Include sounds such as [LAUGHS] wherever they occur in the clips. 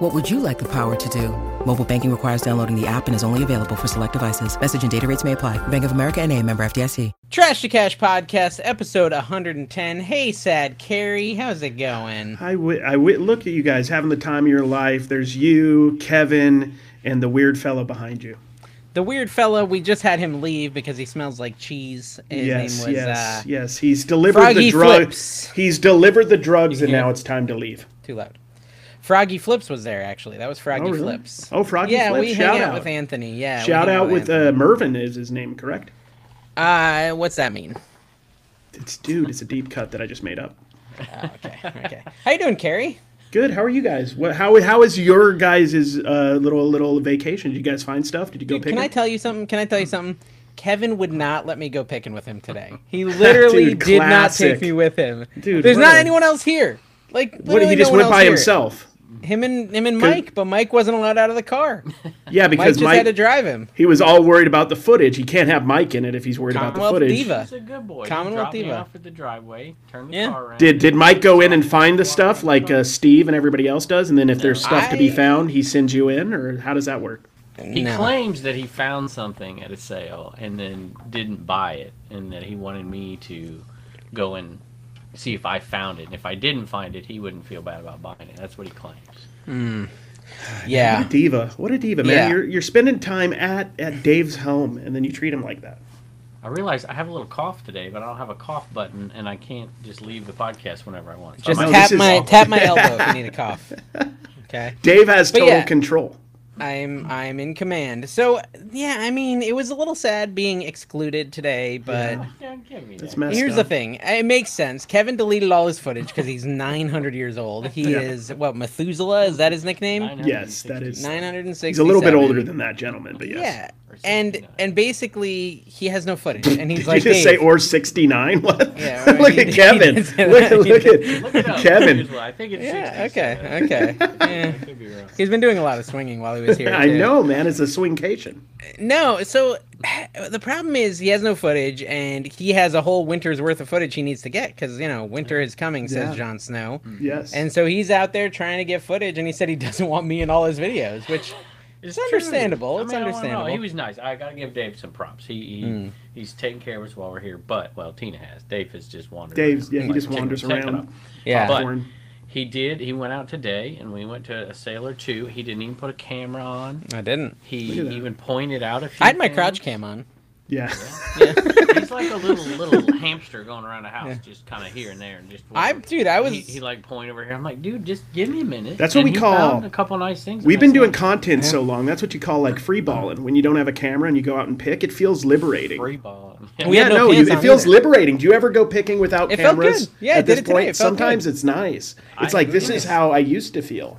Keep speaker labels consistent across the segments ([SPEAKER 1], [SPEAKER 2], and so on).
[SPEAKER 1] What would you like the power to do? Mobile banking requires downloading the app and is only available for select devices. Message and data rates may apply. Bank of America and a member FDIC.
[SPEAKER 2] Trash to Cash podcast, episode 110. Hey, Sad Carrie, how's it going?
[SPEAKER 3] I wi- I wi- look at you guys having the time of your life. There's you, Kevin, and the weird fellow behind you.
[SPEAKER 2] The weird fella, we just had him leave because he smells like cheese. His
[SPEAKER 3] yes,
[SPEAKER 2] name was
[SPEAKER 3] yes,
[SPEAKER 2] uh,
[SPEAKER 3] yes. He's delivered
[SPEAKER 2] Froggy
[SPEAKER 3] the drugs.
[SPEAKER 2] Flips.
[SPEAKER 3] He's delivered the drugs, and
[SPEAKER 2] Yeah.
[SPEAKER 3] now it's time to leave.
[SPEAKER 2] too loud. Froggy Flips was there actually. That was Froggy
[SPEAKER 3] really?
[SPEAKER 2] Flips.
[SPEAKER 3] Oh, Froggy
[SPEAKER 2] yeah,
[SPEAKER 3] Flips,
[SPEAKER 2] we
[SPEAKER 3] shout
[SPEAKER 2] hang out,
[SPEAKER 3] out.
[SPEAKER 2] with Anthony. Yeah, we
[SPEAKER 3] Shout
[SPEAKER 2] hang
[SPEAKER 3] out with uh,
[SPEAKER 2] Anthony.
[SPEAKER 3] Mervin is his name, correct?
[SPEAKER 2] uh, what's that mean?
[SPEAKER 3] It's dude. It's a deep cut that I just made up. [LAUGHS]
[SPEAKER 2] Okay, how you doing, Carrie?
[SPEAKER 3] Good. How are you guys? What? How? How is your guys' uh, little little vacation? Did you guys find stuff? Did you go pick?
[SPEAKER 2] Can I
[SPEAKER 3] up?
[SPEAKER 2] tell you something? Can I tell you something? Kevin would not let me go picking with him today.
[SPEAKER 3] [LAUGHS]
[SPEAKER 2] He literally
[SPEAKER 3] Dude,
[SPEAKER 2] did not take
[SPEAKER 3] classic.
[SPEAKER 2] me with him.
[SPEAKER 3] Dude,
[SPEAKER 2] there's
[SPEAKER 3] what
[SPEAKER 2] not
[SPEAKER 3] a-
[SPEAKER 2] anyone else here. Like
[SPEAKER 3] what?
[SPEAKER 2] literally
[SPEAKER 3] He just
[SPEAKER 2] no one
[SPEAKER 3] went
[SPEAKER 2] else
[SPEAKER 3] by
[SPEAKER 2] here.
[SPEAKER 3] himself.
[SPEAKER 2] Him and him and Mike, but Mike wasn't allowed out of the
[SPEAKER 3] [LAUGHS]
[SPEAKER 2] car.
[SPEAKER 3] Yeah,
[SPEAKER 2] Mike
[SPEAKER 3] because
[SPEAKER 2] just
[SPEAKER 3] Mike.
[SPEAKER 2] had to drive him.
[SPEAKER 3] he was all worried about the footage. He can't have Mike in it if he's worried about the
[SPEAKER 2] Commonwealth
[SPEAKER 3] footage.
[SPEAKER 2] diva.
[SPEAKER 4] He's a good boy.
[SPEAKER 2] Commonwealth
[SPEAKER 4] Commonwealth
[SPEAKER 2] diva.
[SPEAKER 4] Me off at the driveway. Turn the
[SPEAKER 2] Yeah.
[SPEAKER 4] car around.
[SPEAKER 3] Did did Mike go in and find the stuff like uh, Steve and everybody else does, and then if there's stuff to be
[SPEAKER 2] I-
[SPEAKER 3] found, he sends you in, or how does that work?
[SPEAKER 4] he
[SPEAKER 2] No.
[SPEAKER 4] claims that he found something at a sale and then didn't buy it, and that he wanted me to go and see if I found it. And if I didn't find it, he wouldn't feel bad about buying it. That's what he claims.
[SPEAKER 2] Yeah.
[SPEAKER 3] Diva, what a diva, man!
[SPEAKER 2] Yeah.
[SPEAKER 3] You're you're spending time at at Dave's home, and then you treat him like that.
[SPEAKER 4] I realize I have a little cough today, but I don't have a cough button, and I can't just leave the podcast whenever I want. So
[SPEAKER 2] Just
[SPEAKER 4] I'm
[SPEAKER 3] No,
[SPEAKER 4] out.
[SPEAKER 2] tap
[SPEAKER 3] Oh, this is-
[SPEAKER 2] my tap my elbow if you need
[SPEAKER 3] [LAUGHS]
[SPEAKER 2] a cough. Okay.
[SPEAKER 3] Dave has total
[SPEAKER 2] yeah.
[SPEAKER 3] control.
[SPEAKER 2] I'm I'm in command. So yeah, I mean it was a little sad being excluded today, but
[SPEAKER 4] Yeah, give me
[SPEAKER 3] It's
[SPEAKER 4] that.
[SPEAKER 3] messed
[SPEAKER 2] here's the
[SPEAKER 3] up.
[SPEAKER 2] thing. It makes sense. Kevin deleted all his footage because he's nine hundred years old. He is what, Methuselah? Is that his nickname?
[SPEAKER 4] 960.
[SPEAKER 3] Yes, that is.
[SPEAKER 2] Nine hundred and sixty.
[SPEAKER 3] He's a little bit older than that gentleman, but yes.
[SPEAKER 2] Yeah.
[SPEAKER 4] Or
[SPEAKER 2] And
[SPEAKER 4] 69.
[SPEAKER 2] and basically he has no footage. And he's
[SPEAKER 3] [LAUGHS] Did
[SPEAKER 2] like
[SPEAKER 3] you just say
[SPEAKER 2] "Dave,
[SPEAKER 3] or 69? [LAUGHS] What?
[SPEAKER 2] Yeah, right,
[SPEAKER 3] look
[SPEAKER 2] he
[SPEAKER 3] at
[SPEAKER 2] did-
[SPEAKER 3] Kevin.
[SPEAKER 2] he did say
[SPEAKER 3] Look,
[SPEAKER 2] that.
[SPEAKER 3] look [LAUGHS]
[SPEAKER 4] Look it
[SPEAKER 3] at
[SPEAKER 4] up.
[SPEAKER 3] Kevin.
[SPEAKER 4] Here's what I think it's
[SPEAKER 2] Yeah,
[SPEAKER 4] 60, so
[SPEAKER 2] okay, okay.
[SPEAKER 3] [LAUGHS]
[SPEAKER 2] Yeah.
[SPEAKER 4] I could be wrong.
[SPEAKER 2] He's been doing a lot of swinging while he was here.
[SPEAKER 3] I
[SPEAKER 2] too.
[SPEAKER 3] know, man. It's a swingcation.
[SPEAKER 2] No, so [SIGHS] the problem is he has no footage, and he has a whole winter's worth of footage he needs to get because you know winter is coming, says
[SPEAKER 3] Yeah. Mm.
[SPEAKER 2] Jon Snow.
[SPEAKER 3] Yes.
[SPEAKER 2] And so he's out there trying to get footage, and he said he [LAUGHS] doesn't want me in all his videos, which It's
[SPEAKER 4] It's true.
[SPEAKER 2] understandable, it's
[SPEAKER 4] I mean, I don't know.
[SPEAKER 2] understandable. Hmm.
[SPEAKER 4] He was nice. I gotta give Dave some props. He, he he's taking care of us while we're here. But well, Tina has. Dave has just wandered.
[SPEAKER 3] Dave's-
[SPEAKER 4] around,
[SPEAKER 3] yeah, he just
[SPEAKER 4] checking-
[SPEAKER 3] wanders
[SPEAKER 4] checking
[SPEAKER 3] around.
[SPEAKER 4] up.
[SPEAKER 2] yeah,
[SPEAKER 4] But-
[SPEAKER 3] Corn.
[SPEAKER 4] He did. He went out today, and we went to a sailor two. He didn't even put a camera on.
[SPEAKER 2] I didn't.
[SPEAKER 4] He
[SPEAKER 3] Look at that.
[SPEAKER 4] even pointed out a few.
[SPEAKER 2] I had my
[SPEAKER 4] things.
[SPEAKER 2] crouch cam on.
[SPEAKER 3] yeah.
[SPEAKER 4] He's like a
[SPEAKER 2] [LAUGHS]
[SPEAKER 4] little little hamster going around the house, just kind of here and there, and just.
[SPEAKER 2] I,
[SPEAKER 4] wandering.
[SPEAKER 2] dude, I was.
[SPEAKER 4] He, he like pointed over here. I'm like, dude, just give me a minute.
[SPEAKER 3] That's what
[SPEAKER 4] And
[SPEAKER 3] we
[SPEAKER 4] he
[SPEAKER 3] call-
[SPEAKER 4] found a couple nice things.
[SPEAKER 3] We've
[SPEAKER 4] and
[SPEAKER 3] been
[SPEAKER 4] I
[SPEAKER 3] doing
[SPEAKER 4] said,
[SPEAKER 3] content so long. That's what you call like free balling. When you don't have a camera and you go out and pick, it feels liberating.
[SPEAKER 4] free ball.
[SPEAKER 2] We had
[SPEAKER 3] yeah,
[SPEAKER 2] no
[SPEAKER 3] no, you,
[SPEAKER 2] pants
[SPEAKER 3] it
[SPEAKER 2] on
[SPEAKER 3] feels
[SPEAKER 2] either.
[SPEAKER 3] liberating. Do you ever go picking without
[SPEAKER 2] It felt good.
[SPEAKER 3] cameras?
[SPEAKER 2] Yeah, I did
[SPEAKER 3] at this
[SPEAKER 2] it today.
[SPEAKER 3] point,
[SPEAKER 2] It felt
[SPEAKER 3] sometimes
[SPEAKER 2] good.
[SPEAKER 3] it's nice.
[SPEAKER 4] I
[SPEAKER 3] It's like this
[SPEAKER 4] agree.
[SPEAKER 3] is how I used to feel.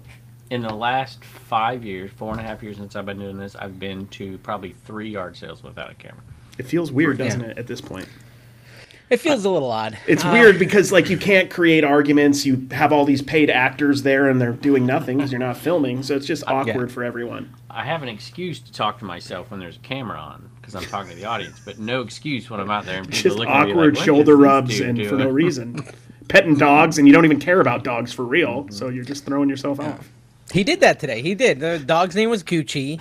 [SPEAKER 4] in the last five years, four and a half years since I've been doing this, I've been to probably three yard sales without a camera.
[SPEAKER 3] It feels weird, doesn't it? At this point,
[SPEAKER 2] It feels a little odd.
[SPEAKER 3] it's
[SPEAKER 2] Uh,
[SPEAKER 3] weird because like you can't create arguments. You have all these paid actors there, and they're doing nothing because you're not filming. So it's just awkward for everyone.
[SPEAKER 4] I have an excuse to talk to myself when there's a camera on because I'm talking to the audience, but no excuse when I'm out there and people
[SPEAKER 3] Just
[SPEAKER 4] are looking at me
[SPEAKER 3] awkward
[SPEAKER 4] like, "What
[SPEAKER 3] shoulder
[SPEAKER 4] is this
[SPEAKER 3] rubs
[SPEAKER 4] dude
[SPEAKER 3] and for
[SPEAKER 4] doing?"
[SPEAKER 2] [LAUGHS]
[SPEAKER 3] no reason, petting dogs, and you don't even care about dogs for real. So you're just throwing yourself off.
[SPEAKER 2] He did that today. He did. The dog's name was Gucci,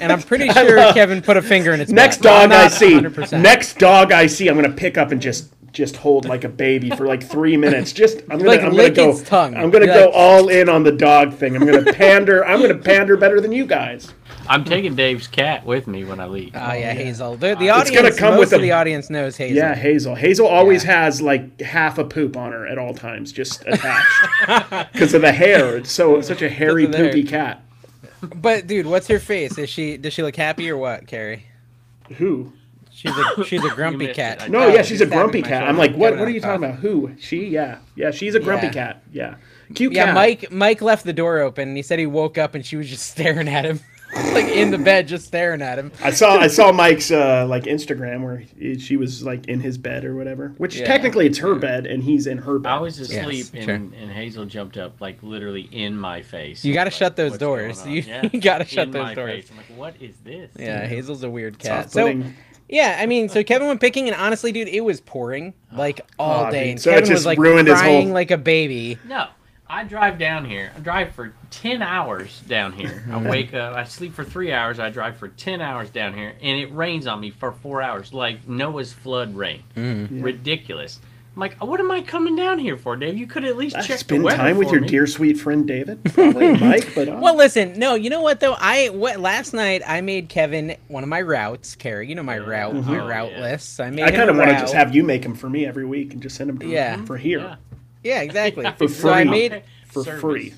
[SPEAKER 2] and
[SPEAKER 3] [LAUGHS]
[SPEAKER 2] I'm pretty sure Kevin put a finger in its
[SPEAKER 3] Next
[SPEAKER 2] butt. I'm
[SPEAKER 3] dog I
[SPEAKER 2] not
[SPEAKER 3] see.
[SPEAKER 2] 100%.
[SPEAKER 3] Next dog I see. I'm gonna pick up and just just hold like a baby for like three minutes. Just I'm gonna
[SPEAKER 2] Like,
[SPEAKER 3] I'm
[SPEAKER 2] lick
[SPEAKER 3] gonna go.
[SPEAKER 2] its tongue.
[SPEAKER 3] I'm gonna
[SPEAKER 2] You're
[SPEAKER 3] go
[SPEAKER 2] like-
[SPEAKER 3] all in on the dog thing. I'm gonna pander. I'm gonna pander better than you guys.
[SPEAKER 4] I'm taking Dave's cat with me when I leave.
[SPEAKER 2] Oh yeah, Hazel. The, the audience.
[SPEAKER 3] gonna come
[SPEAKER 2] most
[SPEAKER 3] with
[SPEAKER 2] of
[SPEAKER 3] a-
[SPEAKER 2] the audience knows Hazel.
[SPEAKER 3] Yeah, Hazel. Hazel always has like half a poop on her at all times, just attached [LAUGHS] because of the hair. It's so such a hairy
[SPEAKER 2] Because of the hair.
[SPEAKER 3] poopy cat.
[SPEAKER 2] But dude, what's her face? Is she does she look happy or what, Carrie?
[SPEAKER 3] Who?
[SPEAKER 2] She's
[SPEAKER 4] [COUGHS]
[SPEAKER 2] a she's a
[SPEAKER 4] You
[SPEAKER 2] grumpy
[SPEAKER 4] missed
[SPEAKER 2] cat.
[SPEAKER 4] it.
[SPEAKER 3] No,
[SPEAKER 2] Oh,
[SPEAKER 3] yeah, she's a
[SPEAKER 2] stabbing
[SPEAKER 3] grumpy
[SPEAKER 2] my
[SPEAKER 3] cat.
[SPEAKER 2] shoulder.
[SPEAKER 3] I'm like, what?
[SPEAKER 2] Kevin
[SPEAKER 3] What are
[SPEAKER 2] had
[SPEAKER 3] you
[SPEAKER 2] a
[SPEAKER 3] talking
[SPEAKER 2] cough.
[SPEAKER 3] about? Who? She? Yeah, yeah. She's a grumpy
[SPEAKER 2] Yeah.
[SPEAKER 3] cat. Yeah, cute
[SPEAKER 2] Yeah,
[SPEAKER 3] cat.
[SPEAKER 2] Mike Mike left the door open and he said he woke up and she was just [LAUGHS] staring at him. like in the bed, just staring at him.
[SPEAKER 3] I saw I saw Mike's uh, like Instagram where he, she was like in his bed or whatever. Which
[SPEAKER 2] Yeah.
[SPEAKER 3] technically it's her bed and he's in her bed.
[SPEAKER 4] I was
[SPEAKER 2] Yes,
[SPEAKER 4] asleep and,
[SPEAKER 2] sure.
[SPEAKER 4] and Hazel jumped up like literally in my face.
[SPEAKER 2] You gotta
[SPEAKER 4] Like,
[SPEAKER 2] shut those
[SPEAKER 4] "What's going
[SPEAKER 2] doors.
[SPEAKER 4] on?"
[SPEAKER 2] You- you [LAUGHS] gotta shut
[SPEAKER 4] in
[SPEAKER 2] those
[SPEAKER 4] my
[SPEAKER 2] doors.
[SPEAKER 4] face. I'm like, what is this?
[SPEAKER 2] Yeah, Hazel's a weird cat.
[SPEAKER 3] Soft
[SPEAKER 2] So,
[SPEAKER 3] pudding.
[SPEAKER 2] yeah, I mean, so Kevin went picking, and honestly, dude, it was pouring like all
[SPEAKER 3] Oh,
[SPEAKER 2] day.
[SPEAKER 3] dude.
[SPEAKER 2] And
[SPEAKER 3] So it
[SPEAKER 2] Kevin was
[SPEAKER 3] just
[SPEAKER 2] like
[SPEAKER 3] ruined his
[SPEAKER 2] crying
[SPEAKER 3] whole-
[SPEAKER 2] like a baby.
[SPEAKER 4] No, I drive down here. I drive for ten hours down here.
[SPEAKER 3] [LAUGHS]
[SPEAKER 4] I wake up. I sleep for three hours. I drive for ten hours down here, and it rains on me for four hours, like Noah's flood rain.
[SPEAKER 3] Mm.
[SPEAKER 4] Ridiculous. I'm like, what am I coming down here for, Dave? You could at least check
[SPEAKER 3] Ah, Spend
[SPEAKER 4] the weather
[SPEAKER 3] time with
[SPEAKER 4] for
[SPEAKER 3] your
[SPEAKER 4] me. [LAUGHS]
[SPEAKER 3] dear sweet
[SPEAKER 2] [LAUGHS]
[SPEAKER 3] friend David, probably Mike, but uh,
[SPEAKER 2] Well, listen, no, you know what though? I what last night I made Kevin one of my routes, Carrie. You know my
[SPEAKER 4] Yeah.
[SPEAKER 2] route,
[SPEAKER 4] Mhm.
[SPEAKER 2] my
[SPEAKER 4] Oh,
[SPEAKER 2] route
[SPEAKER 4] yeah.
[SPEAKER 2] lists. I made.
[SPEAKER 3] I kind of
[SPEAKER 2] want to
[SPEAKER 3] just have you make him for me every week and just send him to
[SPEAKER 2] Yeah.
[SPEAKER 3] for here.
[SPEAKER 4] Yeah.
[SPEAKER 2] Yeah, exactly.
[SPEAKER 3] [LAUGHS] For
[SPEAKER 2] So I
[SPEAKER 3] free.
[SPEAKER 2] made,
[SPEAKER 3] For
[SPEAKER 4] Service.
[SPEAKER 3] free.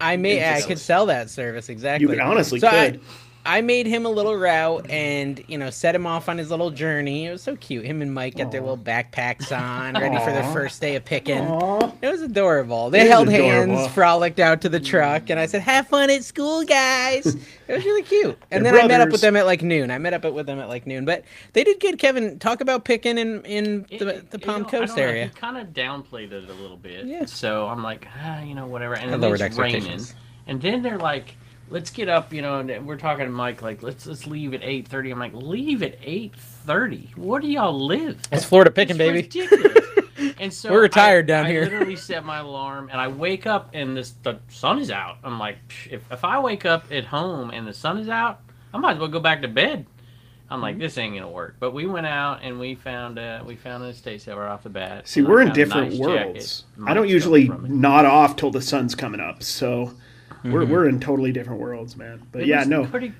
[SPEAKER 2] I made, I could
[SPEAKER 4] Service.
[SPEAKER 2] sell that service exactly.
[SPEAKER 3] You could honestly
[SPEAKER 2] So I-
[SPEAKER 3] could.
[SPEAKER 2] I made him a little route and you know set him off on his little journey. It was so cute. Him and Mike got their little backpacks on, ready for their
[SPEAKER 3] Aw.
[SPEAKER 2] first day of picking.
[SPEAKER 3] Aw.
[SPEAKER 2] It was adorable. They
[SPEAKER 3] is
[SPEAKER 2] held
[SPEAKER 3] adorable.
[SPEAKER 2] hands, frolicked out to the truck, and I said, "Have fun at school,
[SPEAKER 3] [LAUGHS]
[SPEAKER 2] guys." it was really cute. And
[SPEAKER 3] They're
[SPEAKER 2] then I met up with
[SPEAKER 3] brothers.
[SPEAKER 2] them at like noon. I met up with them at like noon, but they did good. Kevin, talk about picking in in
[SPEAKER 4] It-
[SPEAKER 2] the,
[SPEAKER 4] it-
[SPEAKER 2] the
[SPEAKER 4] you
[SPEAKER 2] Palm
[SPEAKER 4] know, I
[SPEAKER 2] Coast
[SPEAKER 4] don't know,
[SPEAKER 2] area.
[SPEAKER 4] He kind of downplayed it a little bit.
[SPEAKER 2] Yeah.
[SPEAKER 4] So I'm like, ah, you know, whatever. And
[SPEAKER 2] I
[SPEAKER 4] then
[SPEAKER 2] lowered
[SPEAKER 4] it's raining.
[SPEAKER 2] expectations.
[SPEAKER 4] And then they're like, let's get up, you know. And we're talking to Mike, like, let's let's leave at 8:30. I'm like, leave at 8:30. Where do y'all live?
[SPEAKER 2] It's Florida picking,
[SPEAKER 4] It's
[SPEAKER 2] baby.
[SPEAKER 4] ridiculous.
[SPEAKER 2] [LAUGHS]
[SPEAKER 4] and so
[SPEAKER 2] We're
[SPEAKER 4] I-
[SPEAKER 2] retired down
[SPEAKER 4] I
[SPEAKER 2] here.
[SPEAKER 4] literally set my alarm, and I wake up, and this the sun is out. I'm like, "Psh, if if I wake up at home and the sun is out, I might as well go back to bed. I'm
[SPEAKER 2] Mm-hmm.
[SPEAKER 4] like, this ain't gonna work. But we went out and we found uh, we found an estate saver off the bat.
[SPEAKER 3] See,
[SPEAKER 4] and I
[SPEAKER 3] we're in
[SPEAKER 4] found a
[SPEAKER 3] different
[SPEAKER 4] nice jacket.
[SPEAKER 3] worlds. I
[SPEAKER 4] Mike's got
[SPEAKER 3] don't usually
[SPEAKER 4] from it.
[SPEAKER 3] nod off till the sun's coming up, so
[SPEAKER 2] Mm-hmm.
[SPEAKER 3] we're, we're in totally different worlds, man. But
[SPEAKER 4] It
[SPEAKER 3] yeah,
[SPEAKER 4] was
[SPEAKER 3] no,
[SPEAKER 4] Pretty,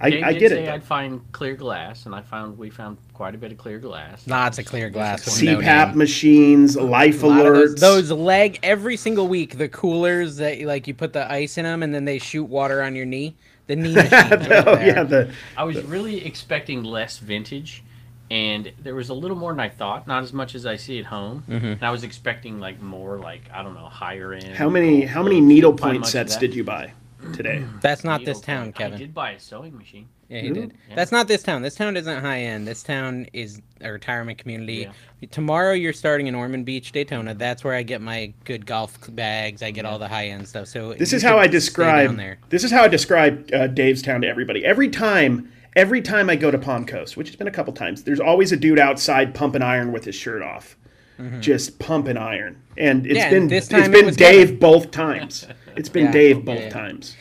[SPEAKER 3] I,
[SPEAKER 4] Dave
[SPEAKER 3] I
[SPEAKER 4] did
[SPEAKER 3] get
[SPEAKER 4] say
[SPEAKER 3] it.
[SPEAKER 4] I'd find clear glass, and I found we found quite a bit of clear glass.
[SPEAKER 2] Lots of clear glass. with no
[SPEAKER 3] CPAP
[SPEAKER 2] name.
[SPEAKER 3] machines, life
[SPEAKER 2] A lot of those,
[SPEAKER 3] alerts.
[SPEAKER 2] those leg every single week the coolers that like you put the ice in them and then they shoot water on your knee the knee
[SPEAKER 3] [LAUGHS]
[SPEAKER 2] machine right
[SPEAKER 3] oh
[SPEAKER 2] there.
[SPEAKER 3] yeah, the
[SPEAKER 4] I was really expecting less vintage, and there was a little more than I thought. Not as much as I see at home, and I was expecting like more, like I don't know, higher end.
[SPEAKER 3] how many how many needle point sets did you buy today?
[SPEAKER 2] that's not this town
[SPEAKER 4] I
[SPEAKER 2] Kevin
[SPEAKER 4] did buy a sewing machine.
[SPEAKER 2] yeah he did that's not this town this town isn't high end this town is a retirement community tomorrow you're starting in Ormond Beach Daytona that's where I get my good golf bags I get all the high end stuff so
[SPEAKER 3] This
[SPEAKER 2] you
[SPEAKER 3] is how
[SPEAKER 2] should
[SPEAKER 3] I
[SPEAKER 2] stay
[SPEAKER 3] describe.
[SPEAKER 2] down there
[SPEAKER 3] This is how I describe uh, Dave's town to everybody. Every time, every time I go to Palm Coast, which has been a couple times, there's always a dude outside pumping iron with his shirt off, just pumping iron. And
[SPEAKER 2] Mm-hmm.
[SPEAKER 3] it's
[SPEAKER 2] Yeah, and
[SPEAKER 3] been
[SPEAKER 2] this
[SPEAKER 3] it's
[SPEAKER 2] time it
[SPEAKER 3] been
[SPEAKER 2] was
[SPEAKER 3] Dave
[SPEAKER 2] [LAUGHS]
[SPEAKER 3] both times. It's been
[SPEAKER 2] Yeah.
[SPEAKER 3] Dave both
[SPEAKER 2] Yeah.
[SPEAKER 3] times.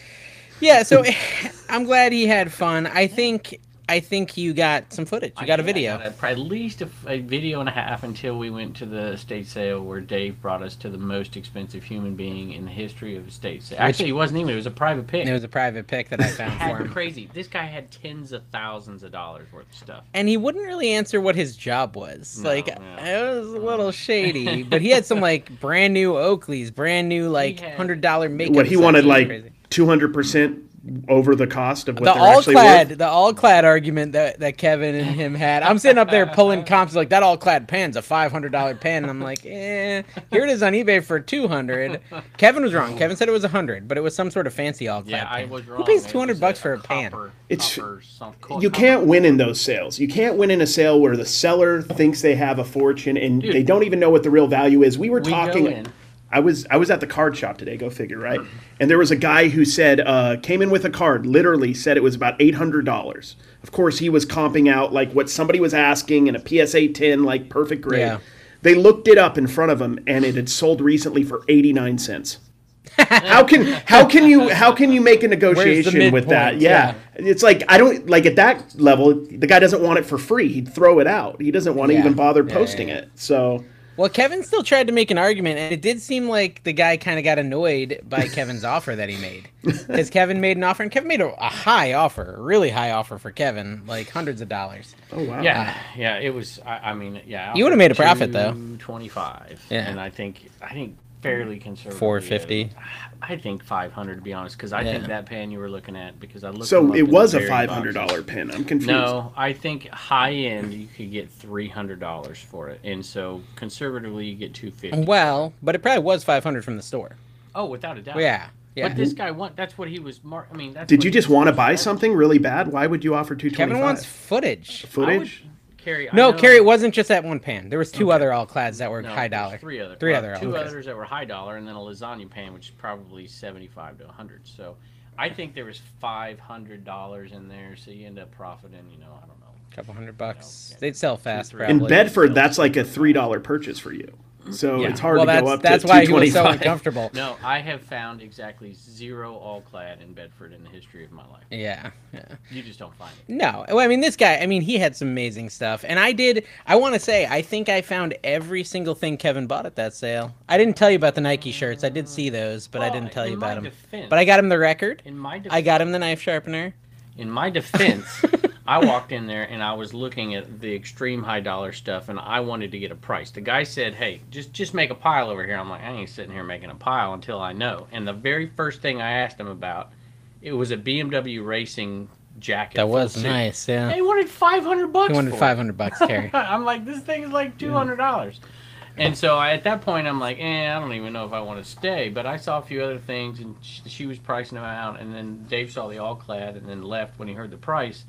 [SPEAKER 2] yeah so [LAUGHS] I'm glad he had fun I think I think you got some footage you got a
[SPEAKER 4] Yeah, I
[SPEAKER 2] video
[SPEAKER 4] got a- at least a, a video and a half until we went to the estate sale where Dave brought us to the most expensive human being in the history of estate sale. Actually, he wasn't even. It was a private pick.
[SPEAKER 2] it was a private pic that I found for
[SPEAKER 4] Had
[SPEAKER 2] him.
[SPEAKER 4] crazy. This guy had tens of thousands of dollars worth of stuff.
[SPEAKER 2] and he wouldn't really answer what his job was.
[SPEAKER 4] No,
[SPEAKER 2] like
[SPEAKER 4] yeah. Uh-huh.
[SPEAKER 2] it was a little shady, but he had some like brand new Oakleys, brand new like
[SPEAKER 4] had-
[SPEAKER 2] hundred dollar makeup.
[SPEAKER 3] What he
[SPEAKER 2] sets.
[SPEAKER 3] wanted
[SPEAKER 2] It was
[SPEAKER 3] like
[SPEAKER 2] crazy.
[SPEAKER 3] two hundred percent over the cost of what
[SPEAKER 2] the
[SPEAKER 3] they're
[SPEAKER 2] all
[SPEAKER 3] actually
[SPEAKER 2] clad,
[SPEAKER 3] worth.
[SPEAKER 2] the all clad argument that, that Kevin and him had. I'm sitting up there pulling comps like that all clad pen's a five hundred dollar pen, and I'm like, eh, here it is on eBay for two hundred. Kevin was wrong. Kevin said it was a hundred, but it was some sort of fancy all clad.
[SPEAKER 4] Yeah, I
[SPEAKER 2] pen.
[SPEAKER 4] was wrong.
[SPEAKER 2] Who pays
[SPEAKER 4] It
[SPEAKER 2] two hundred
[SPEAKER 4] was
[SPEAKER 2] bucks for a
[SPEAKER 4] copper-
[SPEAKER 2] pan?
[SPEAKER 3] It's-
[SPEAKER 4] copper some- co-
[SPEAKER 3] You
[SPEAKER 4] copper.
[SPEAKER 3] can't win in those sales. You can't win in a sale where the seller thinks they have a fortune and they don't even know what the real value is. We were
[SPEAKER 4] We go in.
[SPEAKER 3] talking. I was I was at the card shop today. Go figure, right? And there was a guy who said uh, came in with a card. Literally said it was about eight hundred dollars. Of course, he was comping out like what somebody was asking and a PSA ten, like perfect grade.
[SPEAKER 2] Yeah.
[SPEAKER 3] They looked it up in front of him, and it had sold recently for eighty nine cents. how can how can you how can you make a negotiation with that?
[SPEAKER 2] midpoint?
[SPEAKER 3] Yeah.
[SPEAKER 2] Yeah.
[SPEAKER 3] It's like I don't like at that level. The guy doesn't want it for free. He'd throw it out. He doesn't want to
[SPEAKER 2] Yeah.
[SPEAKER 3] even bother
[SPEAKER 2] Yeah,
[SPEAKER 3] posting
[SPEAKER 2] yeah, yeah.
[SPEAKER 3] it. So
[SPEAKER 2] Well, Kevin still tried to make an argument, and it did seem like the guy kind of got annoyed by Kevin's
[SPEAKER 4] [LAUGHS]
[SPEAKER 2] offer that he made. Because Kevin made an offer, and Kevin made a, a high offer, a really high offer for Kevin, like hundreds of dollars.
[SPEAKER 3] oh wow.
[SPEAKER 4] Yeah, yeah, it was. I, I mean, yeah.
[SPEAKER 2] You would've made a profit, though.
[SPEAKER 4] Twenty-five.
[SPEAKER 2] Yeah.
[SPEAKER 4] And I think I think fairly conservative.
[SPEAKER 2] 450.
[SPEAKER 4] I think five hundred to be honest, because I think that pan you were looking at because I looked. them
[SPEAKER 3] So
[SPEAKER 4] up
[SPEAKER 3] it
[SPEAKER 4] in the
[SPEAKER 3] was a
[SPEAKER 4] varied
[SPEAKER 3] five hundred
[SPEAKER 4] box.
[SPEAKER 3] dollar pin. I'm confused.
[SPEAKER 4] No, I think high end you could get three hundred dollars for it, and so conservatively you get two fifty.
[SPEAKER 2] Well, but it probably was 500 from the store.
[SPEAKER 4] Oh, without a doubt.
[SPEAKER 2] Well, yeah. Yeah.
[SPEAKER 4] But this guy want that's what he was mar- I mean that's
[SPEAKER 3] Did
[SPEAKER 4] what
[SPEAKER 3] you
[SPEAKER 4] he
[SPEAKER 3] just
[SPEAKER 4] was
[SPEAKER 3] want to
[SPEAKER 4] marketing.
[SPEAKER 3] buy
[SPEAKER 4] That's-
[SPEAKER 3] something really bad? Why would you offer two twenty
[SPEAKER 2] Kevin wants
[SPEAKER 3] five?
[SPEAKER 2] footage.
[SPEAKER 4] I would-
[SPEAKER 3] Footage?
[SPEAKER 4] Carrie, I
[SPEAKER 2] No,
[SPEAKER 4] know-
[SPEAKER 2] Carrie, it wasn't just that one pan. There was two other all clads that were
[SPEAKER 4] no,
[SPEAKER 2] high
[SPEAKER 4] there's
[SPEAKER 2] dollar.
[SPEAKER 4] Three other
[SPEAKER 2] Three
[SPEAKER 4] well,
[SPEAKER 2] other
[SPEAKER 4] two
[SPEAKER 2] all clads.
[SPEAKER 4] others that were high dollar and then a lasagna pan which is probably 75 to 100. So I think there was $500 in there so you end up profiting, you know, I don't know.
[SPEAKER 2] couple hundred bucks.
[SPEAKER 4] No, yeah.
[SPEAKER 2] They'd sell fast,
[SPEAKER 4] three.
[SPEAKER 2] probably.
[SPEAKER 3] In Bedford, that's like a three dollar purchase for you. So
[SPEAKER 2] Yeah.
[SPEAKER 3] it's hard
[SPEAKER 2] well,
[SPEAKER 3] to
[SPEAKER 2] that's,
[SPEAKER 3] go up
[SPEAKER 2] that's
[SPEAKER 3] to
[SPEAKER 2] why
[SPEAKER 3] two
[SPEAKER 2] he was
[SPEAKER 3] twenty
[SPEAKER 2] so
[SPEAKER 3] five.
[SPEAKER 2] uncomfortable.
[SPEAKER 4] [LAUGHS] No, I have found exactly zero all clad in Bedford in the history of my life.
[SPEAKER 2] Yeah, yeah.
[SPEAKER 4] You just don't find it.
[SPEAKER 2] No, well, I mean this guy. I mean he had some amazing stuff, and I did. I want to say I think I found every single thing Kevin bought at that sale. I didn't tell you about the Nike shirts. I did see those, but I
[SPEAKER 4] Well,
[SPEAKER 2] didn't tell
[SPEAKER 4] in
[SPEAKER 2] you
[SPEAKER 4] my
[SPEAKER 2] about them.
[SPEAKER 4] defense-
[SPEAKER 2] But I got him the record.
[SPEAKER 4] In my defense,
[SPEAKER 2] I got him the knife sharpener.
[SPEAKER 4] In
[SPEAKER 2] [LAUGHS]
[SPEAKER 4] my defense, I walked in there and I was looking at the extreme high dollar stuff and I wanted to get a price. The guy said, "Hey, just just make a pile over here." I'm like, "I ain't sitting here making a pile until I know." And the very first thing I asked him about, it was a BMW racing jacket.
[SPEAKER 2] That
[SPEAKER 4] full
[SPEAKER 2] was
[SPEAKER 4] suit.
[SPEAKER 2] nice. Yeah,
[SPEAKER 4] They wanted 500 bucks.
[SPEAKER 2] he wanted
[SPEAKER 4] for it.
[SPEAKER 2] five hundred
[SPEAKER 4] [LAUGHS]
[SPEAKER 2] bucks, Carrie.
[SPEAKER 4] I'm like, this thing's like two hundred dollars. And so I, at that point, I'm like, eh, I don't even know if I want to stay. But I saw a few other things, and she, she was pricing them out. And then Dave saw the all clad, and then left when he heard the price.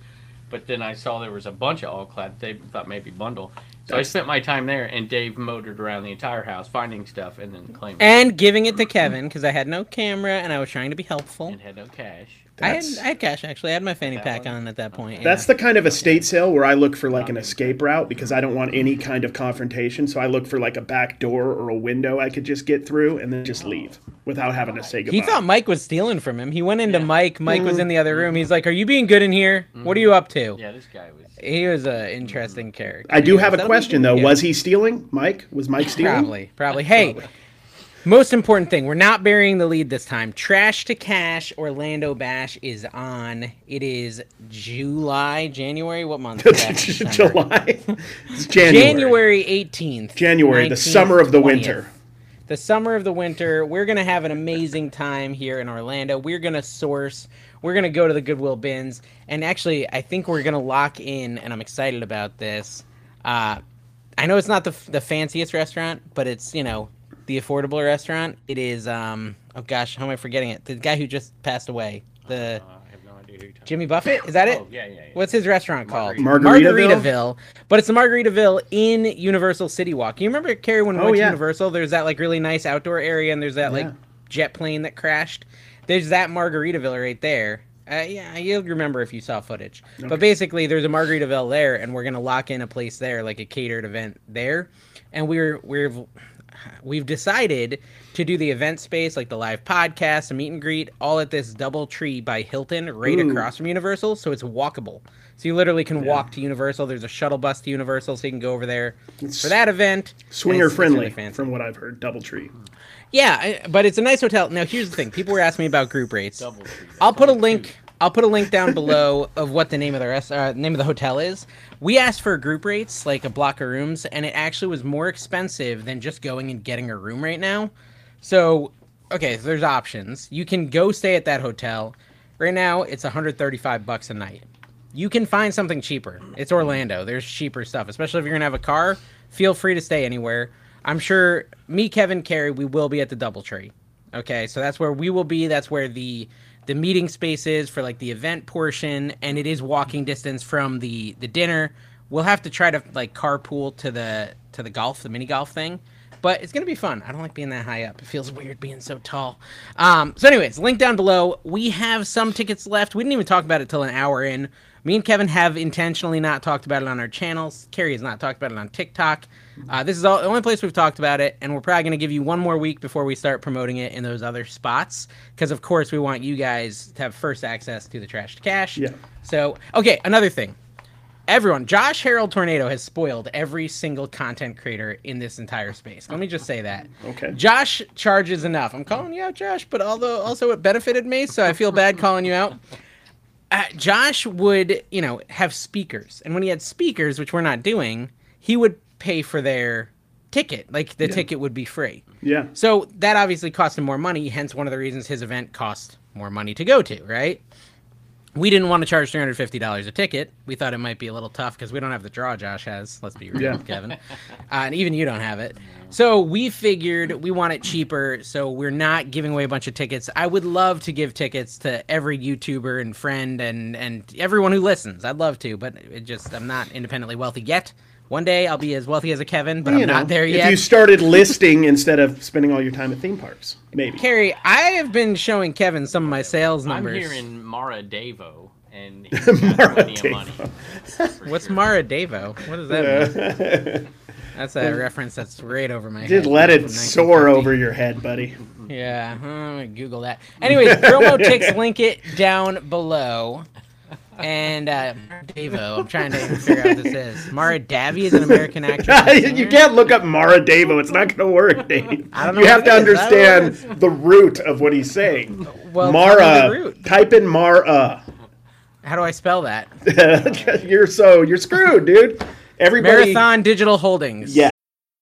[SPEAKER 4] But then I saw there was a bunch of all clad. They thought maybe bundle. So I spent my time there, and Dave motored around the entire house finding stuff, and then claiming it.
[SPEAKER 2] and giving it to Kevin because I had no camera and I was trying to be helpful.
[SPEAKER 4] and had no cash.
[SPEAKER 2] I had,
[SPEAKER 3] That's-
[SPEAKER 2] I had cash actually. I had my fanny pack
[SPEAKER 4] one?
[SPEAKER 2] on at that point.
[SPEAKER 3] That's the kind of estate sale where I look for like an escape route because I don't want any kind of confrontation. So I look for like a back door or a window I could just get through and then just leave without having to say goodbye.
[SPEAKER 2] Oh. He thought Mike was stealing from him. He went into
[SPEAKER 4] Yeah. Mm-hmm.
[SPEAKER 2] Mike. Mike was in the other room. He's like, "Are you being good in here? What are you up to?"
[SPEAKER 4] Yeah, Mm-hmm. this guy was.
[SPEAKER 2] He was an interesting character.
[SPEAKER 3] I do
[SPEAKER 2] Anyways,
[SPEAKER 3] have a
[SPEAKER 2] that'll be
[SPEAKER 3] question
[SPEAKER 2] good.
[SPEAKER 3] though.
[SPEAKER 2] Yeah.
[SPEAKER 3] Was he stealing? Mike?
[SPEAKER 2] [LAUGHS]
[SPEAKER 3] Was Mike stealing? [LAUGHS]
[SPEAKER 2] probably probably? Hey, most important thing: we're not burying the lead this time. Trash to cash Orlando Bash is on. It is July, January. What month? is that?
[SPEAKER 3] [LAUGHS]
[SPEAKER 2] December. [LAUGHS]
[SPEAKER 3] July. It's January.
[SPEAKER 2] January 18th.
[SPEAKER 3] January, the
[SPEAKER 2] 19th,
[SPEAKER 3] summer of the winter.
[SPEAKER 2] The summer of the winter. We're going to have an amazing time here in Orlando. We're going to source. We're going to go to the Goodwill bins. And actually, I think we're going to lock in, and I'm excited about this. Uh, I know it's not the, the fanciest restaurant, but it's, you know, the affordable restaurant. It is, um, oh gosh, how am I forgetting it? The guy who just passed away. The.
[SPEAKER 4] I have no idea who you're talking.
[SPEAKER 2] Jimmy Buffett? Is that it?
[SPEAKER 4] Oh, yeah, yeah, yeah.
[SPEAKER 2] What's his restaurant called?
[SPEAKER 3] Margaritaville?
[SPEAKER 2] Margaritaville. But it's the Margaritaville in Universal City Walk. You remember, Carrie, when we
[SPEAKER 3] Oh,
[SPEAKER 2] went
[SPEAKER 3] yeah.
[SPEAKER 2] to Universal, there's that like really nice outdoor area and there's that
[SPEAKER 3] Yeah.
[SPEAKER 2] like jet plane that crashed? There's that Margaritaville right there. Uh, yeah, you'll remember if you saw footage. But basically, there's a Margaritaville there, and we're gonna lock in a place there, like a catered event there, and we're we're we've decided to do the event space, like the live podcast, a meet and greet, all at this double tree by Hilton, right
[SPEAKER 3] Ooh.
[SPEAKER 2] across from Universal. So it's walkable. So you literally can walk to Universal. There's a shuttle bus to Universal, so you can go over there for that event. and
[SPEAKER 3] Swinger
[SPEAKER 2] it's- it's really
[SPEAKER 3] friendly,
[SPEAKER 2] fancy.
[SPEAKER 3] from what I've heard. Doubletree.
[SPEAKER 2] Yeah, I- but it's a nice hotel. Now here's the thing: people were asking me about group rates.
[SPEAKER 4] Double tree.
[SPEAKER 2] I'll put a link. I'll put a link down below of what the name of the rest, uh, name of the hotel is. We asked for group rates, like a block of rooms, and it actually was more expensive than just going and getting a room right now. So, okay, so there's options. You can go stay at that hotel. Right now, it's 135 bucks a night. You can find something cheaper. It's Orlando. There's cheaper stuff, especially if you're gonna have a car. Feel free to stay anywhere. I'm sure me, Kevin, Carrie, we will be at the DoubleTree. Okay, so that's where we will be. That's where the the meeting space is for like the event portion, and it is walking distance from the the dinner. We'll have to try to like carpool to the to the golf, the mini golf thing, but it's gonna be fun. I don't like being that high up. It feels weird being so tall. Um, so, anyways, link down below. We have some tickets left. We didn't even talk about it till an hour in. Me and Kevin have intentionally not talked about it on our channels. Carrie has not talked about it on TikTok. Uh, this is all, the only place we've talked about it, and we're probably going to give you one more week before we start promoting it in those other spots, because of course we want you guys to have first access to the trash to cash.
[SPEAKER 3] Yeah.
[SPEAKER 2] So, okay, another thing. Everyone, Josh Harold Tornado has spoiled every single content creator in this entire space. Let me just say that.
[SPEAKER 3] Okay.
[SPEAKER 2] Josh charges enough. I'm calling you out, Josh, but although also it benefited me, so I feel bad calling you out uh, Josh would, you know, have speakers, and when he had speakers, which we're not doing, he would pay for their ticket. Like the ticket would be free.
[SPEAKER 3] Yeah.
[SPEAKER 2] So that obviously cost him more money. Hence, one of the reasons his event cost more money to go to. Right. we didn't want to charge three hundred fifty dollars a ticket. We thought it might be a little tough because we don't have the draw Josh has. Let's be real,
[SPEAKER 3] Yeah.
[SPEAKER 2] Kevin, uh, and even you don't have it. So we figured we want it cheaper, so we're not giving away a bunch of tickets. I would love to give tickets to every YouTuber and friend and and everyone who listens. I'd love to, but it just I'm not independently wealthy yet. One day I'll be as wealthy as a Kevin, but I'm
[SPEAKER 3] You know,
[SPEAKER 2] not there
[SPEAKER 3] If
[SPEAKER 2] yet. [LAUGHS]
[SPEAKER 3] you started listing instead of spending all your time at theme parks, maybe.
[SPEAKER 2] Carrie, I have been showing Kevin some of my sales
[SPEAKER 4] I'm
[SPEAKER 2] numbers.
[SPEAKER 4] hearing Mara Davo,
[SPEAKER 2] [LAUGHS]
[SPEAKER 4] and he's got
[SPEAKER 3] Mara
[SPEAKER 4] plenty of
[SPEAKER 3] Davo.
[SPEAKER 4] money. [LAUGHS] for
[SPEAKER 2] What's
[SPEAKER 4] sure.
[SPEAKER 2] Mara Devo? What does that mean?
[SPEAKER 3] [LAUGHS]
[SPEAKER 2] That's a reference that's right over my head.
[SPEAKER 3] Did let
[SPEAKER 2] From
[SPEAKER 3] it
[SPEAKER 2] 1950.
[SPEAKER 3] soar over your head, buddy.
[SPEAKER 2] Yeah, I'm gonna Google that. Anyways, promo
[SPEAKER 3] [LAUGHS]
[SPEAKER 2] ticks link it down below. And uh, Devo, I'm trying to figure out what this is. Mara Davi is an
[SPEAKER 3] [LAUGHS]
[SPEAKER 2] American actress. and
[SPEAKER 3] you
[SPEAKER 2] singer.
[SPEAKER 3] can't look up Mara Davo. It's not going
[SPEAKER 2] [LAUGHS]
[SPEAKER 3] to work, Dave.
[SPEAKER 2] I don't know
[SPEAKER 3] you
[SPEAKER 2] what
[SPEAKER 3] have
[SPEAKER 2] it
[SPEAKER 3] to
[SPEAKER 2] is. I don't know what it
[SPEAKER 3] understand the root of what he's saying.
[SPEAKER 2] Well, tell me the
[SPEAKER 3] Mara.
[SPEAKER 2] root.
[SPEAKER 3] Type in Mara. [LAUGHS]
[SPEAKER 2] How do I spell that?
[SPEAKER 3] you're so you're screwed, dude. Everybody.
[SPEAKER 2] Marathon Digital Holdings.
[SPEAKER 3] Yeah.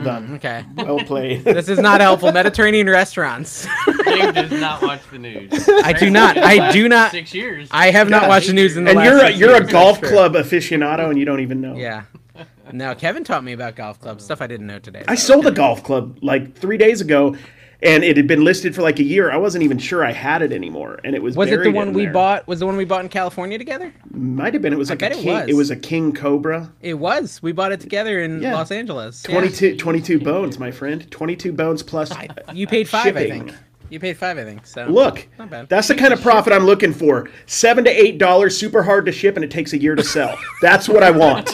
[SPEAKER 2] [LAUGHS]
[SPEAKER 3] done.
[SPEAKER 2] Okay. [LAUGHS]
[SPEAKER 3] Well played.
[SPEAKER 2] This is not helpful. Mediterranean restaurants.
[SPEAKER 4] Dave does not watch the news.
[SPEAKER 2] [LAUGHS] I do not. I do not.
[SPEAKER 4] Six years.
[SPEAKER 2] I have not
[SPEAKER 3] Yeah.
[SPEAKER 2] watched the news in the
[SPEAKER 3] and
[SPEAKER 2] last
[SPEAKER 3] you're a,
[SPEAKER 2] six
[SPEAKER 3] you're a
[SPEAKER 2] years.
[SPEAKER 3] golf
[SPEAKER 2] That's true.
[SPEAKER 3] club aficionado, and you don't even know.
[SPEAKER 2] Yeah. No, Kevin taught me about golf clubs, stuff I didn't know today.
[SPEAKER 3] I sold a golf club like three days ago, and it had been listed for like a year. I wasn't even sure I had it anymore, and it was.
[SPEAKER 2] was it the
[SPEAKER 3] buried
[SPEAKER 2] one
[SPEAKER 3] in
[SPEAKER 2] we
[SPEAKER 3] there.
[SPEAKER 2] bought? Was the one we bought in California together?
[SPEAKER 3] Might have been. It was like a
[SPEAKER 2] bet it
[SPEAKER 3] king. It was.
[SPEAKER 2] was.
[SPEAKER 3] a king cobra.
[SPEAKER 2] It was. We bought it together in
[SPEAKER 3] Yeah.
[SPEAKER 2] Los Angeles. Yeah.
[SPEAKER 3] 22, 22 bones, my friend. Twenty two bones plus.
[SPEAKER 2] You paid five, I
[SPEAKER 3] Shipping.
[SPEAKER 2] think. You paid five, I think. So
[SPEAKER 3] Look,
[SPEAKER 2] Not bad.
[SPEAKER 3] that's the kind of profit I'm looking for. Seven to eight dollars, super hard to ship, and it takes a year
[SPEAKER 2] [LAUGHS]
[SPEAKER 3] to sell. That's what I want.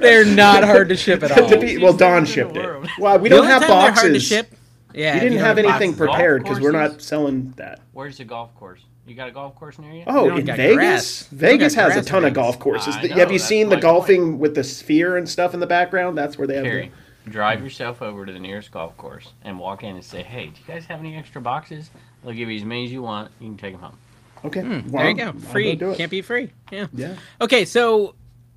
[SPEAKER 2] they're not hard to ship at all.
[SPEAKER 3] [LAUGHS] To be- well, Don
[SPEAKER 4] in the
[SPEAKER 3] shipped it.
[SPEAKER 4] world.
[SPEAKER 3] Wow, we
[SPEAKER 2] The
[SPEAKER 3] don't
[SPEAKER 2] only
[SPEAKER 3] have
[SPEAKER 2] time they're Hard to
[SPEAKER 3] boxes.
[SPEAKER 2] ship. Yeah,
[SPEAKER 3] We
[SPEAKER 2] if
[SPEAKER 3] didn't
[SPEAKER 2] you don't
[SPEAKER 3] have anything
[SPEAKER 2] boxes.
[SPEAKER 3] prepared because we're
[SPEAKER 4] courses?
[SPEAKER 3] not selling that.
[SPEAKER 4] Where's the golf course? You got a golf course near you?
[SPEAKER 3] Oh,
[SPEAKER 2] don't
[SPEAKER 3] in
[SPEAKER 2] got
[SPEAKER 3] Vegas,
[SPEAKER 2] grass. We don't
[SPEAKER 3] Vegas
[SPEAKER 2] got
[SPEAKER 3] has a
[SPEAKER 2] grass in
[SPEAKER 3] ton of
[SPEAKER 2] Vegas.
[SPEAKER 3] golf courses.
[SPEAKER 4] I
[SPEAKER 3] Th-
[SPEAKER 4] know,
[SPEAKER 3] have you
[SPEAKER 4] that's
[SPEAKER 3] seen the
[SPEAKER 4] my
[SPEAKER 3] golfing with the sphere and stuff in the background? That's where they have.
[SPEAKER 4] Carrie,
[SPEAKER 3] The,
[SPEAKER 4] drive yourself over to the nearest golf course and walk in and say, "Hey, do you guys have any extra boxes? They'll give you as many as you want. You can take them home."
[SPEAKER 3] okay,
[SPEAKER 2] Hmm, There you
[SPEAKER 3] wow, I'll
[SPEAKER 2] go.
[SPEAKER 3] go
[SPEAKER 2] Free.
[SPEAKER 3] do it.
[SPEAKER 2] Can't be free. Yeah.
[SPEAKER 3] Yeah.
[SPEAKER 2] Okay, so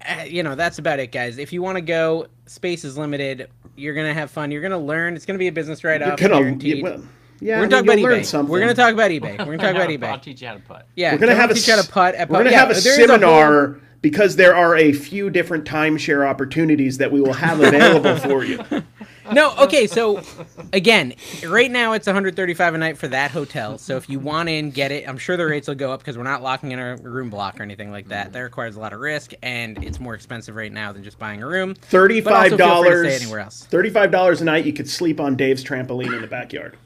[SPEAKER 2] uh, you know that's about it, guys. If you want to go, space is limited. You're gonna have fun. You're gonna learn. It's gonna be a business
[SPEAKER 3] You're
[SPEAKER 2] write-off.
[SPEAKER 3] gonna,
[SPEAKER 2] guaranteed.
[SPEAKER 3] well, yeah,
[SPEAKER 2] we're
[SPEAKER 3] I
[SPEAKER 2] gonna
[SPEAKER 3] mean,
[SPEAKER 2] talk about
[SPEAKER 3] you'll learn
[SPEAKER 2] eBay.
[SPEAKER 3] something.
[SPEAKER 2] We're gonna talk about eBay. We're gonna talk
[SPEAKER 4] [LAUGHS]
[SPEAKER 2] about
[SPEAKER 4] I'll
[SPEAKER 2] eBay.
[SPEAKER 4] teach you how to putt.
[SPEAKER 2] Yeah,
[SPEAKER 3] We're gonna
[SPEAKER 2] Kevin
[SPEAKER 3] have a
[SPEAKER 2] teach you how
[SPEAKER 3] s-
[SPEAKER 2] to putt at
[SPEAKER 3] We're gonna
[SPEAKER 2] putt. Yeah,
[SPEAKER 3] have a
[SPEAKER 2] there is whole-
[SPEAKER 3] seminar because there are a few different timeshare opportunities that we
[SPEAKER 2] [LAUGHS]
[SPEAKER 3] will have available for you.
[SPEAKER 2] no, okay, so again, right now it's 135 a night for that hotel. So if you want in, get it. I'm sure the rates will go up because we're not locking in a room block or anything like
[SPEAKER 3] Mm.
[SPEAKER 2] that. That requires a lot of risk, and it's more expensive right now than just buying a room.
[SPEAKER 3] Thirty-five
[SPEAKER 2] But also feel free to
[SPEAKER 3] dollars.
[SPEAKER 2] stay anywhere else.
[SPEAKER 3] Thirty-five dollars a night. You could sleep on Dave's trampoline in the backyard.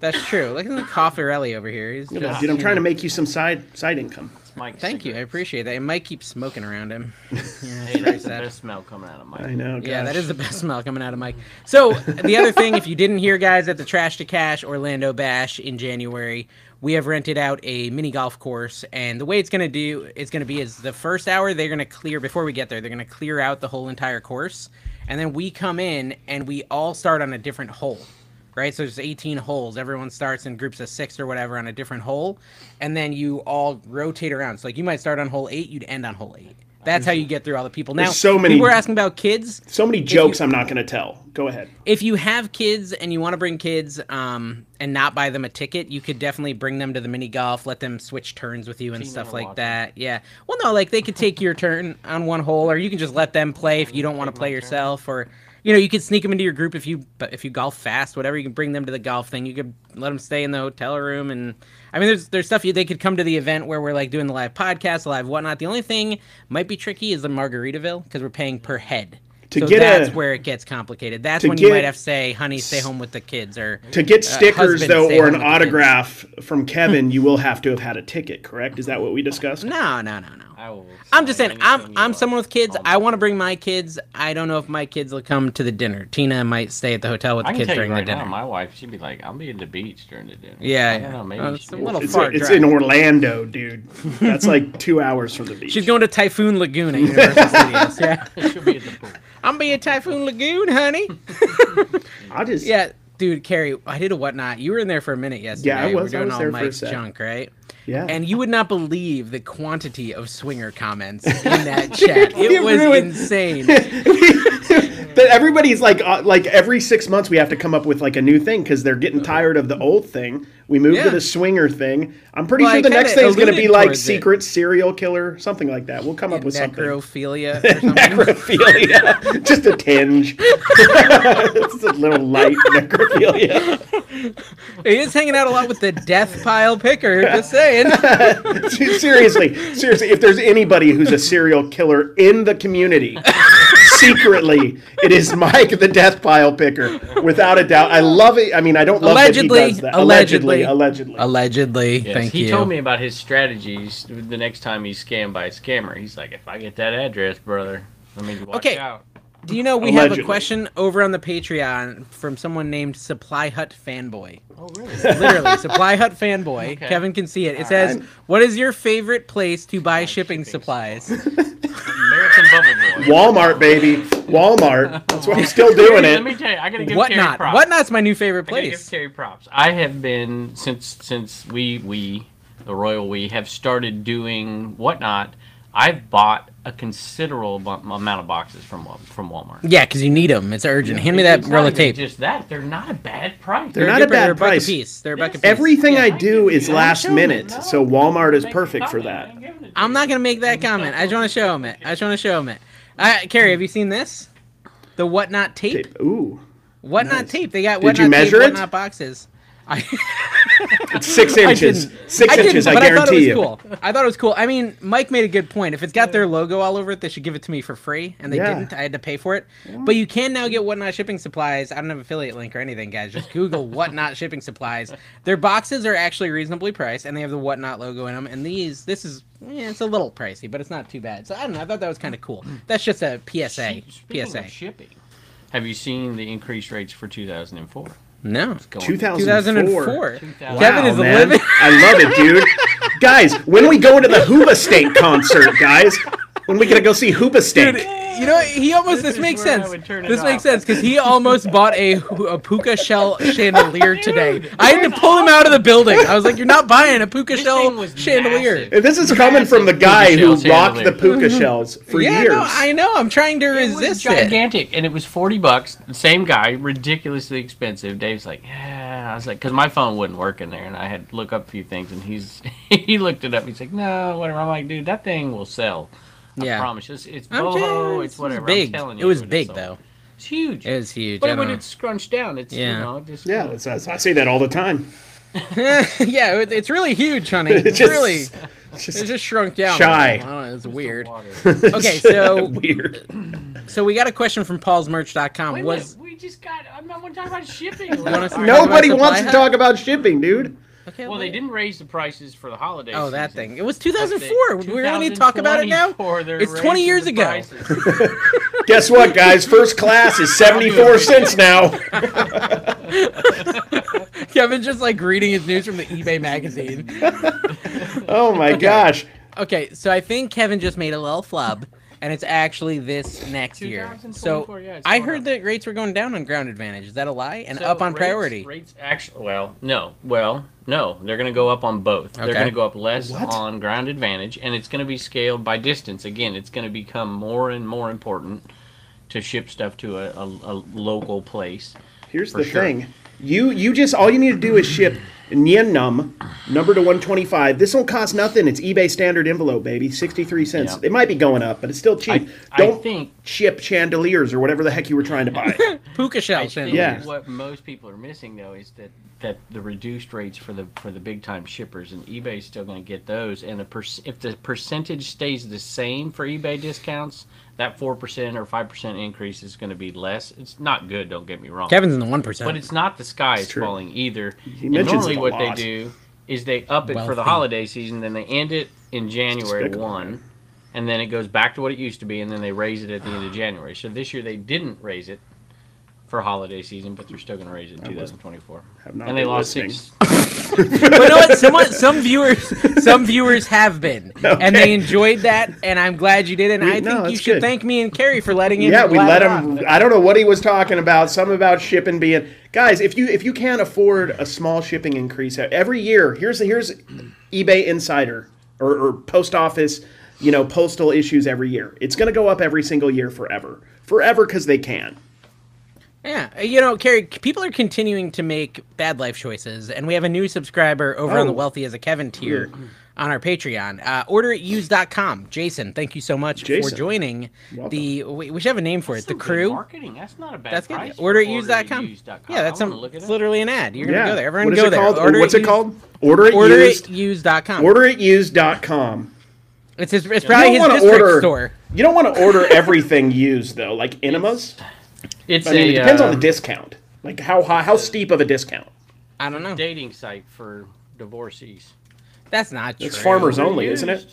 [SPEAKER 2] That's true. Look at the Coffarelli over here. He's just,
[SPEAKER 3] Dude, I'm trying to make you some side side income.
[SPEAKER 4] It's Mike's
[SPEAKER 2] thank you. I
[SPEAKER 4] cigarette.
[SPEAKER 2] appreciate that. It might keep smoking around him.
[SPEAKER 4] Hey, that's the
[SPEAKER 2] sad.
[SPEAKER 4] best smell coming out of Mike.
[SPEAKER 3] I know. Oh, Gosh.
[SPEAKER 2] Yeah, that is the best [LAUGHS] smell coming out of Mike. So the other thing, if you didn't hear, guys, at the Trash to Cash Orlando Bash in January, we have rented out a mini golf course, and the way it's gonna do, it's gonna be is the first hour they're gonna clear before we get there, they're gonna clear out the whole entire course, and then we come in and we all start on a different hole. Right, so there's 18 holes. Everyone starts in groups of six or whatever on a different hole, and then you all rotate around. So like you might start on hole eight, you'd end on hole eight. That's how you get through all the people. Now,
[SPEAKER 3] There's so many-
[SPEAKER 2] people are asking about kids.
[SPEAKER 3] So many jokes I'm not going to tell. Go ahead.
[SPEAKER 2] if you have kids and you want to bring kids um, and not buy them a ticket, you could definitely bring them to the mini golf, let them switch turns with you and
[SPEAKER 4] Teen
[SPEAKER 2] stuff
[SPEAKER 4] will
[SPEAKER 2] like
[SPEAKER 4] watch
[SPEAKER 2] that. Yeah. Well, no, like they could take your turn on one hole, or you can just let them play if you don't want to play yourself, or you know, you could sneak them into your group if you but if you golf fast, whatever. You can bring them to the golf thing. You could let them stay in the hotel room, and I mean, there's there's stuff you, they could come to the event where we're like doing the live podcast, live whatnot. The only thing might be tricky is the Margaritaville because we're paying per head.
[SPEAKER 3] To
[SPEAKER 2] so
[SPEAKER 3] get
[SPEAKER 2] that's
[SPEAKER 3] a-
[SPEAKER 2] where it gets complicated. That's
[SPEAKER 3] to
[SPEAKER 2] when you
[SPEAKER 3] get-
[SPEAKER 2] might have to say, "Honey, stay home with the kids," or
[SPEAKER 3] To get
[SPEAKER 2] uh,
[SPEAKER 3] stickers
[SPEAKER 2] husband,
[SPEAKER 3] though,
[SPEAKER 2] stay
[SPEAKER 3] or
[SPEAKER 2] home with
[SPEAKER 3] an
[SPEAKER 2] the kids.
[SPEAKER 3] autograph
[SPEAKER 2] [LAUGHS]
[SPEAKER 3] from Kevin, you will have to have had a ticket. Correct? Is that what we discussed?
[SPEAKER 2] No, no, no, no.
[SPEAKER 4] I will
[SPEAKER 2] I'm just saying,
[SPEAKER 4] sign
[SPEAKER 2] I'm
[SPEAKER 4] anything you
[SPEAKER 2] I'm
[SPEAKER 4] want.
[SPEAKER 2] someone with kids.
[SPEAKER 4] I'll do
[SPEAKER 2] I want to
[SPEAKER 4] it.
[SPEAKER 2] bring my kids. I don't know if my kids will come to the dinner. Tina might stay at the hotel with the
[SPEAKER 4] I can
[SPEAKER 2] kids
[SPEAKER 4] tell you
[SPEAKER 2] during
[SPEAKER 4] right
[SPEAKER 2] the
[SPEAKER 4] now,
[SPEAKER 2] dinner.
[SPEAKER 4] my wife, she'd be like, "I'll be at the beach during the dinner."
[SPEAKER 2] Yeah,
[SPEAKER 4] I
[SPEAKER 2] yeah.
[SPEAKER 4] don't know, maybe
[SPEAKER 2] Uh,
[SPEAKER 4] she
[SPEAKER 2] it's a
[SPEAKER 4] is.
[SPEAKER 2] little
[SPEAKER 3] It's,
[SPEAKER 2] far
[SPEAKER 3] it's
[SPEAKER 2] drive.
[SPEAKER 3] in Orlando, dude.
[SPEAKER 2] [LAUGHS]
[SPEAKER 3] That's like two hours from the beach.
[SPEAKER 2] She's going to Typhoon
[SPEAKER 4] [LAUGHS]
[SPEAKER 2] Lagoon at Universal Studios. Yeah,
[SPEAKER 4] She'll be at the pool.
[SPEAKER 2] I'm be at Typhoon Lagoon, honey.
[SPEAKER 3] I just
[SPEAKER 2] Yeah, dude, Carrie, I did a whatnot. You were in there for a minute yesterday.
[SPEAKER 3] I
[SPEAKER 2] We
[SPEAKER 3] was.
[SPEAKER 2] We're
[SPEAKER 3] I
[SPEAKER 2] doing
[SPEAKER 3] was
[SPEAKER 2] all
[SPEAKER 3] there for a
[SPEAKER 2] Mike's
[SPEAKER 3] sec.
[SPEAKER 2] junk, right?
[SPEAKER 3] Yeah.
[SPEAKER 2] And you would not believe the quantity of swinger comments in
[SPEAKER 3] [LAUGHS]
[SPEAKER 2] that chat. It was
[SPEAKER 3] ruined-
[SPEAKER 2] insane.
[SPEAKER 3] But everybody's like, uh, like every six months we have to come up with like a new thing because they're getting tired of the old thing. We moved
[SPEAKER 2] Yeah.
[SPEAKER 3] to the swinger thing. I'm pretty
[SPEAKER 2] Well, I
[SPEAKER 3] sure the next
[SPEAKER 2] kinda
[SPEAKER 3] thing is going to be
[SPEAKER 2] alluded
[SPEAKER 3] like
[SPEAKER 2] towards it.
[SPEAKER 3] secret serial killer, something like that. We'll come up with [LAUGHS] something.
[SPEAKER 2] Necrophilia
[SPEAKER 4] [LAUGHS]
[SPEAKER 2] or something.
[SPEAKER 3] Necrophilia, [LAUGHS] just a tinge. it's a little light necrophilia.
[SPEAKER 2] He is hanging out a lot with the death pile picker. Just saying.
[SPEAKER 3] [LAUGHS] seriously, seriously, if there's anybody who's a serial killer in the
[SPEAKER 2] [LAUGHS]
[SPEAKER 3] community, secretly, it is Mike the Death Pile Picker, without a doubt. I love it. I mean, I don't love that he
[SPEAKER 2] Allegedly,
[SPEAKER 3] does that.
[SPEAKER 2] allegedly,
[SPEAKER 3] allegedly. allegedly.
[SPEAKER 2] [LAUGHS] Allegedly.
[SPEAKER 4] Yes,
[SPEAKER 2] thank
[SPEAKER 4] he
[SPEAKER 2] you.
[SPEAKER 4] told me about his strategies the next time he's scammed by a scammer. He's like, if I get that address, brother, I mean, watch
[SPEAKER 2] Okay.
[SPEAKER 4] out.
[SPEAKER 2] Do you know we have
[SPEAKER 3] Allegedly.
[SPEAKER 2] a question over on the Patreon from someone named Supply Hut Fanboy?
[SPEAKER 4] Oh, really?
[SPEAKER 2] [LAUGHS] Literally, Supply Hut Fanboy.
[SPEAKER 4] Okay.
[SPEAKER 2] Kevin can see it. It says, "What is your favorite place to buy shipping supplies?"
[SPEAKER 4] American Bubble Boy.
[SPEAKER 3] Walmart, baby. Walmart. That's why
[SPEAKER 2] [LAUGHS]
[SPEAKER 3] I'm still
[SPEAKER 4] Let me-
[SPEAKER 3] doing
[SPEAKER 4] Let me
[SPEAKER 3] it.
[SPEAKER 4] tell you, I gotta give Carrie
[SPEAKER 2] Whatnot.
[SPEAKER 4] props.
[SPEAKER 2] Whatnot's my new favorite
[SPEAKER 4] I gotta give
[SPEAKER 2] place.
[SPEAKER 4] Carrie props. I have been since since we we the royal we have started doing whatnot. I've bought a considerable bu- amount of boxes from Wal- from Walmart.
[SPEAKER 2] Yeah, because you need them. It's urgent. Hand me that
[SPEAKER 4] It's
[SPEAKER 2] roll
[SPEAKER 4] not
[SPEAKER 2] of tape.
[SPEAKER 4] even Just that they're not a bad price.
[SPEAKER 3] They're not a
[SPEAKER 2] They're
[SPEAKER 3] bad
[SPEAKER 2] buck A
[SPEAKER 3] price.
[SPEAKER 2] piece. They're a buck a piece.
[SPEAKER 3] Everything I
[SPEAKER 4] Yeah, I
[SPEAKER 3] do
[SPEAKER 4] can
[SPEAKER 3] is
[SPEAKER 4] do that.
[SPEAKER 3] last
[SPEAKER 4] Show me.
[SPEAKER 3] minute,
[SPEAKER 4] No.
[SPEAKER 3] so Walmart is
[SPEAKER 4] Make a
[SPEAKER 3] perfect for
[SPEAKER 4] comment. I
[SPEAKER 3] that.
[SPEAKER 4] ain't giving it to
[SPEAKER 2] I'm
[SPEAKER 4] you.
[SPEAKER 2] not gonna make that comment. I just want to show him it. I just want to show him it. Uh, Carrie, have you seen this? The whatnot tape.
[SPEAKER 3] Tape. Ooh,
[SPEAKER 2] Whatnot tape. They got
[SPEAKER 3] Did
[SPEAKER 2] whatnot
[SPEAKER 3] you measure
[SPEAKER 2] tape,
[SPEAKER 3] it?
[SPEAKER 2] whatnot boxes. I,
[SPEAKER 3] it's six
[SPEAKER 2] I
[SPEAKER 3] inches.
[SPEAKER 2] didn't.
[SPEAKER 3] Six
[SPEAKER 2] I didn't,
[SPEAKER 3] inches. I
[SPEAKER 2] but I thought it was
[SPEAKER 3] guarantee you.
[SPEAKER 2] cool. I thought it was cool. I mean, Mike made a good point. If it's got their logo all over it, they should give it to me for free, and they
[SPEAKER 3] Yeah.
[SPEAKER 2] didn't. I had to pay for it. But you can now get whatnot shipping supplies. I don't have an affiliate link or anything, guys. Just Google whatnot [LAUGHS] shipping supplies. Their boxes are actually reasonably priced, and they have the whatnot logo in them. And these, this is, yeah, it's a little pricey, but it's not too bad. So I don't know. I thought that was kind of cool. That's just a PSA.
[SPEAKER 4] Speaking
[SPEAKER 2] PSA.
[SPEAKER 4] Of shipping. Have you seen the increased rates for 2004?
[SPEAKER 2] no.
[SPEAKER 4] Going-
[SPEAKER 3] 2004.
[SPEAKER 2] 2004. Kevin
[SPEAKER 3] Wow,
[SPEAKER 2] is
[SPEAKER 3] man.
[SPEAKER 2] living.
[SPEAKER 3] I love it,
[SPEAKER 2] [LAUGHS]
[SPEAKER 3] dude. guys, when we go to the Hooba State concert, guys, when we gonna go see Hooba State?
[SPEAKER 2] You know, he almost. This,
[SPEAKER 4] is
[SPEAKER 2] makes
[SPEAKER 4] where I
[SPEAKER 2] sense.
[SPEAKER 4] would turn it
[SPEAKER 2] This
[SPEAKER 4] off.
[SPEAKER 2] makes sense because he almost bought a, a puka
[SPEAKER 4] [LAUGHS]
[SPEAKER 2] shell chandelier today. I had to pull him out of the building. I was like, "You're not buying a puka
[SPEAKER 4] thing
[SPEAKER 2] shell
[SPEAKER 4] was
[SPEAKER 2] chandelier."
[SPEAKER 4] massive.
[SPEAKER 3] And this is coming from the
[SPEAKER 4] Massive
[SPEAKER 3] guy who
[SPEAKER 4] puka shell
[SPEAKER 3] rocked the
[SPEAKER 4] chandelier.
[SPEAKER 3] puka shells for
[SPEAKER 2] Mm-hmm. yeah,
[SPEAKER 3] years.
[SPEAKER 2] no, I know. I'm trying to
[SPEAKER 4] It was
[SPEAKER 2] resist it.
[SPEAKER 4] gigantic, and it was forty bucks. The same guy, ridiculously expensive. Dave's like, yeah. I was like, because my phone wouldn't work in there, and I had to look up a few things, and he's [LAUGHS] he looked it up. He's like, no, whatever. I'm like, dude, that thing will sell. I
[SPEAKER 2] Yeah.
[SPEAKER 4] promise. It's, it's
[SPEAKER 2] I'm
[SPEAKER 4] boho.
[SPEAKER 2] just-
[SPEAKER 4] it's whatever. I'm
[SPEAKER 2] Big.
[SPEAKER 4] telling
[SPEAKER 2] It
[SPEAKER 4] you,
[SPEAKER 2] was
[SPEAKER 4] would've
[SPEAKER 2] big
[SPEAKER 4] sold.
[SPEAKER 2] though.
[SPEAKER 4] It's huge.
[SPEAKER 2] It was huge. I
[SPEAKER 4] But
[SPEAKER 2] don't
[SPEAKER 4] when
[SPEAKER 2] know.
[SPEAKER 4] it's scrunched down, it's
[SPEAKER 2] Yeah.
[SPEAKER 4] you know just
[SPEAKER 3] yeah, that's, that's- I say that all the time.
[SPEAKER 2] [LAUGHS]
[SPEAKER 3] [LAUGHS]
[SPEAKER 2] yeah, it, it's really huge, honey. It's
[SPEAKER 3] just-
[SPEAKER 2] really.
[SPEAKER 3] It's just
[SPEAKER 2] It
[SPEAKER 3] [LAUGHS]
[SPEAKER 2] just shrunk down. a
[SPEAKER 3] Shy.
[SPEAKER 2] little. I don't know, it's weird.
[SPEAKER 4] water.
[SPEAKER 2] Okay, so
[SPEAKER 3] weird.
[SPEAKER 2] so we got a question from paulsmerch.com.
[SPEAKER 4] Wait a
[SPEAKER 2] Um, Was
[SPEAKER 4] minute, we just got. I'm not want to talk about shipping.
[SPEAKER 2] [LAUGHS] wanna see-
[SPEAKER 3] Nobody
[SPEAKER 2] Supply
[SPEAKER 3] wants to
[SPEAKER 2] Hut?
[SPEAKER 3] talk about shipping, dude.
[SPEAKER 2] [LAUGHS] okay,
[SPEAKER 4] Well,
[SPEAKER 2] what-
[SPEAKER 4] they didn't raise the prices for the holiday.
[SPEAKER 2] Oh, that
[SPEAKER 4] season.
[SPEAKER 2] thing. It was 2004. We really need to talk about it now.
[SPEAKER 4] 2024, they're
[SPEAKER 2] It's 20
[SPEAKER 4] raising
[SPEAKER 2] years
[SPEAKER 4] the
[SPEAKER 2] ago. [LAUGHS]
[SPEAKER 4] prices.
[SPEAKER 3] Guess what, guys? First class is seventy-four
[SPEAKER 2] [LAUGHS]
[SPEAKER 3] cents now.
[SPEAKER 2] Kevin just like reading his news from the eBay magazine.
[SPEAKER 4] [LAUGHS]
[SPEAKER 3] Oh my gosh.
[SPEAKER 2] Okay, so I think Kevin just made a little flub, and it's actually this next year. So
[SPEAKER 4] 2024, yeah, it's
[SPEAKER 2] I
[SPEAKER 4] going
[SPEAKER 2] heard
[SPEAKER 4] up.
[SPEAKER 2] that rates were going down on ground advantage. Is that a lie? And
[SPEAKER 4] So
[SPEAKER 2] up on
[SPEAKER 4] rates-
[SPEAKER 2] priority.
[SPEAKER 4] Rates actually. Well, no. Well, no. They're going to go up on both. They're
[SPEAKER 2] Okay.
[SPEAKER 4] going to go up less
[SPEAKER 3] What?
[SPEAKER 4] on ground advantage, and it's going to be scaled by distance. Again, it's going to become more and more important to ship stuff to a, a, a local place.
[SPEAKER 3] Here's
[SPEAKER 4] For
[SPEAKER 3] the
[SPEAKER 4] sure.
[SPEAKER 3] thing. You you just all you need to do is ship Nien Num number to 125. This will cost nothing. It's eBay standard envelope, baby. 63 cents.
[SPEAKER 4] Yeah.
[SPEAKER 3] It might be going up, but it's still cheap.
[SPEAKER 4] I
[SPEAKER 3] Don't
[SPEAKER 4] think-
[SPEAKER 3] ship chandeliers or wwhatever the heck you were trying to
[SPEAKER 4] [LAUGHS]
[SPEAKER 3] buy.
[SPEAKER 2] Puka
[SPEAKER 4] I
[SPEAKER 2] shell
[SPEAKER 4] think
[SPEAKER 2] chandelier.
[SPEAKER 3] Yeah.
[SPEAKER 4] what most people are missing though is that that the reduced rates for the for the big time shippers and eBay's still going to get those, and the per, if the percentage stays the same for eBay discounts, that four percent or five percent increase is going to be less. It's not good. Don't get me wrong.
[SPEAKER 2] Kevin's in the one percent.
[SPEAKER 4] But it's not the sky is
[SPEAKER 3] true.
[SPEAKER 4] falling either. And
[SPEAKER 3] mentions
[SPEAKER 4] normally,
[SPEAKER 3] it a
[SPEAKER 4] what
[SPEAKER 3] lot.
[SPEAKER 4] they do is they up it for
[SPEAKER 2] Wealthy.
[SPEAKER 4] the holiday season, then they end it in January
[SPEAKER 3] despicable,
[SPEAKER 4] one, and then it goes back to what it used to be, and then they raise it at the end of January. So this year they didn't raise it for holiday season, but they're still going to raise it in 2024.
[SPEAKER 3] have not
[SPEAKER 4] and they
[SPEAKER 3] been
[SPEAKER 4] lost
[SPEAKER 3] listening.
[SPEAKER 4] six.
[SPEAKER 2] But no, what?
[SPEAKER 4] [LAUGHS]
[SPEAKER 2] Someone, some viewers, some viewers have been, and they enjoyed that, and I'm glad you did. And
[SPEAKER 3] We-
[SPEAKER 2] I think
[SPEAKER 3] no,
[SPEAKER 2] you
[SPEAKER 3] that's
[SPEAKER 2] should
[SPEAKER 3] good.
[SPEAKER 2] thank me and Carrie for letting him.
[SPEAKER 3] [LAUGHS] Yeah, we
[SPEAKER 2] let
[SPEAKER 3] let him. I don't know what he was talking about. Something about shipping being guys. If you if you can't afford a small shipping increase every year, here's here's eBay Insider or, or post office, you know, postal issues every year. It's going to go up every single year forever, forever because they can.
[SPEAKER 2] Yeah, uh, you know, Carrie, people are continuing to make bad life choices, and we have a new subscriber over on the
[SPEAKER 3] Oh.
[SPEAKER 2] Wealthy as a Kevin tier on our Patreon. Uh, orderituse.com. Jason, thank you so much for
[SPEAKER 3] Jason.
[SPEAKER 2] joining the. We, we should have a name for it. The
[SPEAKER 4] Some good
[SPEAKER 2] crew.
[SPEAKER 4] marketing. That's not a bad
[SPEAKER 2] That's good.
[SPEAKER 4] price. for
[SPEAKER 2] Orderituse.com.
[SPEAKER 4] orderituse.com.
[SPEAKER 2] Yeah, that's
[SPEAKER 4] I
[SPEAKER 2] some,
[SPEAKER 4] wanna look it
[SPEAKER 2] it's
[SPEAKER 4] up.
[SPEAKER 2] literally an ad. You're
[SPEAKER 3] yeah.
[SPEAKER 2] gonna go there. Everyone
[SPEAKER 3] What is
[SPEAKER 2] go
[SPEAKER 3] it
[SPEAKER 2] there.
[SPEAKER 3] called?
[SPEAKER 2] Order
[SPEAKER 3] What's
[SPEAKER 2] it,
[SPEAKER 3] it called? Order it used.
[SPEAKER 2] Orderituse.com.
[SPEAKER 3] Order it used.com.
[SPEAKER 2] It's his, it's
[SPEAKER 3] You
[SPEAKER 2] probably his
[SPEAKER 3] don't want to
[SPEAKER 2] district
[SPEAKER 3] order.
[SPEAKER 2] store.
[SPEAKER 3] You don't want to order everything used though, like enemas.
[SPEAKER 4] It's
[SPEAKER 3] I mean,
[SPEAKER 4] a,
[SPEAKER 3] it depends on the
[SPEAKER 4] uh,
[SPEAKER 3] discount. Like how high, how steep of a discount.
[SPEAKER 2] I don't know.
[SPEAKER 4] dating site for divorcees.
[SPEAKER 2] That's not true.
[SPEAKER 3] It's farmers only, isn't it?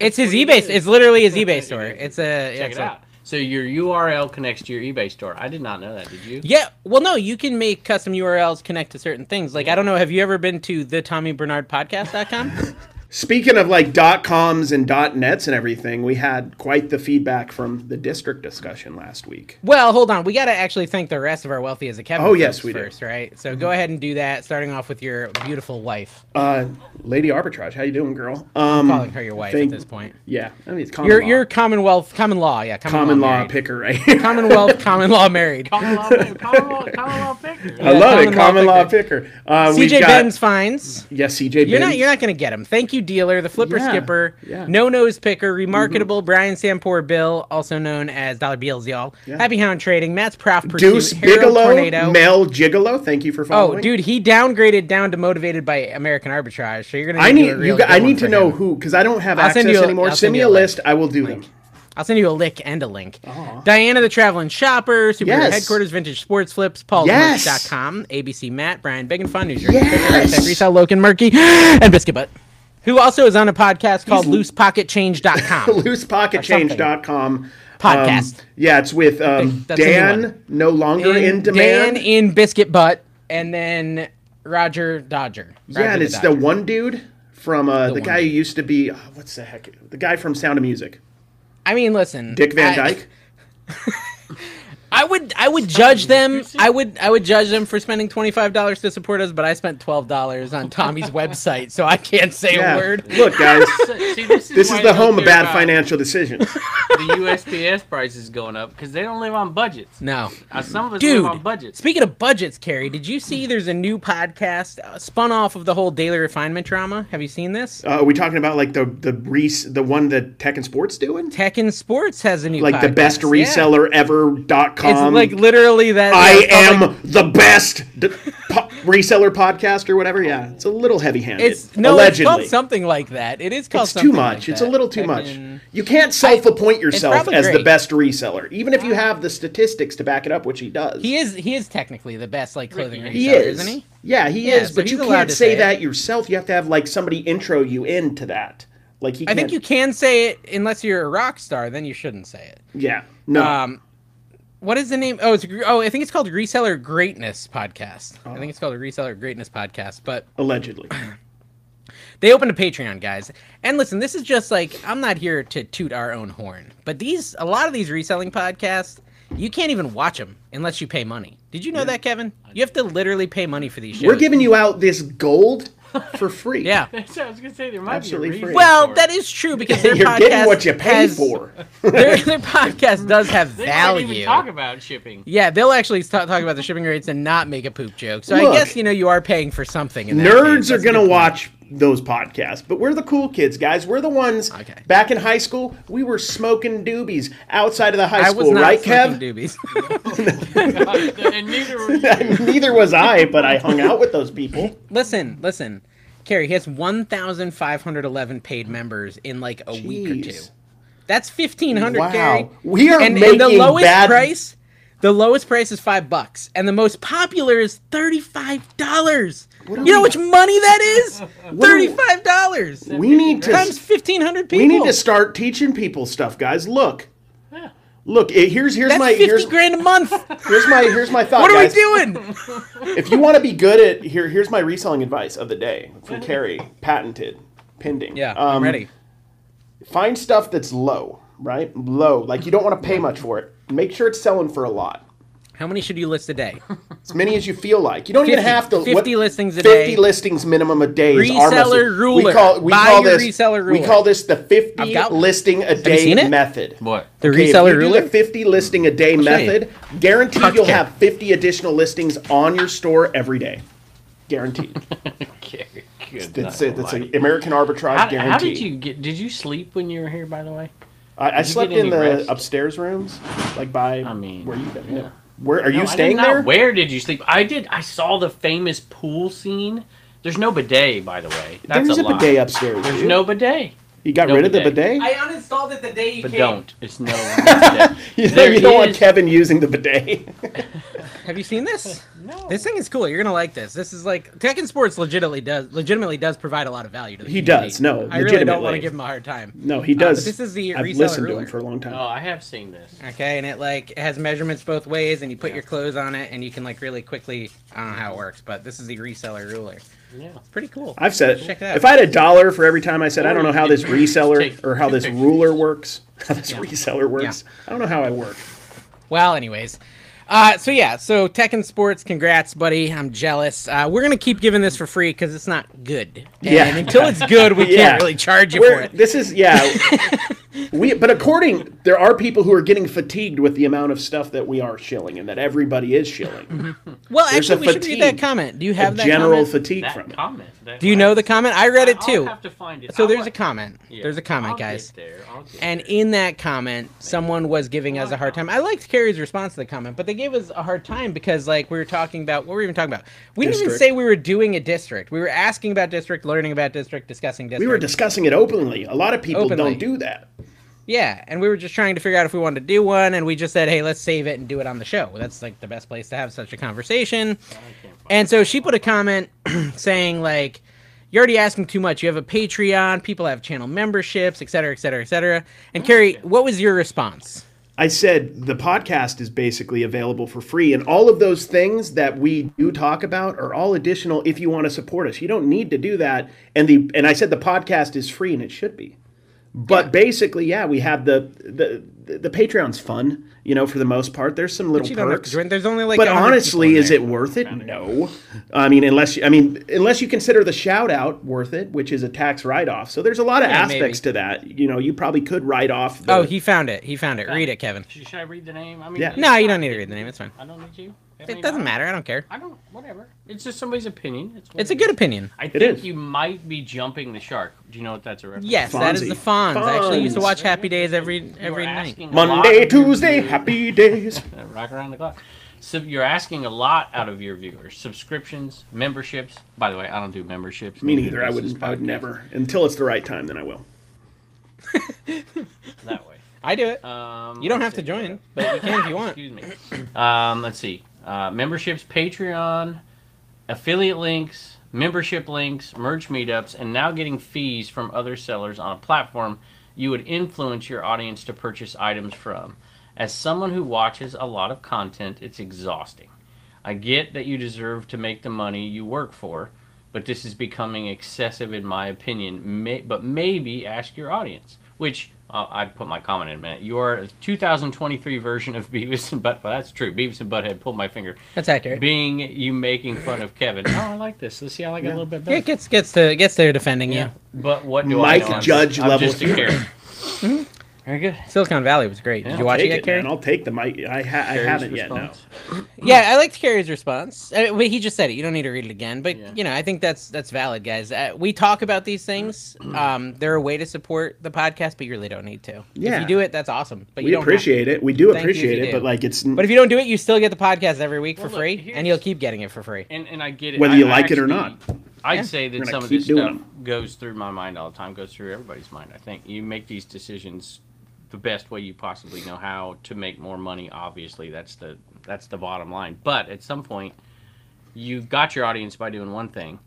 [SPEAKER 2] It's his eBay. It's literally
[SPEAKER 4] [LAUGHS]
[SPEAKER 2] his eBay store. It's a
[SPEAKER 4] Check
[SPEAKER 2] it's
[SPEAKER 4] it
[SPEAKER 2] a-
[SPEAKER 4] out. So your URL connects to your eBay store. I did not know that. Did you?
[SPEAKER 2] Yeah, well, no, you can make custom URLs connect to certain things. Like, I don't know, have you ever been to the Tommy Bernard
[SPEAKER 3] [LAUGHS]
[SPEAKER 2] podcast.com?
[SPEAKER 3] Speaking of like dot coms and dot nets and everything, we had quite the feedback from the district discussion last week.
[SPEAKER 2] well, hold on. We got to actually thank the rest of our wealthy as a Kevin.
[SPEAKER 3] Oh, yes,
[SPEAKER 2] folks
[SPEAKER 3] we do.
[SPEAKER 2] first, right? So go ahead and do that, starting off with your beautiful wife.
[SPEAKER 3] Uh, Lady Arbitrage, how you doing, girl? Um,
[SPEAKER 2] calling her your wife
[SPEAKER 3] thank-
[SPEAKER 2] at this point.
[SPEAKER 3] Yeah, I mean it's common
[SPEAKER 2] You're,
[SPEAKER 3] law.
[SPEAKER 2] you're Commonwealth, common law, yeah. Common,
[SPEAKER 3] common law,
[SPEAKER 2] married.
[SPEAKER 3] picker, right? here.
[SPEAKER 2] Commonwealth, common law married.
[SPEAKER 4] Common law, common law, common law
[SPEAKER 3] [LAUGHS]
[SPEAKER 4] picker.
[SPEAKER 3] I
[SPEAKER 2] common law
[SPEAKER 3] love it, common law
[SPEAKER 2] picker.
[SPEAKER 3] picker. Uh, we've
[SPEAKER 2] CJ
[SPEAKER 3] got-
[SPEAKER 2] Benz finds.
[SPEAKER 3] Yes, CJ.
[SPEAKER 2] You're
[SPEAKER 3] Benz.
[SPEAKER 2] not you're not gonna get him. Thank you, dealer, the flipper
[SPEAKER 3] Yeah,
[SPEAKER 2] skipper,
[SPEAKER 3] yeah. Mm-hmm.
[SPEAKER 2] no nose picker, remarkable Brian Sampour Bill, also known as Dollar Beals, y'all. Happy Hound Trading, Matt's Prof Pursuit,
[SPEAKER 3] Deuce
[SPEAKER 2] Harold
[SPEAKER 3] Bigelow,
[SPEAKER 2] Tornado.
[SPEAKER 3] Mel Gigolo. Thank you for following.
[SPEAKER 2] oh, dude, he downgraded down to motivated by American arbitrage. So you're gonna
[SPEAKER 3] I
[SPEAKER 2] do
[SPEAKER 3] need
[SPEAKER 2] a
[SPEAKER 3] you.
[SPEAKER 2] real
[SPEAKER 3] Got,
[SPEAKER 2] good
[SPEAKER 3] I
[SPEAKER 2] one
[SPEAKER 3] need
[SPEAKER 2] for
[SPEAKER 3] to know
[SPEAKER 2] him.
[SPEAKER 3] who because I don't have
[SPEAKER 2] I'll
[SPEAKER 3] access
[SPEAKER 2] send you a-
[SPEAKER 3] anymore.
[SPEAKER 2] I'll
[SPEAKER 3] Send me
[SPEAKER 2] send
[SPEAKER 3] a
[SPEAKER 2] you a
[SPEAKER 3] list. I will do them.
[SPEAKER 2] I'll send you a lick and a link. Diana the Traveling Shopper, Super
[SPEAKER 3] Yes.
[SPEAKER 2] Headquarters Vintage Sports Flips, Paul
[SPEAKER 3] Yes.
[SPEAKER 2] com, ABC Matt, Brian Begenfun, New Jersey
[SPEAKER 3] [LAUGHS]
[SPEAKER 2] yes. Resell Loken Murky, [GASPS] and Biscuit Butt. Who also is on a podcast called
[SPEAKER 3] [LAUGHS]
[SPEAKER 2] loosepocketchange.com.
[SPEAKER 3] loosepocketchange.com
[SPEAKER 2] Podcast.
[SPEAKER 3] Um, yeah, it's with um,
[SPEAKER 2] That's a new
[SPEAKER 3] Dan,
[SPEAKER 2] one.
[SPEAKER 3] no longer in,
[SPEAKER 2] Dan
[SPEAKER 3] demand.
[SPEAKER 2] in Biscuit Butt, and then Roger Dodger. Roger
[SPEAKER 3] yeah, and
[SPEAKER 2] the
[SPEAKER 3] it's the
[SPEAKER 2] Dodger.
[SPEAKER 3] one dude from uh, the,
[SPEAKER 2] one
[SPEAKER 3] guy who used to be oh, what's the heck? The guy from Sound of Music,
[SPEAKER 2] I mean, listen,
[SPEAKER 3] Dick Van
[SPEAKER 2] I- [LAUGHS]
[SPEAKER 3] Dyke.
[SPEAKER 2] I would I would judge them. I would I would judge them for spending twenty five dollars to support us, but I spent twelve dollars on Tommy's website, so I can't say
[SPEAKER 3] Yeah.
[SPEAKER 2] a word.
[SPEAKER 3] Look,
[SPEAKER 2] [LAUGHS]
[SPEAKER 3] guys,
[SPEAKER 4] See, this is,
[SPEAKER 3] this
[SPEAKER 4] why
[SPEAKER 3] is the
[SPEAKER 4] I don't
[SPEAKER 3] home of
[SPEAKER 4] care
[SPEAKER 3] bad
[SPEAKER 4] about
[SPEAKER 3] financial decisions.
[SPEAKER 4] The USPS price is going up because they don't live on budgets.
[SPEAKER 2] No.
[SPEAKER 4] Uh, some of us
[SPEAKER 2] Dude,
[SPEAKER 4] live on budgets. [LAUGHS]
[SPEAKER 2] speaking of budgets, Carrie, did you see there's a new podcast uh, spun off of the whole daily refinement drama? Have you seen this?
[SPEAKER 3] Uh, are we talking about like the the Reese, the one that Tech and Sports doing?
[SPEAKER 2] Tech and Sports has a new
[SPEAKER 3] Like the best
[SPEAKER 2] podcast. Yeah.
[SPEAKER 3] reseller ever dot
[SPEAKER 2] It's
[SPEAKER 3] com.
[SPEAKER 2] like literally that.
[SPEAKER 3] I
[SPEAKER 2] it's called,
[SPEAKER 3] am
[SPEAKER 2] like,
[SPEAKER 3] the best d- po- reseller podcast or whatever. Yeah, it's a little heavy handed.
[SPEAKER 2] it's no,
[SPEAKER 3] allegedly.
[SPEAKER 2] it's called something like that. It is called
[SPEAKER 3] It's
[SPEAKER 2] something
[SPEAKER 3] too much.
[SPEAKER 2] like
[SPEAKER 3] it's a
[SPEAKER 2] that.
[SPEAKER 3] little too
[SPEAKER 2] Tech
[SPEAKER 3] much.
[SPEAKER 2] and-
[SPEAKER 3] You can't self-appoint yourself
[SPEAKER 2] probably
[SPEAKER 3] as the
[SPEAKER 2] great.
[SPEAKER 3] best reseller, even if you have the statistics to back it up, which he does.
[SPEAKER 2] He is he is technically the best like clothing reseller,
[SPEAKER 3] He is.
[SPEAKER 2] isn't he?
[SPEAKER 3] Yeah, he
[SPEAKER 2] Yeah,
[SPEAKER 3] is.
[SPEAKER 2] so
[SPEAKER 3] but you
[SPEAKER 2] he's allowed
[SPEAKER 3] can't
[SPEAKER 2] to
[SPEAKER 3] say,
[SPEAKER 2] say it.
[SPEAKER 3] that yourself. You have to have like somebody intro you into that. Like he.
[SPEAKER 2] I think you can say it unless you're a rock star. Then you shouldn't say it.
[SPEAKER 3] Yeah. No.
[SPEAKER 2] Um, what is the name? Oh, it's oh, I think it's called Reseller Greatness Podcast. I
[SPEAKER 3] Oh.
[SPEAKER 2] think it's called the Reseller Greatness Podcast. But [CLEARS THROAT]
[SPEAKER 3] allegedly.
[SPEAKER 2] they opened a Patreon, guys. And listen, this is just like I'm not here to toot our own horn, but these a lot of these reselling podcasts, you can't even watch them unless you pay money. Did you know that, Kevin? You have to literally pay money for these shows.
[SPEAKER 3] We're giving you out this gold for
[SPEAKER 2] [LAUGHS]
[SPEAKER 3] free. [LAUGHS]
[SPEAKER 2] yeah.
[SPEAKER 4] So I was gonna say there might
[SPEAKER 3] Absolutely
[SPEAKER 4] be a
[SPEAKER 3] free.
[SPEAKER 4] reason
[SPEAKER 2] Well,
[SPEAKER 4] for it.
[SPEAKER 2] that is true
[SPEAKER 3] [LAUGHS]
[SPEAKER 2] because their
[SPEAKER 3] You're getting
[SPEAKER 2] podcast
[SPEAKER 3] what you pay
[SPEAKER 2] has-
[SPEAKER 3] for.
[SPEAKER 2] [LAUGHS] Their, their podcast does have
[SPEAKER 4] they
[SPEAKER 2] value.
[SPEAKER 4] Don't even talk about shipping.
[SPEAKER 2] Yeah, they'll actually ta- talk about the shipping rates and not make a poop joke. So I
[SPEAKER 3] Look.
[SPEAKER 2] guess you know you are paying for something. In that case.
[SPEAKER 3] Nerds are
[SPEAKER 2] That's a good
[SPEAKER 3] going to
[SPEAKER 2] point.
[SPEAKER 3] watch those podcasts, but we're the cool kids, guys. We're the ones
[SPEAKER 2] Okay.
[SPEAKER 3] back in high school. We were smoking doobies outside of the high
[SPEAKER 2] I was
[SPEAKER 3] school,
[SPEAKER 2] not
[SPEAKER 3] right,
[SPEAKER 2] smoking
[SPEAKER 3] Kev?
[SPEAKER 2] doobies. [LAUGHS]
[SPEAKER 4] [LAUGHS] and neither were you.
[SPEAKER 3] [LAUGHS] Neither was I, but I hung out with those people.
[SPEAKER 2] listen, listen, Carrie. He has one thousand five hundred eleven paid members in like a [LAUGHS] week or two.
[SPEAKER 3] Jeez.
[SPEAKER 2] That's fifteen hundred.
[SPEAKER 3] Wow.
[SPEAKER 2] Gary.
[SPEAKER 3] We are
[SPEAKER 2] and, and the
[SPEAKER 3] making
[SPEAKER 2] lowest
[SPEAKER 3] bad-
[SPEAKER 2] price. The lowest price is five bucks, and the most popular is thirty-five dollars. You know how much money that
[SPEAKER 3] [LAUGHS]
[SPEAKER 2] is?
[SPEAKER 3] are we-
[SPEAKER 2] Thirty-five dollars
[SPEAKER 3] We need to
[SPEAKER 2] times fifteen hundred people.
[SPEAKER 3] we need to start teaching people stuff, guys. Look. Look, eh, here's here's
[SPEAKER 2] That's
[SPEAKER 3] my
[SPEAKER 2] fifty
[SPEAKER 3] here's,
[SPEAKER 2] grand a
[SPEAKER 3] [LAUGHS]
[SPEAKER 2] month.
[SPEAKER 3] here's my here's
[SPEAKER 2] [LAUGHS]
[SPEAKER 3] my thought.
[SPEAKER 2] What are we
[SPEAKER 3] guys.
[SPEAKER 2] doing?
[SPEAKER 3] [LAUGHS] If you want to be good at here here's my reselling advice of the day
[SPEAKER 2] [LAUGHS]
[SPEAKER 3] from Carrie, patented, pending.
[SPEAKER 2] Yeah,
[SPEAKER 3] Um,
[SPEAKER 2] I'm ready.
[SPEAKER 3] find stuff that's low, right? Low, like you don't want to pay much for it. Make sure it's selling for a lot,
[SPEAKER 2] How many should you list a
[SPEAKER 3] [LAUGHS]
[SPEAKER 2] day?
[SPEAKER 3] as many as you feel like. You don't even
[SPEAKER 2] 50
[SPEAKER 3] have to.
[SPEAKER 2] 50 listings a
[SPEAKER 3] Fifty
[SPEAKER 2] day.
[SPEAKER 3] listings minimum a day. is our
[SPEAKER 2] Reseller
[SPEAKER 3] method. We
[SPEAKER 2] ruler.
[SPEAKER 3] call, we
[SPEAKER 2] Buy
[SPEAKER 3] call
[SPEAKER 2] your
[SPEAKER 3] this
[SPEAKER 2] reseller
[SPEAKER 3] We
[SPEAKER 2] ruler.
[SPEAKER 3] call this the fifty
[SPEAKER 2] I've got one.
[SPEAKER 3] listing a
[SPEAKER 2] you seen
[SPEAKER 3] day
[SPEAKER 2] it?
[SPEAKER 3] method.
[SPEAKER 4] What?
[SPEAKER 2] The
[SPEAKER 3] Okay, if
[SPEAKER 2] reseller
[SPEAKER 3] you do
[SPEAKER 2] ruler?
[SPEAKER 3] the 50 listing a day
[SPEAKER 2] show you.
[SPEAKER 3] method, guarantee you'll
[SPEAKER 2] Okay.
[SPEAKER 3] have 50 additional listings on your store every day.
[SPEAKER 4] [LAUGHS]
[SPEAKER 3] Guaranteed.
[SPEAKER 4] Gary, good
[SPEAKER 3] That's
[SPEAKER 4] night,
[SPEAKER 3] it. That's
[SPEAKER 4] almighty.
[SPEAKER 3] an American arbitrage
[SPEAKER 4] How,
[SPEAKER 3] guarantee.
[SPEAKER 4] how did you get? Did you sleep when you were here? By the way,
[SPEAKER 3] I, I
[SPEAKER 4] you
[SPEAKER 3] slept
[SPEAKER 4] get
[SPEAKER 3] in
[SPEAKER 4] any
[SPEAKER 3] the
[SPEAKER 4] rest?
[SPEAKER 3] upstairs rooms, like by.
[SPEAKER 4] I mean,
[SPEAKER 3] where you been?
[SPEAKER 4] yeah.
[SPEAKER 3] Where are you
[SPEAKER 4] No, I did
[SPEAKER 3] staying
[SPEAKER 4] not-
[SPEAKER 3] there?
[SPEAKER 4] Where did you sleep? I did. I saw the famous pool scene. There's no bidet, by the way. That's
[SPEAKER 3] There's a,
[SPEAKER 4] lie.
[SPEAKER 3] bidet upstairs.
[SPEAKER 4] There's
[SPEAKER 3] dude.
[SPEAKER 4] no bidet.
[SPEAKER 3] You got
[SPEAKER 4] no
[SPEAKER 3] rid of the
[SPEAKER 4] bidet.
[SPEAKER 3] bidet.
[SPEAKER 2] I uninstalled it the day you
[SPEAKER 4] But
[SPEAKER 2] came.
[SPEAKER 4] don't. It's no. bidet.
[SPEAKER 3] [LAUGHS] you know,
[SPEAKER 4] There
[SPEAKER 3] you don't want
[SPEAKER 4] is-
[SPEAKER 3] Kevin using the bidet. [LAUGHS]
[SPEAKER 2] Have you seen this?
[SPEAKER 4] No.
[SPEAKER 2] This thing is cool. You're gonna like this. This is like Tech and Sports legitimately does legitimately does provide a lot of value to the
[SPEAKER 3] He
[SPEAKER 2] community.
[SPEAKER 3] does, no,
[SPEAKER 2] I really don't want
[SPEAKER 3] legitimately.
[SPEAKER 2] to give him a hard time.
[SPEAKER 3] no, he
[SPEAKER 2] Uh, but
[SPEAKER 3] does.
[SPEAKER 2] this is the
[SPEAKER 3] I've
[SPEAKER 2] reseller
[SPEAKER 3] listened to
[SPEAKER 2] ruler.
[SPEAKER 3] him for a long time.
[SPEAKER 4] Oh, I have seen this.
[SPEAKER 2] Okay, and it like it has measurements both ways, and you put your clothes on it, and you can like really quickly. I don't know how it works, but this is the reseller ruler.
[SPEAKER 4] Yeah.
[SPEAKER 2] Pretty cool.
[SPEAKER 3] I've said
[SPEAKER 2] Check
[SPEAKER 3] it.
[SPEAKER 2] it out.
[SPEAKER 3] If I had a dollar for every time I said, I
[SPEAKER 4] Or
[SPEAKER 3] don't know
[SPEAKER 4] you
[SPEAKER 3] how
[SPEAKER 4] could
[SPEAKER 3] this reseller
[SPEAKER 4] take
[SPEAKER 3] or how
[SPEAKER 4] two
[SPEAKER 3] this
[SPEAKER 4] pictures.
[SPEAKER 3] ruler works, [LAUGHS] how this reseller works. I don't know how I work.
[SPEAKER 2] Well, anyways. Uh, so yeah, so Tech and Sports, congrats, buddy. I'm jealous. Uh, we're gonna keep giving this for free because it's not good. And
[SPEAKER 3] Yeah.
[SPEAKER 2] Until it's good,
[SPEAKER 3] [LAUGHS]
[SPEAKER 2] we
[SPEAKER 3] Yeah.
[SPEAKER 2] can't really charge you
[SPEAKER 3] We're-
[SPEAKER 2] for it.
[SPEAKER 3] This
[SPEAKER 2] [LAUGHS]
[SPEAKER 3] is yeah. we but according there are people who are getting fatigued with the amount of stuff that we are shilling and that everybody is shilling.
[SPEAKER 2] Well,
[SPEAKER 3] there's
[SPEAKER 2] actually, we
[SPEAKER 3] a
[SPEAKER 2] should read that
[SPEAKER 3] fatigue,
[SPEAKER 2] comment. Do you
[SPEAKER 3] a
[SPEAKER 2] have that
[SPEAKER 3] general
[SPEAKER 2] comment?
[SPEAKER 3] fatigue
[SPEAKER 4] That
[SPEAKER 3] from it.
[SPEAKER 4] comment. that-
[SPEAKER 2] Do you know the comment? I read it too.
[SPEAKER 4] I'll have to find it.
[SPEAKER 2] So
[SPEAKER 4] I'll
[SPEAKER 2] there's
[SPEAKER 4] let-
[SPEAKER 2] a comment.
[SPEAKER 4] Yeah,
[SPEAKER 2] There's a comment,
[SPEAKER 4] I'll get
[SPEAKER 2] guys.
[SPEAKER 4] there, I'll get
[SPEAKER 2] And
[SPEAKER 4] there.
[SPEAKER 2] in that comment, someone was giving us a hard time. I liked Carrie's response to the comment, but they gave us a hard time because, like, we were talking about what were we even talking about? We didn't even
[SPEAKER 3] District.
[SPEAKER 2] say we were doing a district. We were asking about district, learning about district, discussing district.
[SPEAKER 3] We were discussing it openly. A lot of people
[SPEAKER 2] Openly.
[SPEAKER 3] don't do that.
[SPEAKER 2] yeah, and we were just trying to figure out if we wanted to do one, and we just said, hey, let's save it and do it on the show. That's like the best place to have such a conversation. And so she put a comment [CLEARS THROAT] saying, like, you're already asking too much. You have a Patreon, people have channel memberships, et cetera, et cetera, et cetera. And Carrie, what was your response?
[SPEAKER 3] I said the podcast is basically available for free, and all of those things that we do talk about are all additional. If you want to support us, you don't need to do that. And the and I said the podcast is free, and it should be. But basically, yeah, we have the the the Patreon's fun, you know, for the most part. There's some little
[SPEAKER 2] You don't have to
[SPEAKER 3] perks.
[SPEAKER 2] join. There's only like
[SPEAKER 3] But
[SPEAKER 2] 100 people in
[SPEAKER 3] honestly,
[SPEAKER 2] there.
[SPEAKER 3] is it worth it? No. I mean, unless you, I mean, unless you consider the shout out worth it, which is a tax write off. So there's a lot of
[SPEAKER 2] Yeah, maybe.
[SPEAKER 3] aspects to that. You know, you probably could write off. The,
[SPEAKER 2] Oh, he found it. He found it. Read it, Kevin.
[SPEAKER 4] Should, should I read the name? I mean,
[SPEAKER 3] Yeah.
[SPEAKER 4] it's
[SPEAKER 2] No, you
[SPEAKER 4] not-
[SPEAKER 2] don't need to read the name. It's fine.
[SPEAKER 4] I don't need you. I mean,
[SPEAKER 2] It doesn't
[SPEAKER 4] I-
[SPEAKER 2] matter. I don't care.
[SPEAKER 4] I don't. Whatever. It's just somebody's opinion. It's, what
[SPEAKER 2] It's a
[SPEAKER 4] it
[SPEAKER 2] good
[SPEAKER 4] is.
[SPEAKER 2] opinion.
[SPEAKER 4] I
[SPEAKER 3] is.
[SPEAKER 4] think you might be jumping the shark. Do you know what that's a reference?
[SPEAKER 2] Yes, that is the Fonz. I actually used to
[SPEAKER 3] Fonz.
[SPEAKER 2] watch Happy Days every
[SPEAKER 4] You
[SPEAKER 2] every
[SPEAKER 4] are
[SPEAKER 2] night.
[SPEAKER 4] asking a lot
[SPEAKER 3] Monday,
[SPEAKER 4] of your
[SPEAKER 3] Tuesday,
[SPEAKER 4] viewers-
[SPEAKER 3] happy days.
[SPEAKER 4] Uh, Rock around the clock. So you're asking a lot out of your viewers. Subscriptions, memberships. By the way, I don't do memberships.
[SPEAKER 3] Me
[SPEAKER 4] do
[SPEAKER 3] neither. I
[SPEAKER 4] this
[SPEAKER 3] would. I would never. Until it's the right time, then I will.
[SPEAKER 4] that way.
[SPEAKER 2] I do it.
[SPEAKER 4] Um,
[SPEAKER 2] You don't have
[SPEAKER 4] let's
[SPEAKER 2] to
[SPEAKER 4] see.
[SPEAKER 2] join, but you can if you
[SPEAKER 3] [LAUGHS]
[SPEAKER 2] want.
[SPEAKER 4] Excuse me. Um, let's see. Uh, memberships, Patreon, affiliate links, membership links, merch meetups, and now getting fees from other sellers on a platform you would influence your audience to purchase items from. As someone who watches a lot of content, it's exhausting. I get that you deserve to make the money you work for, but this is becoming excessive in my opinion. May, but maybe ask your audience, which uh, I'd put my comment in a minute. Your 2023 version of [LAUGHS] Beavis and Butt, well, that's true. Beavis and Butthead pulled my finger.
[SPEAKER 2] That's accurate.
[SPEAKER 4] Being you making fun of Kevin. Oh, I like this. Let's see how I got a little bit
[SPEAKER 2] Yeah,
[SPEAKER 4] better.
[SPEAKER 2] It gets gets to gets there defending you.
[SPEAKER 4] But what do
[SPEAKER 3] Mike
[SPEAKER 4] I know? I'm-
[SPEAKER 3] Judge
[SPEAKER 4] I'm
[SPEAKER 3] level
[SPEAKER 4] just a
[SPEAKER 3] humor.
[SPEAKER 4] carrot.
[SPEAKER 3] Mm-hmm.
[SPEAKER 2] Very good. Silicon Valley was great. Did you watch it
[SPEAKER 3] Take
[SPEAKER 2] yet,
[SPEAKER 3] it,
[SPEAKER 2] Carrie?
[SPEAKER 3] man. I'll take them. I. I, ha- I haven't yet. No.
[SPEAKER 4] response.
[SPEAKER 2] Yeah, I liked Carrie's response. Uh, well, he just said it. You don't need to read it again, but
[SPEAKER 4] Yeah.
[SPEAKER 2] you know, I think that's that's valid, guys. Uh, we talk about these
[SPEAKER 3] [CLEARS THROAT]
[SPEAKER 2] things. Um, they're a way to support the podcast, but you really don't need to.
[SPEAKER 3] Yeah.
[SPEAKER 2] if you do it, that's awesome. But you
[SPEAKER 3] We
[SPEAKER 2] don't have
[SPEAKER 3] appreciate
[SPEAKER 2] to.
[SPEAKER 3] it. We do
[SPEAKER 2] Thank you if
[SPEAKER 3] appreciate
[SPEAKER 2] you
[SPEAKER 3] it.
[SPEAKER 2] do.
[SPEAKER 3] But like, it's
[SPEAKER 2] But if you don't do it, you still get the podcast every week for
[SPEAKER 4] look,
[SPEAKER 2] free,
[SPEAKER 4] here's-
[SPEAKER 2] and you'll keep getting it for free.
[SPEAKER 4] And, and I get it.
[SPEAKER 3] Whether
[SPEAKER 4] I-
[SPEAKER 3] you
[SPEAKER 4] I
[SPEAKER 3] like it or
[SPEAKER 4] actually-
[SPEAKER 3] not.
[SPEAKER 4] I'd say that
[SPEAKER 3] gonna
[SPEAKER 4] some of
[SPEAKER 3] keep
[SPEAKER 4] this
[SPEAKER 3] doing
[SPEAKER 4] stuff
[SPEAKER 3] 'em.
[SPEAKER 4] goes through my mind all the time, goes through everybody's mind. I think you make these decisions the best way you possibly know how to make more money. Obviously, that's the that's the bottom line. But at some point, you've got your audience by doing one thing,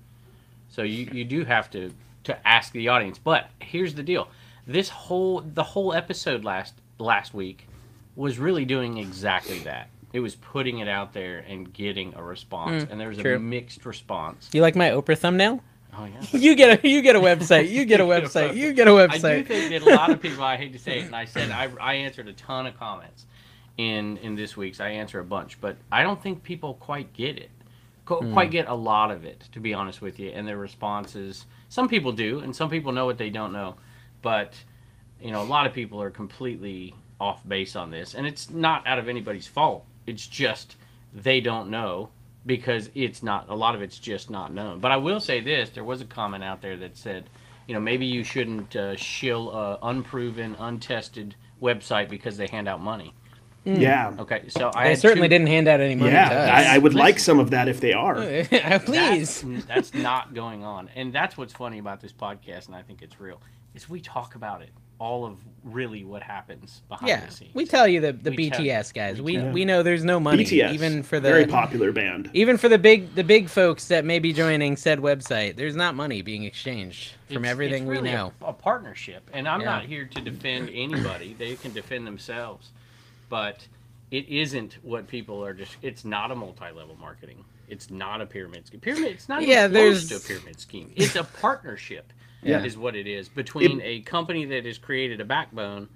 [SPEAKER 4] so you you do have to to ask the audience. But here's the deal: this whole the whole episode last last week was really doing exactly that. It was putting it out there and getting a response, and there was
[SPEAKER 2] true.
[SPEAKER 4] a mixed response.
[SPEAKER 2] You like my Oprah thumbnail?
[SPEAKER 4] Oh yeah.
[SPEAKER 2] You get a you get a website. You
[SPEAKER 4] [LAUGHS]
[SPEAKER 2] get a website. You get a
[SPEAKER 4] I do
[SPEAKER 2] website.
[SPEAKER 4] think that a lot
[SPEAKER 2] [LAUGHS]
[SPEAKER 4] of people. I hate to say it, and I said I, I answered a ton of comments in in this week's. I answer a bunch, but I don't think people quite get it, co-
[SPEAKER 2] Hmm.
[SPEAKER 4] quite get a lot of it, to be honest with you. And their responses. Some people do, and some people know what they don't know, but you know, a lot of people are completely off base on this, and it's not out of anybody's fault. It's just they don't know because it's not a lot of it's just not known. But I will say this: there was a comment out there that said, you know, maybe you shouldn't uh, shill a unproven, untested website because they hand out money.
[SPEAKER 3] Yeah.
[SPEAKER 4] Okay, so I
[SPEAKER 2] They
[SPEAKER 4] had
[SPEAKER 2] certainly
[SPEAKER 4] two-
[SPEAKER 2] didn't hand out any money to us. [LAUGHS] Uh,
[SPEAKER 3] Yeah, I, I would like some of that if they are.
[SPEAKER 2] Please.
[SPEAKER 4] That's, [LAUGHS] that's not going on. And that's what's funny about this podcast, and I think it's real, is we talk about it. All of really what happens behind
[SPEAKER 2] Yeah,
[SPEAKER 4] the scenes.
[SPEAKER 2] we tell you the the
[SPEAKER 4] We tell-
[SPEAKER 2] BTS guys. We
[SPEAKER 4] we tell.
[SPEAKER 2] we know there's no money
[SPEAKER 3] BTS,
[SPEAKER 2] even for the
[SPEAKER 3] very popular band.
[SPEAKER 2] even for the big the big folks that may be joining said website. There's not money being exchanged from
[SPEAKER 4] It's-
[SPEAKER 2] everything
[SPEAKER 4] it's really
[SPEAKER 2] we
[SPEAKER 4] a-
[SPEAKER 2] know.
[SPEAKER 4] A, partnership, and I'm
[SPEAKER 2] Yeah.
[SPEAKER 4] not here to defend anybody. they can defend themselves, but it isn't what people are just. It's not a multi-level marketing. It's not a pyramid scheme. Pyramid. It's not
[SPEAKER 2] Yeah,
[SPEAKER 4] even close
[SPEAKER 2] there's-
[SPEAKER 4] to a pyramid scheme. It's a partnership.
[SPEAKER 3] Yeah.
[SPEAKER 4] is what it is between a company that has created a backbone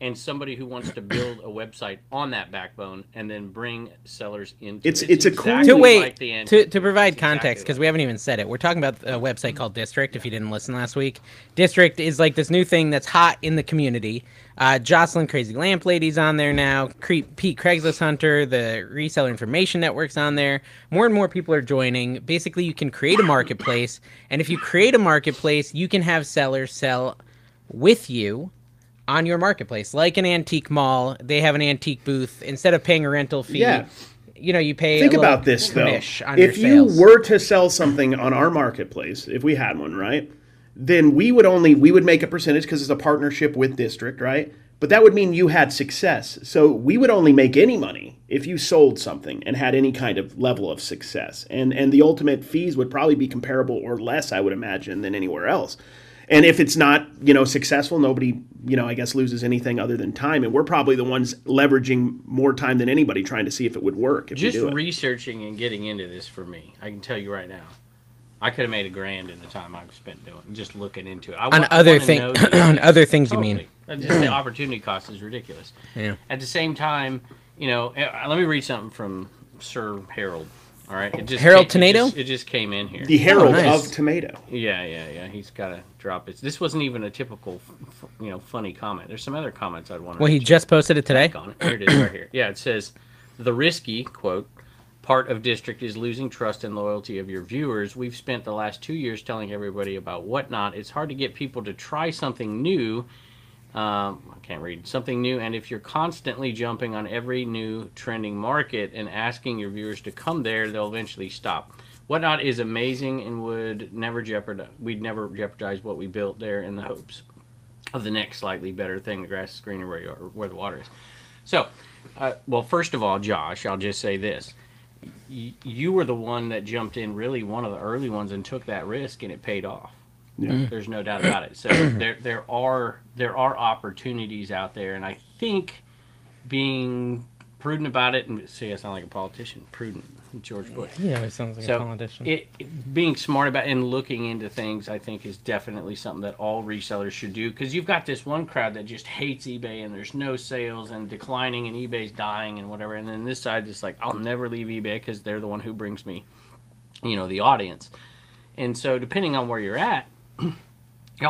[SPEAKER 4] and somebody who wants to build a website on that backbone and then bring sellers into
[SPEAKER 3] It's-
[SPEAKER 4] it.
[SPEAKER 3] it's a cool-
[SPEAKER 4] exactly
[SPEAKER 2] to wait
[SPEAKER 4] like the
[SPEAKER 2] to,
[SPEAKER 4] Antiques.
[SPEAKER 2] to provide
[SPEAKER 4] It's exactly
[SPEAKER 2] context because
[SPEAKER 4] like-
[SPEAKER 2] we haven't even said it we're talking about a website called district if you didn't listen last week district is like this new thing that's hot in the community uh, jocelyn crazy lamp lady's on there now Cre- pete craigslist hunter the reseller information network's on there more and more people are joining basically you can create a marketplace and if you create a marketplace you can have sellers sell with you on your marketplace like an antique mall they have an antique booth instead of paying a rental fee
[SPEAKER 3] Yeah.
[SPEAKER 2] you know you pay
[SPEAKER 3] Think
[SPEAKER 2] a little
[SPEAKER 3] about this though.
[SPEAKER 2] commish on
[SPEAKER 3] If
[SPEAKER 2] your
[SPEAKER 3] you
[SPEAKER 2] sales.
[SPEAKER 3] were to sell something on our marketplace, if we had one, right? Then we would only we would make a percentage because it's a partnership with district, right? But that would mean you had success. So we would only make any money if you sold something and had any kind of level of success. And and the ultimate fees would probably be comparable or less, I would imagine, than anywhere else. And if it's not, you know, successful, nobody, you know, I guess loses anything other than time. And we're probably the ones leveraging more time than anybody trying to see if it would work. If we
[SPEAKER 4] just
[SPEAKER 3] do it.
[SPEAKER 4] researching and getting into this for me i can tell you right now i could have made a grand in the time i've spent doing just looking into it I
[SPEAKER 2] on
[SPEAKER 4] wa- I
[SPEAKER 2] other
[SPEAKER 4] wanna
[SPEAKER 2] thing [CLEARS THROAT]
[SPEAKER 4] know these
[SPEAKER 2] on other things you mean
[SPEAKER 4] Totally. Uh,
[SPEAKER 2] [CLEARS THROAT]
[SPEAKER 4] Just the opportunity cost is ridiculous.
[SPEAKER 2] Yeah.
[SPEAKER 4] At the same time, you know, uh, let me read something from Sir Harold. All right. It just
[SPEAKER 2] Harold
[SPEAKER 4] came- it
[SPEAKER 2] Tornado?
[SPEAKER 4] just- It just came in here.
[SPEAKER 3] The Herald
[SPEAKER 2] nice.
[SPEAKER 3] of Tomato.
[SPEAKER 4] Yeah, yeah, yeah. He's got to drop it. This wasn't even a typical, f- f- you know, funny comment. There's some other comments I'd want to.
[SPEAKER 2] well he just posted it today
[SPEAKER 4] on it. Here it is right here. Yeah, it says the risky quote part of district is losing trust and loyalty of your viewers. We've spent the last two years telling everybody about whatnot. It's hard to get people to try something new. Um, I can't read something new, and if you're constantly jumping on every new trending market and asking your viewers to come there, they'll eventually stop. Whatnot is amazing and would never jeopardize. We'd never jeopardize what we built there in the hopes of the next slightly better thing. The grass is greener where you are, where the water is. So, uh, well, first of all, Josh, I'll just say this: Y- you were the one that jumped in, really one of the early ones, and took that risk, and it paid off. There's no doubt about it. So there, there are there are opportunities out there, and I think being prudent about it. And see, I sound like a politician. Prudent, George Bush
[SPEAKER 2] yeah it sounds like a politician
[SPEAKER 4] it, it- being smart about and looking into things, I think, is definitely something that all resellers should do. Because you've got this one crowd that just hates eBay and there's no sales and declining and eBay's dying and whatever. And then this side is like, I'll never leave eBay because they're the one who brings me, you know, the audience. And so, depending on where you're at, [CLEARS THROAT] you're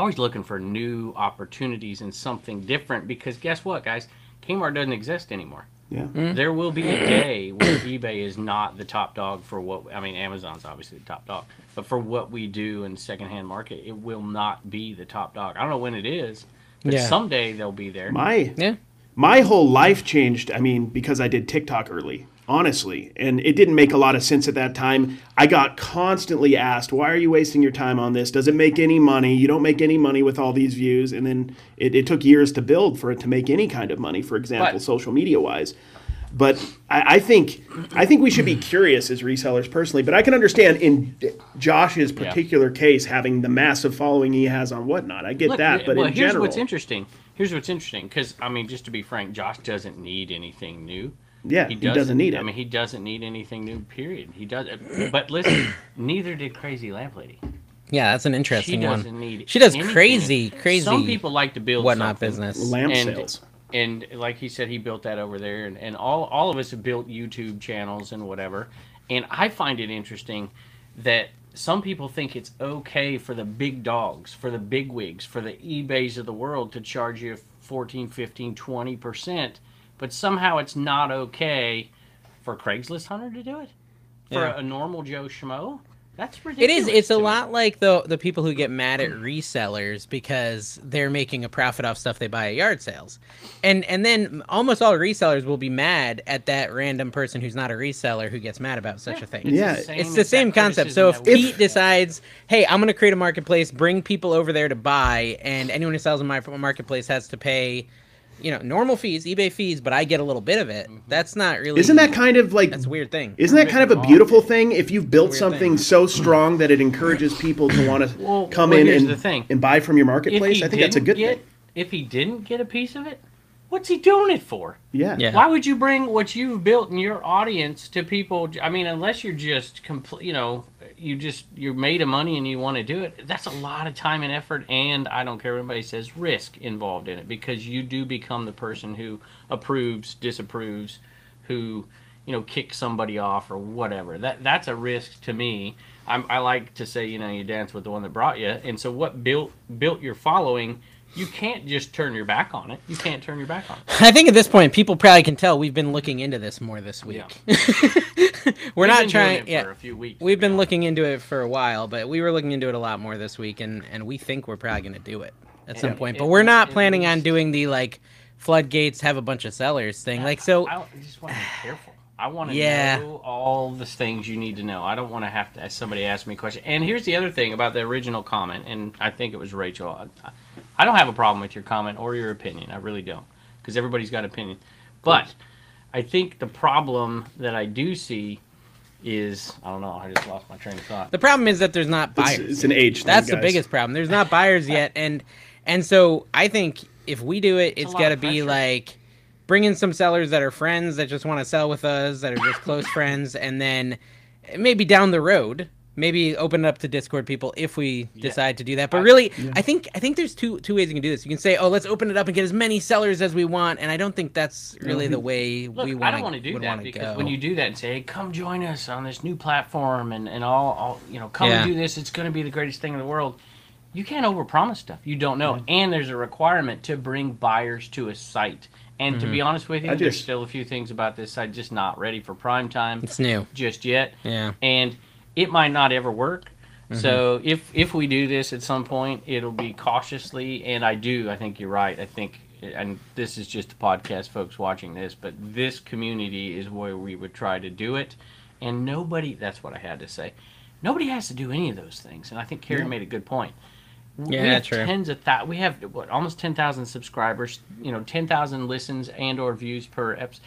[SPEAKER 4] always looking for new opportunities and something different. Because guess what, guys? Kmart doesn't exist anymore
[SPEAKER 3] Yeah.
[SPEAKER 2] Hmm?
[SPEAKER 4] there will be a day where eBay is not the top dog for what I mean. Amazon's obviously the top dog, but for what we do in secondhand market, it will not be the top dog. I don't know when it is, but
[SPEAKER 2] Yeah.
[SPEAKER 4] someday they'll be there.
[SPEAKER 3] My
[SPEAKER 2] yeah
[SPEAKER 3] my whole life changed, I mean, because I did TikTok early. honestly. And it didn't make a lot of sense at that time. I got constantly asked, why are you wasting your time on this? Does it make any money? You don't make any money with all these views. And then it, it took years to build for it to make any kind of money, for example,
[SPEAKER 4] But-
[SPEAKER 3] social media wise. But I, I think I think we should be curious as resellers personally. But I can understand in Josh's particular case having the massive following he has on whatnot. I get
[SPEAKER 4] Look,
[SPEAKER 3] that,
[SPEAKER 4] yeah,
[SPEAKER 3] but
[SPEAKER 4] well,
[SPEAKER 3] in
[SPEAKER 4] here's
[SPEAKER 3] general,
[SPEAKER 4] what's interesting. Here's what's interesting because I mean, just to be frank, Josh doesn't need anything new.
[SPEAKER 3] Yeah, he doesn't need
[SPEAKER 4] I
[SPEAKER 3] it.
[SPEAKER 4] mean, he doesn't need anything new. Period. He does. But listen, neither did Crazy Lamp Lady.
[SPEAKER 2] Yeah, that's an
[SPEAKER 4] She
[SPEAKER 2] interesting
[SPEAKER 4] doesn't
[SPEAKER 2] one.
[SPEAKER 4] need.
[SPEAKER 2] she does
[SPEAKER 4] anything.
[SPEAKER 2] crazy, crazy
[SPEAKER 4] Some people like to build
[SPEAKER 2] whatnot
[SPEAKER 4] something.
[SPEAKER 2] business.
[SPEAKER 3] lamp
[SPEAKER 4] and,
[SPEAKER 3] sales.
[SPEAKER 4] And like he said, he built that over there, and, and all all of us have built YouTube channels and whatever. And I find it interesting that some people think it's okay for the big dogs, for the big wigs, for the eBays of the world to charge you 14, 15, 20 percent, but somehow it's not okay for Craigslist hunter to do it. For
[SPEAKER 2] Yeah.
[SPEAKER 4] a, normal Joe Schmo, that's
[SPEAKER 2] It
[SPEAKER 4] ridiculous.
[SPEAKER 2] is. It's a
[SPEAKER 4] to me.
[SPEAKER 2] lot like the the people who get mad at resellers because they're making a profit off stuff they buy at yard sales, and and then almost all resellers will be mad at that random person who's not a reseller who gets mad about such a thing.
[SPEAKER 3] Yeah.
[SPEAKER 2] It's the same
[SPEAKER 4] exact
[SPEAKER 2] concept. So if
[SPEAKER 4] criticism that we
[SPEAKER 2] Pete decides, hey, I'm going to create a marketplace, bring people over there to buy, and anyone who sells in my marketplace has to pay, you know, normal fees, eBay fees, but I get a little bit of it. That's not really.
[SPEAKER 3] Isn't that kind of like
[SPEAKER 2] That's a weird thing.
[SPEAKER 3] Isn't that kind of a
[SPEAKER 4] Ripping
[SPEAKER 3] beautiful thing if you've built
[SPEAKER 2] Weird
[SPEAKER 3] something
[SPEAKER 2] thing.
[SPEAKER 3] so strong that it encourages people to want to
[SPEAKER 4] [CLEARS THROAT] Well,
[SPEAKER 3] come
[SPEAKER 4] well,
[SPEAKER 3] in
[SPEAKER 4] here's
[SPEAKER 3] and,
[SPEAKER 4] the thing.
[SPEAKER 3] and buy from your
[SPEAKER 4] If
[SPEAKER 3] marketplace?
[SPEAKER 4] he
[SPEAKER 3] I think that's a
[SPEAKER 4] didn't
[SPEAKER 3] good
[SPEAKER 4] get,
[SPEAKER 3] thing.
[SPEAKER 4] If he didn't get a piece of it, what's he doing it for?
[SPEAKER 3] Yeah.
[SPEAKER 2] Yeah.
[SPEAKER 4] Why would you bring what you've built in your audience to people? I mean, unless you're just complete, you know, you just you're made of money and you want to do it. That's a lot of time and effort, and I don't care what anybody says, risk involved in it because you do become the person who approves, disapproves, who you know kicks somebody off or whatever. That that's a risk to me. I'm, I like to say, you know, you dance with the one that brought you, and so what built built your following. You can't just turn your back on it. You can't turn your back on it.
[SPEAKER 2] I think at this point, people probably can tell we've been looking into this more this week. We're
[SPEAKER 4] We've
[SPEAKER 2] not
[SPEAKER 4] been doing
[SPEAKER 2] trying.
[SPEAKER 4] it
[SPEAKER 2] Yeah,
[SPEAKER 4] for a few weeks.
[SPEAKER 2] we've been looking into it for a while, but we were looking into it a lot more this week, and and we think we're probably going to do it at some
[SPEAKER 4] And
[SPEAKER 2] point.
[SPEAKER 4] it-
[SPEAKER 2] But we're not
[SPEAKER 4] it
[SPEAKER 2] planning on
[SPEAKER 4] is-
[SPEAKER 2] doing the like floodgates have a bunch of sellers thing. Like so,
[SPEAKER 4] I, I just want to be
[SPEAKER 2] [SIGHS]
[SPEAKER 4] careful. I want to
[SPEAKER 2] Yeah.
[SPEAKER 4] know all the things you need to know. I don't want to have to ask somebody ask me a question. And here's the other thing about the original comment, and I think it was Rachel. I, I don't have a problem with your comment or your opinion. I really don't, because everybody's got opinion. But I think the problem that I do see is I don't know. I just lost my train of thought.
[SPEAKER 2] the problem is that there's not
[SPEAKER 3] It's,
[SPEAKER 2] buyers.
[SPEAKER 3] it's an age thing.
[SPEAKER 2] That's the
[SPEAKER 3] guys.
[SPEAKER 2] biggest problem. There's not buyers
[SPEAKER 4] [LAUGHS]
[SPEAKER 2] yet, and and so I think if we do it,
[SPEAKER 4] a
[SPEAKER 2] it's
[SPEAKER 4] lot
[SPEAKER 2] got to
[SPEAKER 4] of
[SPEAKER 2] be
[SPEAKER 4] pressure.
[SPEAKER 2] like bring in some sellers that are friends that just want to sell with us, that are just
[SPEAKER 4] [LAUGHS]
[SPEAKER 2] close friends, and then maybe down the road, maybe open it up to Discord people if we decide to do that. But really, I think I think there's two two ways you can do this. You can say, oh, let's open it up and get as many sellers as we want, and I don't think that's really
[SPEAKER 4] [LAUGHS]
[SPEAKER 2] the way
[SPEAKER 4] Look,
[SPEAKER 2] we
[SPEAKER 4] I
[SPEAKER 2] want
[SPEAKER 4] don't want to do that because when you do that and say, hey, come join us on this new platform and, and all, all, you know, come and
[SPEAKER 2] Yeah.
[SPEAKER 4] do this, it's going to be the greatest thing in the world. You can't overpromise stuff. You don't know.
[SPEAKER 3] Mm-hmm.
[SPEAKER 4] And there's a requirement to bring buyers to a site. And to be
[SPEAKER 2] Mm-hmm.
[SPEAKER 4] honest with you,
[SPEAKER 3] I
[SPEAKER 4] there's
[SPEAKER 3] just-
[SPEAKER 4] still a few things about this site just not ready for prime time
[SPEAKER 2] it's new.
[SPEAKER 4] just yet.
[SPEAKER 2] Yeah.
[SPEAKER 4] And it might not ever work. So if if we do this at some point, it'll be cautiously. And I do. I think you're right. I think, and this is just the podcast folks watching this, but this community is where we would try to do it. And nobody. That's what I had to say. Nobody has to do any of those things. And I think Carrie made a good point. W- we
[SPEAKER 2] Yeah,
[SPEAKER 4] have
[SPEAKER 2] true.
[SPEAKER 4] tens of thou- we have what almost 10,000 subscribers, you know, 10,000 listens and or views per eps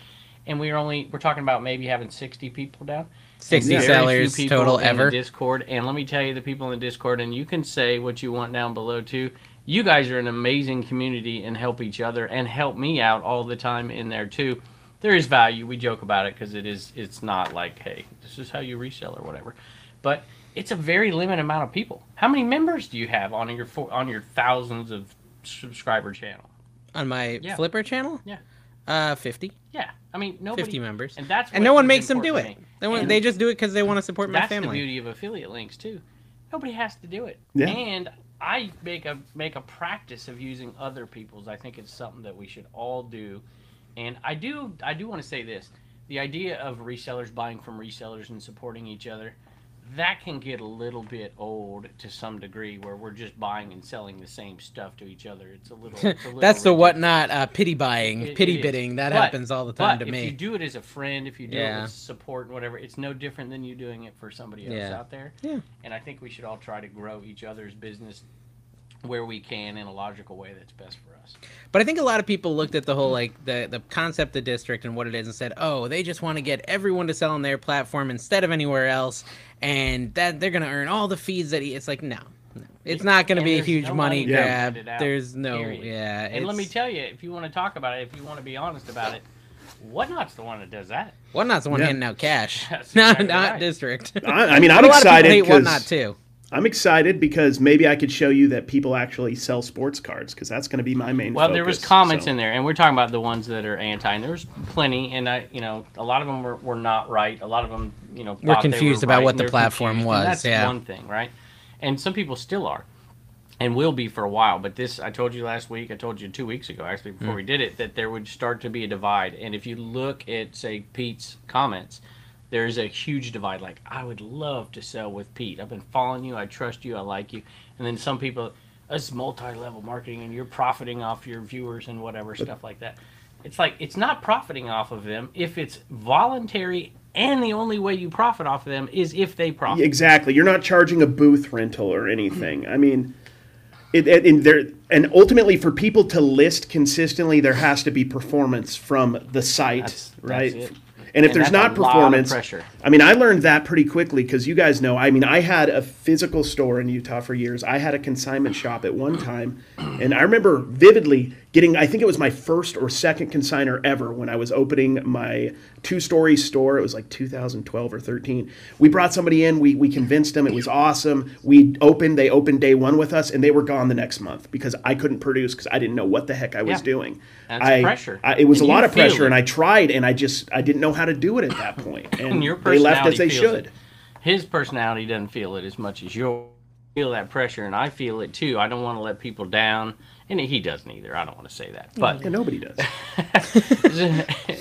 [SPEAKER 4] and we're only we're talking about maybe having 60 people down.
[SPEAKER 2] 60
[SPEAKER 4] Very few
[SPEAKER 2] sellers
[SPEAKER 4] people
[SPEAKER 2] total
[SPEAKER 4] in the
[SPEAKER 2] ever.
[SPEAKER 4] Discord and let me tell you the people in the Discord and you can say what you want down below too. You guys are an amazing community and help each other and help me out all the time in there too. There is value. We joke about it because it is it's not like hey, this is how you resell or whatever. But it's a very limited amount of people. How many members do you have on your fo- on your thousands of subscriber channel?
[SPEAKER 2] On my
[SPEAKER 4] Yeah.
[SPEAKER 2] Flipper channel,
[SPEAKER 4] Yeah.
[SPEAKER 2] uh, 50.
[SPEAKER 4] Yeah, I mean nobody.
[SPEAKER 2] 50 members.
[SPEAKER 4] and that's
[SPEAKER 2] and
[SPEAKER 4] what
[SPEAKER 2] no one
[SPEAKER 4] is
[SPEAKER 2] makes them do
[SPEAKER 4] important
[SPEAKER 2] it.
[SPEAKER 4] to me.
[SPEAKER 2] They, want,
[SPEAKER 4] And
[SPEAKER 2] they just do it because they want to support my
[SPEAKER 4] that's the
[SPEAKER 2] family.
[SPEAKER 4] beauty of affiliate links too. Nobody has to do it.
[SPEAKER 3] Yeah.
[SPEAKER 4] And I make a make a practice of using other people's. I think it's something that we should all do. And I do I do want to say this: the idea of resellers buying from resellers and supporting each other. that can get a little bit old to some degree where we're just buying and selling the same stuff to each other. It's a little.
[SPEAKER 2] [LAUGHS]
[SPEAKER 4] It's a little
[SPEAKER 2] That's the
[SPEAKER 4] ridiculous.
[SPEAKER 2] whatnot uh, pity buying,
[SPEAKER 4] It-
[SPEAKER 2] pity
[SPEAKER 4] it is.
[SPEAKER 2] bidding. That
[SPEAKER 4] But-
[SPEAKER 2] happens all the time
[SPEAKER 4] but
[SPEAKER 2] to
[SPEAKER 4] if
[SPEAKER 2] me.
[SPEAKER 4] you do it as a friend, if you do
[SPEAKER 2] Yeah.
[SPEAKER 4] it as support and whatever, it's no different than you doing it for somebody else
[SPEAKER 2] Yeah.
[SPEAKER 4] out there.
[SPEAKER 2] Yeah.
[SPEAKER 4] And I think we should all try to grow each other's business where we can in a logical way that's best for us.
[SPEAKER 2] But I think a lot of people looked at the whole like the the concept of district and what it is and said, "Oh, they just want to get everyone to sell on their platform instead of anywhere else, and that they're going to earn all the fees that he, it's like no. no. It's not going to
[SPEAKER 4] And
[SPEAKER 2] be a
[SPEAKER 4] there's
[SPEAKER 2] huge
[SPEAKER 4] no
[SPEAKER 2] money
[SPEAKER 4] money to
[SPEAKER 2] grab.
[SPEAKER 4] cut it out,
[SPEAKER 2] There's no
[SPEAKER 4] period.
[SPEAKER 2] yeah.
[SPEAKER 4] And let me
[SPEAKER 2] it's-
[SPEAKER 4] tell you, if you want to talk about it, if you want to be honest about it, Whatnot's the one that does that.
[SPEAKER 2] Whatnot's the one
[SPEAKER 3] Yeah.
[SPEAKER 2] handing out
[SPEAKER 4] [LAUGHS]
[SPEAKER 2] cash.
[SPEAKER 4] That's
[SPEAKER 2] no, [LAUGHS]
[SPEAKER 4] exactly
[SPEAKER 2] not
[SPEAKER 4] right.
[SPEAKER 2] district.
[SPEAKER 3] I, I mean,
[SPEAKER 2] But [LAUGHS]
[SPEAKER 3] I'm
[SPEAKER 2] a lot
[SPEAKER 3] excited
[SPEAKER 2] of people hate
[SPEAKER 3] 'cause-
[SPEAKER 2] Whatnot too.
[SPEAKER 3] I'm excited because maybe I could show you that people actually sell sports cards because that's going to be my main.
[SPEAKER 4] Well, there was
[SPEAKER 3] focus,
[SPEAKER 4] comments
[SPEAKER 3] so.
[SPEAKER 4] in there, and we're talking about the ones that are anti, and there was plenty, and I, you know, a lot of them were, were not right. A lot of them, you know,
[SPEAKER 2] We're
[SPEAKER 4] thought they
[SPEAKER 2] confused
[SPEAKER 4] were
[SPEAKER 2] about
[SPEAKER 4] right,
[SPEAKER 2] what
[SPEAKER 4] and
[SPEAKER 2] the
[SPEAKER 4] they're
[SPEAKER 2] platform
[SPEAKER 4] confused,
[SPEAKER 2] was,
[SPEAKER 4] And that's
[SPEAKER 2] yeah.
[SPEAKER 4] one thing, right? And some people still are, and will be for a while. But this, I told you last week, I told you two weeks ago, actually, before we did it, that there would start to be a divide. And if you look at, say, Pete's comments, there is a huge divide. Like, I would love to sell with Pete. I've been following you. I trust you. I like you. And then some people, it's multi-level marketing, and you're profiting off your viewers and whatever stuff like that. It's like it's not profiting off of them if it's voluntary, and the only way you profit off of them is if they profit.
[SPEAKER 3] Exactly. You're not charging a booth rental or anything. I mean, it, it, and there and ultimately for people to list consistently, there has to be performance from the site,
[SPEAKER 4] That's- that's
[SPEAKER 3] right?
[SPEAKER 4] it.
[SPEAKER 3] And if
[SPEAKER 4] And
[SPEAKER 3] there's not
[SPEAKER 4] that's a lot of
[SPEAKER 3] performance,
[SPEAKER 4] pressure.
[SPEAKER 3] I mean, I learned that pretty quickly because you guys know. I mean, I had a physical store in Utah for years. I had a consignment shop at one time, and I remember vividly getting. I think it was my first or second consigner ever when I was opening my two-story store. It was like 2012 or 13. We brought somebody in. We we convinced them it was awesome. We opened. They opened day one with us, and they were gone the next month because I couldn't produce because I didn't know what the heck I was
[SPEAKER 4] Yeah.
[SPEAKER 3] doing.
[SPEAKER 4] That's
[SPEAKER 3] I-
[SPEAKER 4] pressure.
[SPEAKER 3] I, it was
[SPEAKER 4] And
[SPEAKER 3] a
[SPEAKER 4] you
[SPEAKER 3] lot of
[SPEAKER 4] feel
[SPEAKER 3] pressure,
[SPEAKER 4] it.
[SPEAKER 3] and I tried, and I just I didn't know how to do it at that point.
[SPEAKER 4] [LAUGHS]
[SPEAKER 3] And,
[SPEAKER 4] and your
[SPEAKER 3] they
[SPEAKER 4] personality
[SPEAKER 3] left as they
[SPEAKER 4] feels
[SPEAKER 3] should.
[SPEAKER 4] It. His personality doesn't feel it as much as yours. Feel that pressure, and I feel it too. I don't want to let people down, and he doesn't either. I don't want to say that, but
[SPEAKER 3] Yeah, nobody
[SPEAKER 4] [LAUGHS]
[SPEAKER 3] does.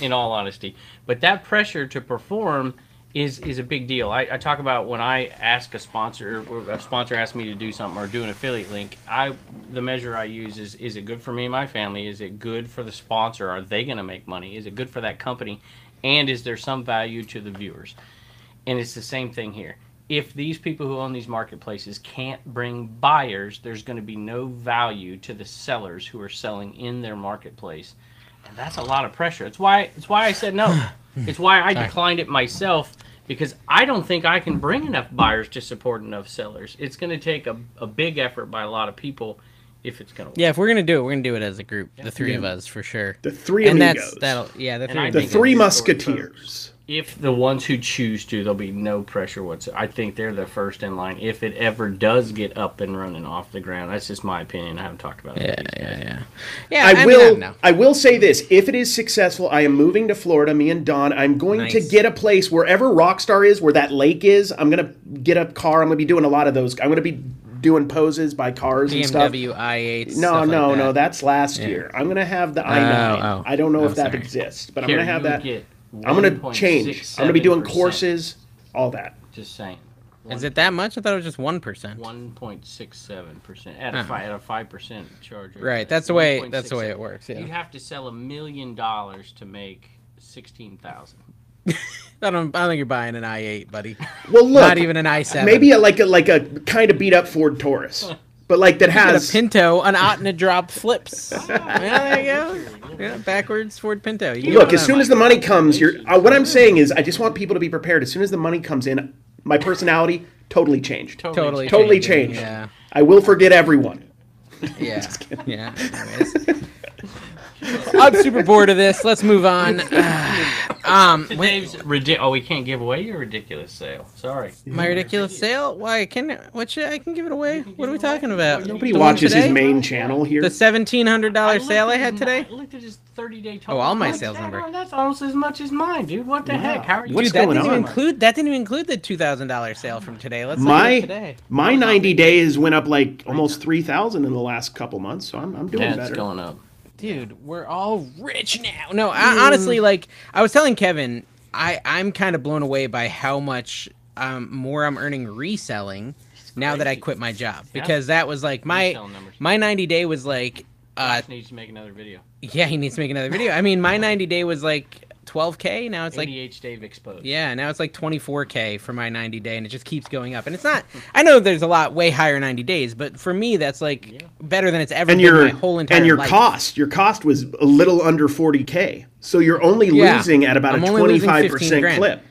[SPEAKER 4] in all honesty. But that pressure to perform is is a big deal. I, I talk about when I ask a sponsor, or a sponsor asks me to do something or do an affiliate link. I the measure I use is is it good for me and my family? Is it good for the sponsor? Are they going to make money? Is it good for that company? And is there some value to the viewers? And it's the same thing here. If these people who own these marketplaces can't bring buyers, there's going to be no value to the sellers who are selling in their marketplace. And that's a lot of pressure. It's why it's why I said no. It's why I declined it myself because I don't think I can bring enough buyers to support enough sellers. It's going to take a, a big effort by a lot of people if it's going to work.
[SPEAKER 2] Yeah, if we're gonna do it, we're gonna do it as a group, the three of us for sure.
[SPEAKER 3] The three
[SPEAKER 2] and
[SPEAKER 3] amigos.
[SPEAKER 2] that's that'll yeah, the
[SPEAKER 4] And
[SPEAKER 2] three.
[SPEAKER 4] I
[SPEAKER 3] the
[SPEAKER 2] amigos.
[SPEAKER 4] think
[SPEAKER 3] three
[SPEAKER 4] it's a story
[SPEAKER 3] musketeers.
[SPEAKER 4] If the ones who choose to, there'll be no pressure whatsoever. I think they're the first in line if it ever does get up and running off the ground. That's just my opinion. I haven't talked about it. with these guys.
[SPEAKER 2] yeah. Yeah,
[SPEAKER 3] I,
[SPEAKER 2] mean,
[SPEAKER 3] will.
[SPEAKER 2] don't know.
[SPEAKER 3] I will say this: if it is successful, I am moving to Florida. Me and Don. I'm going to
[SPEAKER 2] Nice.
[SPEAKER 3] get a place wherever Rockstar is, where that lake is. I'm gonna get a car. I'm gonna be doing a lot of those. I'm gonna be doing poses by cars and stuff.
[SPEAKER 2] BMW i8.
[SPEAKER 3] No,
[SPEAKER 2] stuff like
[SPEAKER 3] no,
[SPEAKER 2] that.
[SPEAKER 3] no. That's last year. I'm gonna have the i9.
[SPEAKER 2] oh.
[SPEAKER 3] I don't know
[SPEAKER 2] Oh,
[SPEAKER 3] if that
[SPEAKER 2] sorry.
[SPEAKER 3] exists, but
[SPEAKER 4] Here,
[SPEAKER 3] I'm gonna have
[SPEAKER 4] you
[SPEAKER 3] that.
[SPEAKER 4] get
[SPEAKER 3] I'm gonna change. I'm gonna be doing
[SPEAKER 4] 1.67%.
[SPEAKER 3] courses, all that.
[SPEAKER 4] Just saying.
[SPEAKER 2] Is it that much? I thought it was just one percent.
[SPEAKER 4] One point six seven percent at a five at a five percent charge. rate.
[SPEAKER 2] Right, that's the way- that's the way it
[SPEAKER 4] 1.67.
[SPEAKER 2] works, yeah.
[SPEAKER 4] You'd have to sell a million dollars to make sixteen thousand.
[SPEAKER 2] I don't. I don't think you're buying an i8,
[SPEAKER 3] [LAUGHS]
[SPEAKER 2] buddy.
[SPEAKER 3] Well, look,
[SPEAKER 2] Not even an i7.
[SPEAKER 3] maybe a, like a like a kind of beat up Ford Taurus, but like that
[SPEAKER 2] Got
[SPEAKER 3] has
[SPEAKER 2] a Pinto, an Otna drop
[SPEAKER 4] [LAUGHS]
[SPEAKER 2] flips. yeah, there you go. Yeah, backwards Ford Pinto. You
[SPEAKER 3] look.
[SPEAKER 2] know
[SPEAKER 3] As soon as the money comes, you're. Uh, what I'm saying is, I just want people to be prepared. As soon as the money comes in, my personality totally changed.
[SPEAKER 2] that. totally,
[SPEAKER 3] Totally
[SPEAKER 2] changing,
[SPEAKER 3] changed.
[SPEAKER 2] Yeah,
[SPEAKER 3] I will forget everyone.
[SPEAKER 2] yeah,
[SPEAKER 3] [LAUGHS]
[SPEAKER 2] yeah. Anyways. I'm super bored of this. Let's move on. [SIGHS]
[SPEAKER 4] [LAUGHS]
[SPEAKER 2] um, when,
[SPEAKER 4] Dave's ridi- Oh, we can't give away your ridiculous sale. Sorry.
[SPEAKER 2] my ridiculous sale. Why can what should I can give it away? What are we talking about?
[SPEAKER 3] Nobody
[SPEAKER 2] The one
[SPEAKER 3] watches his
[SPEAKER 2] today?
[SPEAKER 3] main channel here.
[SPEAKER 2] The seventeen hundred dollar
[SPEAKER 4] looked
[SPEAKER 2] sale
[SPEAKER 4] at
[SPEAKER 2] I
[SPEAKER 4] his
[SPEAKER 2] had
[SPEAKER 4] ni-
[SPEAKER 2] today.
[SPEAKER 4] I looked at his 30 day
[SPEAKER 2] Oh,
[SPEAKER 4] total.
[SPEAKER 2] all my
[SPEAKER 4] Like,
[SPEAKER 2] sales
[SPEAKER 4] that-
[SPEAKER 2] number.
[SPEAKER 4] That's almost as much as mine, dude. What the heck? How are you?
[SPEAKER 3] What's
[SPEAKER 2] Dude, that
[SPEAKER 3] going
[SPEAKER 2] didn't even
[SPEAKER 3] on?
[SPEAKER 2] include that didn't even include the two thousand dollar sale from today. Let's look at it
[SPEAKER 3] my
[SPEAKER 2] today.
[SPEAKER 3] my 90 days went up like almost 3,000 in the last couple months, so I'm, I'm doing
[SPEAKER 4] Yeah, it's
[SPEAKER 3] better.
[SPEAKER 4] going up.
[SPEAKER 2] dude we're all rich now
[SPEAKER 3] Hmm.
[SPEAKER 2] no I, honestly like i was telling kevin i i'm kind of blown away by how much um, more I'm earning reselling now that I
[SPEAKER 4] crazy.
[SPEAKER 2] quit my job
[SPEAKER 4] Yeah.
[SPEAKER 2] because that was like my
[SPEAKER 4] Reselling numbers.
[SPEAKER 2] my 90 day was like uh, [LAUGHS]
[SPEAKER 4] Josh needs to make another video.
[SPEAKER 2] yeah he needs to make another video. I mean
[SPEAKER 4] [LAUGHS]
[SPEAKER 2] my 90 day was like 12k now it's like
[SPEAKER 4] ADH Dave exposed.
[SPEAKER 2] yeah, now it's like 24k for my 90 day, and it just keeps going up. And it's not. I know there's a lot way higher 90 days, but for me, that's like better than it's ever
[SPEAKER 3] and
[SPEAKER 2] been
[SPEAKER 3] your
[SPEAKER 2] my whole entire
[SPEAKER 3] and your
[SPEAKER 2] life.
[SPEAKER 3] cost your cost was a little under 40k so you're only
[SPEAKER 2] Yeah.
[SPEAKER 3] losing at about
[SPEAKER 2] I'm
[SPEAKER 3] a
[SPEAKER 2] only losing 15
[SPEAKER 3] 25%
[SPEAKER 2] grand.
[SPEAKER 3] clip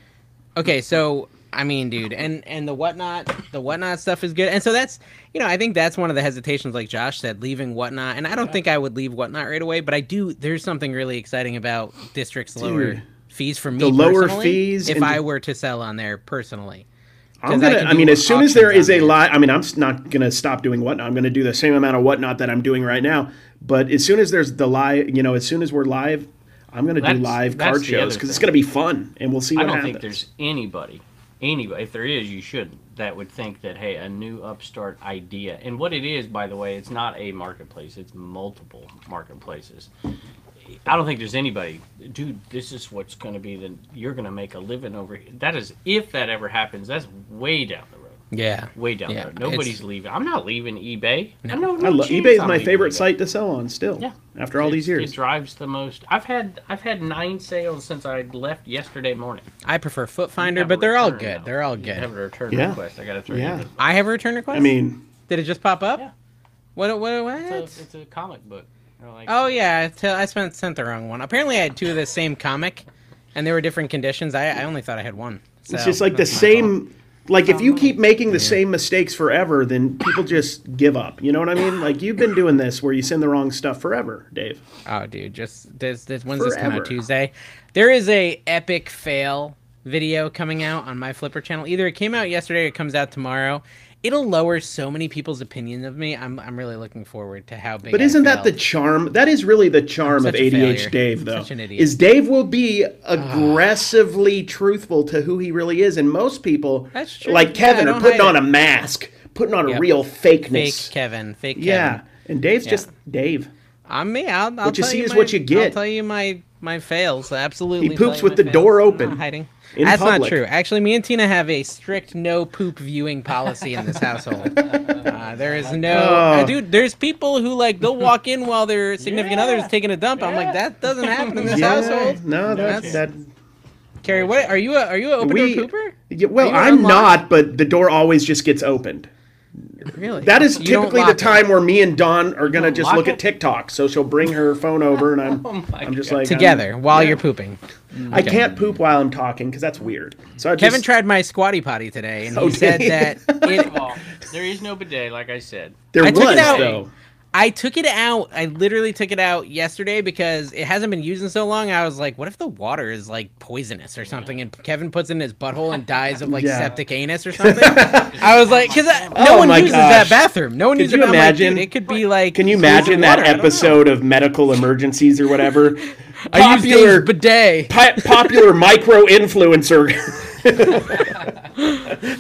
[SPEAKER 2] Okay, so I mean, dude, and and the whatnot, the whatnot stuff is good, and so that's you know I think that's one of the hesitations, like Josh said, leaving whatnot, and I don't think I would leave whatnot right away, but I do. There's something really exciting about districts lower fees for me.
[SPEAKER 3] the lower
[SPEAKER 2] personally,
[SPEAKER 3] fees
[SPEAKER 2] if
[SPEAKER 3] and-
[SPEAKER 2] I were to sell on there personally.
[SPEAKER 3] I'm
[SPEAKER 2] 'Cause I
[SPEAKER 3] gonna.
[SPEAKER 2] can
[SPEAKER 3] I,
[SPEAKER 2] do
[SPEAKER 3] mean, as soon as
[SPEAKER 2] options
[SPEAKER 3] there is
[SPEAKER 2] on
[SPEAKER 3] a
[SPEAKER 2] there.
[SPEAKER 3] lot, I mean, I'm s- not gonna stop doing whatnot. I'm gonna do the same amount of whatnot that I'm doing right now. But as soon as there's the live, you know, as soon as we're live, I'm gonna do
[SPEAKER 4] That's-
[SPEAKER 3] live
[SPEAKER 4] that's
[SPEAKER 3] card
[SPEAKER 4] the
[SPEAKER 3] shows
[SPEAKER 4] other
[SPEAKER 3] because it's
[SPEAKER 4] thing.
[SPEAKER 3] gonna be fun, and we'll see
[SPEAKER 4] I
[SPEAKER 3] what
[SPEAKER 4] don't
[SPEAKER 3] happens.
[SPEAKER 4] think there's anybody, anybody. If there is, you shouldn't. That would think that hey, a new upstart idea. And what it is, by the way, it's not a marketplace. It's multiple marketplaces. I don't think there's anybody, dude. This is what's going to be the. You're going to make a living over here. That is, if that ever happens, that's way down the road.
[SPEAKER 2] Yeah.
[SPEAKER 4] Way down
[SPEAKER 2] Yeah,
[SPEAKER 4] the road.
[SPEAKER 2] it's-
[SPEAKER 4] Nobody's leaving. I'm not leaving eBay. No, no,
[SPEAKER 3] I lo-
[SPEAKER 4] chance
[SPEAKER 3] eBay is
[SPEAKER 4] I'm
[SPEAKER 3] my
[SPEAKER 4] leaving
[SPEAKER 3] favorite
[SPEAKER 4] eBay.
[SPEAKER 3] site to sell on still.
[SPEAKER 4] Yeah.
[SPEAKER 3] After all
[SPEAKER 4] It-
[SPEAKER 3] these years,
[SPEAKER 4] it drives the most. I've had I've had nine sales since I left yesterday morning.
[SPEAKER 2] I prefer Foot
[SPEAKER 4] You
[SPEAKER 2] Finder,
[SPEAKER 4] have a
[SPEAKER 2] but they're all
[SPEAKER 4] return
[SPEAKER 2] good.
[SPEAKER 4] now.
[SPEAKER 2] They're all
[SPEAKER 4] You have
[SPEAKER 2] good.
[SPEAKER 4] a return
[SPEAKER 3] Yeah.
[SPEAKER 4] request. I got to throw you
[SPEAKER 3] Yeah.
[SPEAKER 4] in.
[SPEAKER 2] I have a return request.
[SPEAKER 3] I mean,
[SPEAKER 2] did it just pop up?
[SPEAKER 4] Yeah.
[SPEAKER 2] What? What? What?
[SPEAKER 4] It's, a, it's a comic book. They're like,
[SPEAKER 2] Oh yeah, I, tell- I spent sent the wrong one. Apparently, I had two of the same comic, and there were different conditions. I, I only thought I had one.
[SPEAKER 3] it's
[SPEAKER 2] So,
[SPEAKER 3] just like the
[SPEAKER 2] that's my fault.
[SPEAKER 3] same. Like if you keep making the same mistakes forever, then people just give up. You know what I mean? Like you've been doing this where you send the wrong stuff forever, Dave.
[SPEAKER 2] Oh, dude, just this. This when's this come
[SPEAKER 3] Forever.
[SPEAKER 2] out? Tuesday. There is a epic fail video coming out on my Flipper channel. Either it came out yesterday or it comes out tomorrow. It'll lower so many people's opinion of me. I'm I'm really looking forward to how big.
[SPEAKER 3] But
[SPEAKER 2] I
[SPEAKER 3] isn't that the
[SPEAKER 2] failed.
[SPEAKER 3] charm? That is really the charm of
[SPEAKER 2] such a failure.
[SPEAKER 3] ADH Dave,
[SPEAKER 2] I'm
[SPEAKER 3] though.
[SPEAKER 2] such an idiot. Ah.
[SPEAKER 3] Is Dave will be aggressively truthful to who he really is, and most people,
[SPEAKER 2] That's true.
[SPEAKER 3] like Kevin,
[SPEAKER 2] Yeah, I
[SPEAKER 3] are
[SPEAKER 2] don't
[SPEAKER 3] putting on
[SPEAKER 2] hide
[SPEAKER 3] a mask, putting on a
[SPEAKER 2] Yep.
[SPEAKER 3] real
[SPEAKER 2] fake
[SPEAKER 3] fakeness.
[SPEAKER 2] Kevin? Fake Kevin.
[SPEAKER 3] yeah, and Dave's just Dave.
[SPEAKER 2] I'm me. I'll, I'll
[SPEAKER 3] What you
[SPEAKER 2] tell
[SPEAKER 3] see is
[SPEAKER 2] my-
[SPEAKER 3] what you
[SPEAKER 2] I'll
[SPEAKER 3] get.
[SPEAKER 2] tell you my my fails. Absolutely.
[SPEAKER 3] He
[SPEAKER 2] tell
[SPEAKER 3] poops
[SPEAKER 2] you
[SPEAKER 3] with
[SPEAKER 2] my
[SPEAKER 3] the door
[SPEAKER 2] fails.
[SPEAKER 3] open
[SPEAKER 2] I'm not hiding.
[SPEAKER 3] in
[SPEAKER 2] That's not
[SPEAKER 3] public.
[SPEAKER 2] true. Actually, me and Tina have a strict no poop viewing policy in this household. uh, there is no
[SPEAKER 3] Oh.
[SPEAKER 2] uh, dude. There's people who like they'll walk in while their significant other is taking a dump. I'm like that doesn't happen in this
[SPEAKER 3] Yeah,
[SPEAKER 2] household.
[SPEAKER 3] no, that,
[SPEAKER 2] that's-
[SPEAKER 3] that
[SPEAKER 2] Carrie, what are you? A, are you an open
[SPEAKER 3] we.
[SPEAKER 2] door pooper?
[SPEAKER 3] Yeah, well,
[SPEAKER 2] Are you an
[SPEAKER 3] I'm
[SPEAKER 2] unlock-
[SPEAKER 3] not, but the door always just gets opened.
[SPEAKER 2] Really?
[SPEAKER 3] That is
[SPEAKER 2] You don't
[SPEAKER 3] typically the
[SPEAKER 2] lock it.
[SPEAKER 3] time where me and Don are gonna just
[SPEAKER 4] lock
[SPEAKER 3] look
[SPEAKER 4] it?
[SPEAKER 3] at TikTok. So she'll bring her phone over, and I'm,
[SPEAKER 4] my
[SPEAKER 3] I'm just
[SPEAKER 4] God.
[SPEAKER 3] like I'm-
[SPEAKER 2] together while you're pooping.
[SPEAKER 3] I can't poop while I'm talking because that's weird. So I
[SPEAKER 2] Kevin
[SPEAKER 3] just,
[SPEAKER 2] tried my squatty potty today, and he
[SPEAKER 3] Oh,
[SPEAKER 2] said
[SPEAKER 3] did
[SPEAKER 2] that
[SPEAKER 3] [LAUGHS]
[SPEAKER 2] it
[SPEAKER 4] First of all, there is no bidet, like I said.
[SPEAKER 3] There
[SPEAKER 2] I
[SPEAKER 3] was
[SPEAKER 2] took it out.
[SPEAKER 3] though.
[SPEAKER 2] I took it out. I literally took it out yesterday because it hasn't been used in so long. I was like, what if the water is like poisonous or something? And Kevin puts it in his butthole and dies of like
[SPEAKER 3] Yeah.
[SPEAKER 2] septic anus or
[SPEAKER 3] [LAUGHS]
[SPEAKER 2] something. I was like, because no
[SPEAKER 3] Oh
[SPEAKER 2] one
[SPEAKER 3] my
[SPEAKER 2] uses
[SPEAKER 3] gosh.
[SPEAKER 2] that bathroom. No one
[SPEAKER 3] Could
[SPEAKER 2] uses
[SPEAKER 3] you
[SPEAKER 2] it. I'm like, dude,
[SPEAKER 3] imagine-
[SPEAKER 2] it could be like.
[SPEAKER 3] Can you
[SPEAKER 2] poison
[SPEAKER 3] imagine that
[SPEAKER 2] water. I don't know.
[SPEAKER 3] episode of medical emergencies
[SPEAKER 2] [LAUGHS]
[SPEAKER 3] or whatever?
[SPEAKER 2] I used
[SPEAKER 3] popular
[SPEAKER 2] Dave's bidet
[SPEAKER 3] pi-
[SPEAKER 2] [LAUGHS]
[SPEAKER 3] popular micro influencer.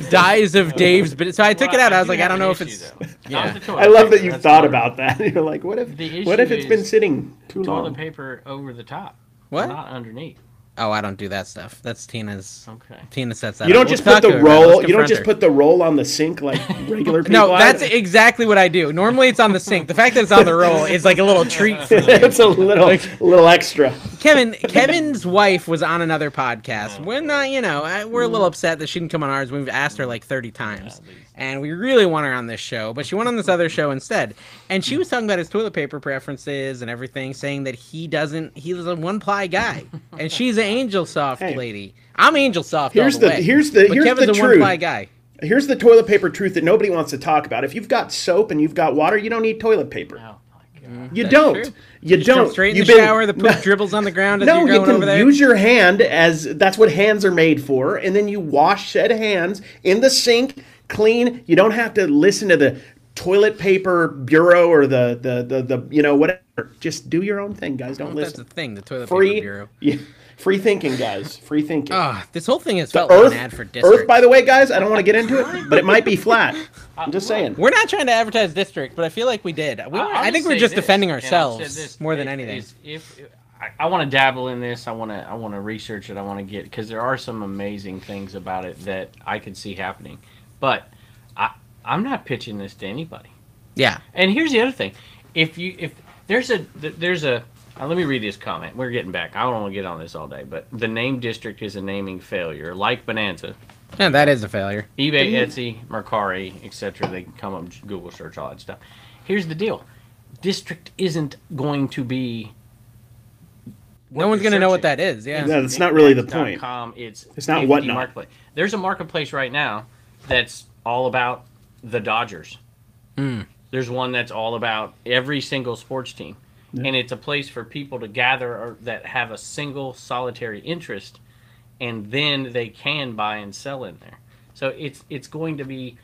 [SPEAKER 2] dies of Dave's bidet. So I took it out. I was
[SPEAKER 4] do
[SPEAKER 2] like, I
[SPEAKER 4] have
[SPEAKER 2] don't
[SPEAKER 4] an
[SPEAKER 2] know if
[SPEAKER 4] issue,
[SPEAKER 2] [LAUGHS] it's.
[SPEAKER 4] though.
[SPEAKER 2] yeah.
[SPEAKER 4] Not the toilet
[SPEAKER 3] I love that
[SPEAKER 4] paper,
[SPEAKER 3] you
[SPEAKER 4] Oh, that's
[SPEAKER 3] thought
[SPEAKER 4] the
[SPEAKER 3] about that. [LAUGHS] You're like, what if?
[SPEAKER 4] The
[SPEAKER 3] What if
[SPEAKER 4] issue
[SPEAKER 3] it's been
[SPEAKER 4] is
[SPEAKER 3] sitting too long?
[SPEAKER 4] toilet paper over the top.
[SPEAKER 2] What?
[SPEAKER 4] Not underneath.
[SPEAKER 2] Oh, I don't do that stuff. That's Tina's.
[SPEAKER 4] Okay.
[SPEAKER 2] Tina sets that.
[SPEAKER 3] You don't
[SPEAKER 2] up. We'll
[SPEAKER 3] just put
[SPEAKER 2] talk to
[SPEAKER 3] the
[SPEAKER 2] her about it. Let's
[SPEAKER 3] roll. You don't
[SPEAKER 2] confront
[SPEAKER 3] just
[SPEAKER 2] her.
[SPEAKER 3] put the roll on the sink like
[SPEAKER 2] [LAUGHS]
[SPEAKER 3] regular people.
[SPEAKER 2] No, that's
[SPEAKER 3] either.
[SPEAKER 2] exactly what I do. Normally, it's on the sink. The fact that it's on the roll is like a little treat for me.
[SPEAKER 3] [LAUGHS] it's a little little extra.
[SPEAKER 2] Kevin. Kevin's wife was on another podcast. We're not, you know, I- we're a little upset that she didn't come on ours. We've asked her like thirty times, and we really want her on this show, but she went on this other show instead. And she was talking about his toilet paper preferences and everything, saying that he doesn't. He was a one ply guy, and she's an Angel Soft
[SPEAKER 3] Hey.
[SPEAKER 2] lady. I'm Angel Soft.
[SPEAKER 3] Here's
[SPEAKER 2] all the,
[SPEAKER 3] the-
[SPEAKER 2] way.
[SPEAKER 3] here's the-
[SPEAKER 2] But
[SPEAKER 3] here's
[SPEAKER 2] Kevin's
[SPEAKER 3] the
[SPEAKER 2] a one ply
[SPEAKER 3] truth.
[SPEAKER 2] guy.
[SPEAKER 3] Here's the toilet paper truth that nobody wants to talk about. If you've got soap and you've got water, you don't need toilet paper.
[SPEAKER 4] Oh my
[SPEAKER 2] Mm-hmm.
[SPEAKER 4] god.
[SPEAKER 3] you don't.
[SPEAKER 2] true.
[SPEAKER 3] You
[SPEAKER 2] Jump
[SPEAKER 3] don't.
[SPEAKER 2] straight in
[SPEAKER 3] You've
[SPEAKER 2] the
[SPEAKER 3] been- [LAUGHS]
[SPEAKER 2] shower. The poop dribbles on the ground as
[SPEAKER 3] No,
[SPEAKER 2] you're
[SPEAKER 3] you
[SPEAKER 2] going over
[SPEAKER 3] can
[SPEAKER 2] there.
[SPEAKER 3] use your hand as that's what hands are made for, and then you wash said hands in the sink, clean. You don't have to listen to the toilet paper bureau or the the the, the you know whatever. Just do your own thing, guys. Don't
[SPEAKER 2] That's the
[SPEAKER 3] listen.
[SPEAKER 2] thing. The toilet paper
[SPEAKER 3] Free,
[SPEAKER 2] bureau.
[SPEAKER 3] [LAUGHS] yeah, free thinking, guys. Free thinking.
[SPEAKER 2] Ah, this whole thing has felt like
[SPEAKER 3] Earth,
[SPEAKER 2] an ad for district.
[SPEAKER 3] Earth. By the way, guys, I don't want to get into it, but it might be flat. I'm just saying.
[SPEAKER 2] we're not trying to advertise district, but I feel like we did. We were-
[SPEAKER 4] I'll
[SPEAKER 2] I think we're
[SPEAKER 4] Uh, say
[SPEAKER 2] just
[SPEAKER 4] this,
[SPEAKER 2] defending
[SPEAKER 4] and I've said
[SPEAKER 2] ourselves
[SPEAKER 4] this,
[SPEAKER 2] more than
[SPEAKER 4] is-
[SPEAKER 2] anything.
[SPEAKER 4] is if I, I want to dabble in this. I want to I want to research it. I want to get because there are some amazing things about it that I could see happening. But I I'm not pitching this to anybody.
[SPEAKER 2] Yeah.
[SPEAKER 4] And here's the other thing: if you if there's a th- there's a uh, let me read this comment. We're getting back. I don't want to get on this all day, but the name district is a naming failure, like Bonanza,
[SPEAKER 2] Yeah, that is a failure.
[SPEAKER 4] eBay,
[SPEAKER 2] Mm-hmm.
[SPEAKER 4] Etsy, Mercari, etc. They can come up Google search all that stuff. Here's the deal: district isn't going to be.
[SPEAKER 2] No one's gonna know what that is. Yeah.
[SPEAKER 3] No, that's not really the
[SPEAKER 4] Dot
[SPEAKER 3] point.
[SPEAKER 4] Com, it's
[SPEAKER 3] It's not
[SPEAKER 4] NFT
[SPEAKER 3] whatnot.
[SPEAKER 4] Marketplace. There's a marketplace right now that's all about the Dodgers. There's one that's all about every single sports team, and it's a place for people to gather or, that have a single solitary interest, and then they can buy and sell in there. So it's it's going to be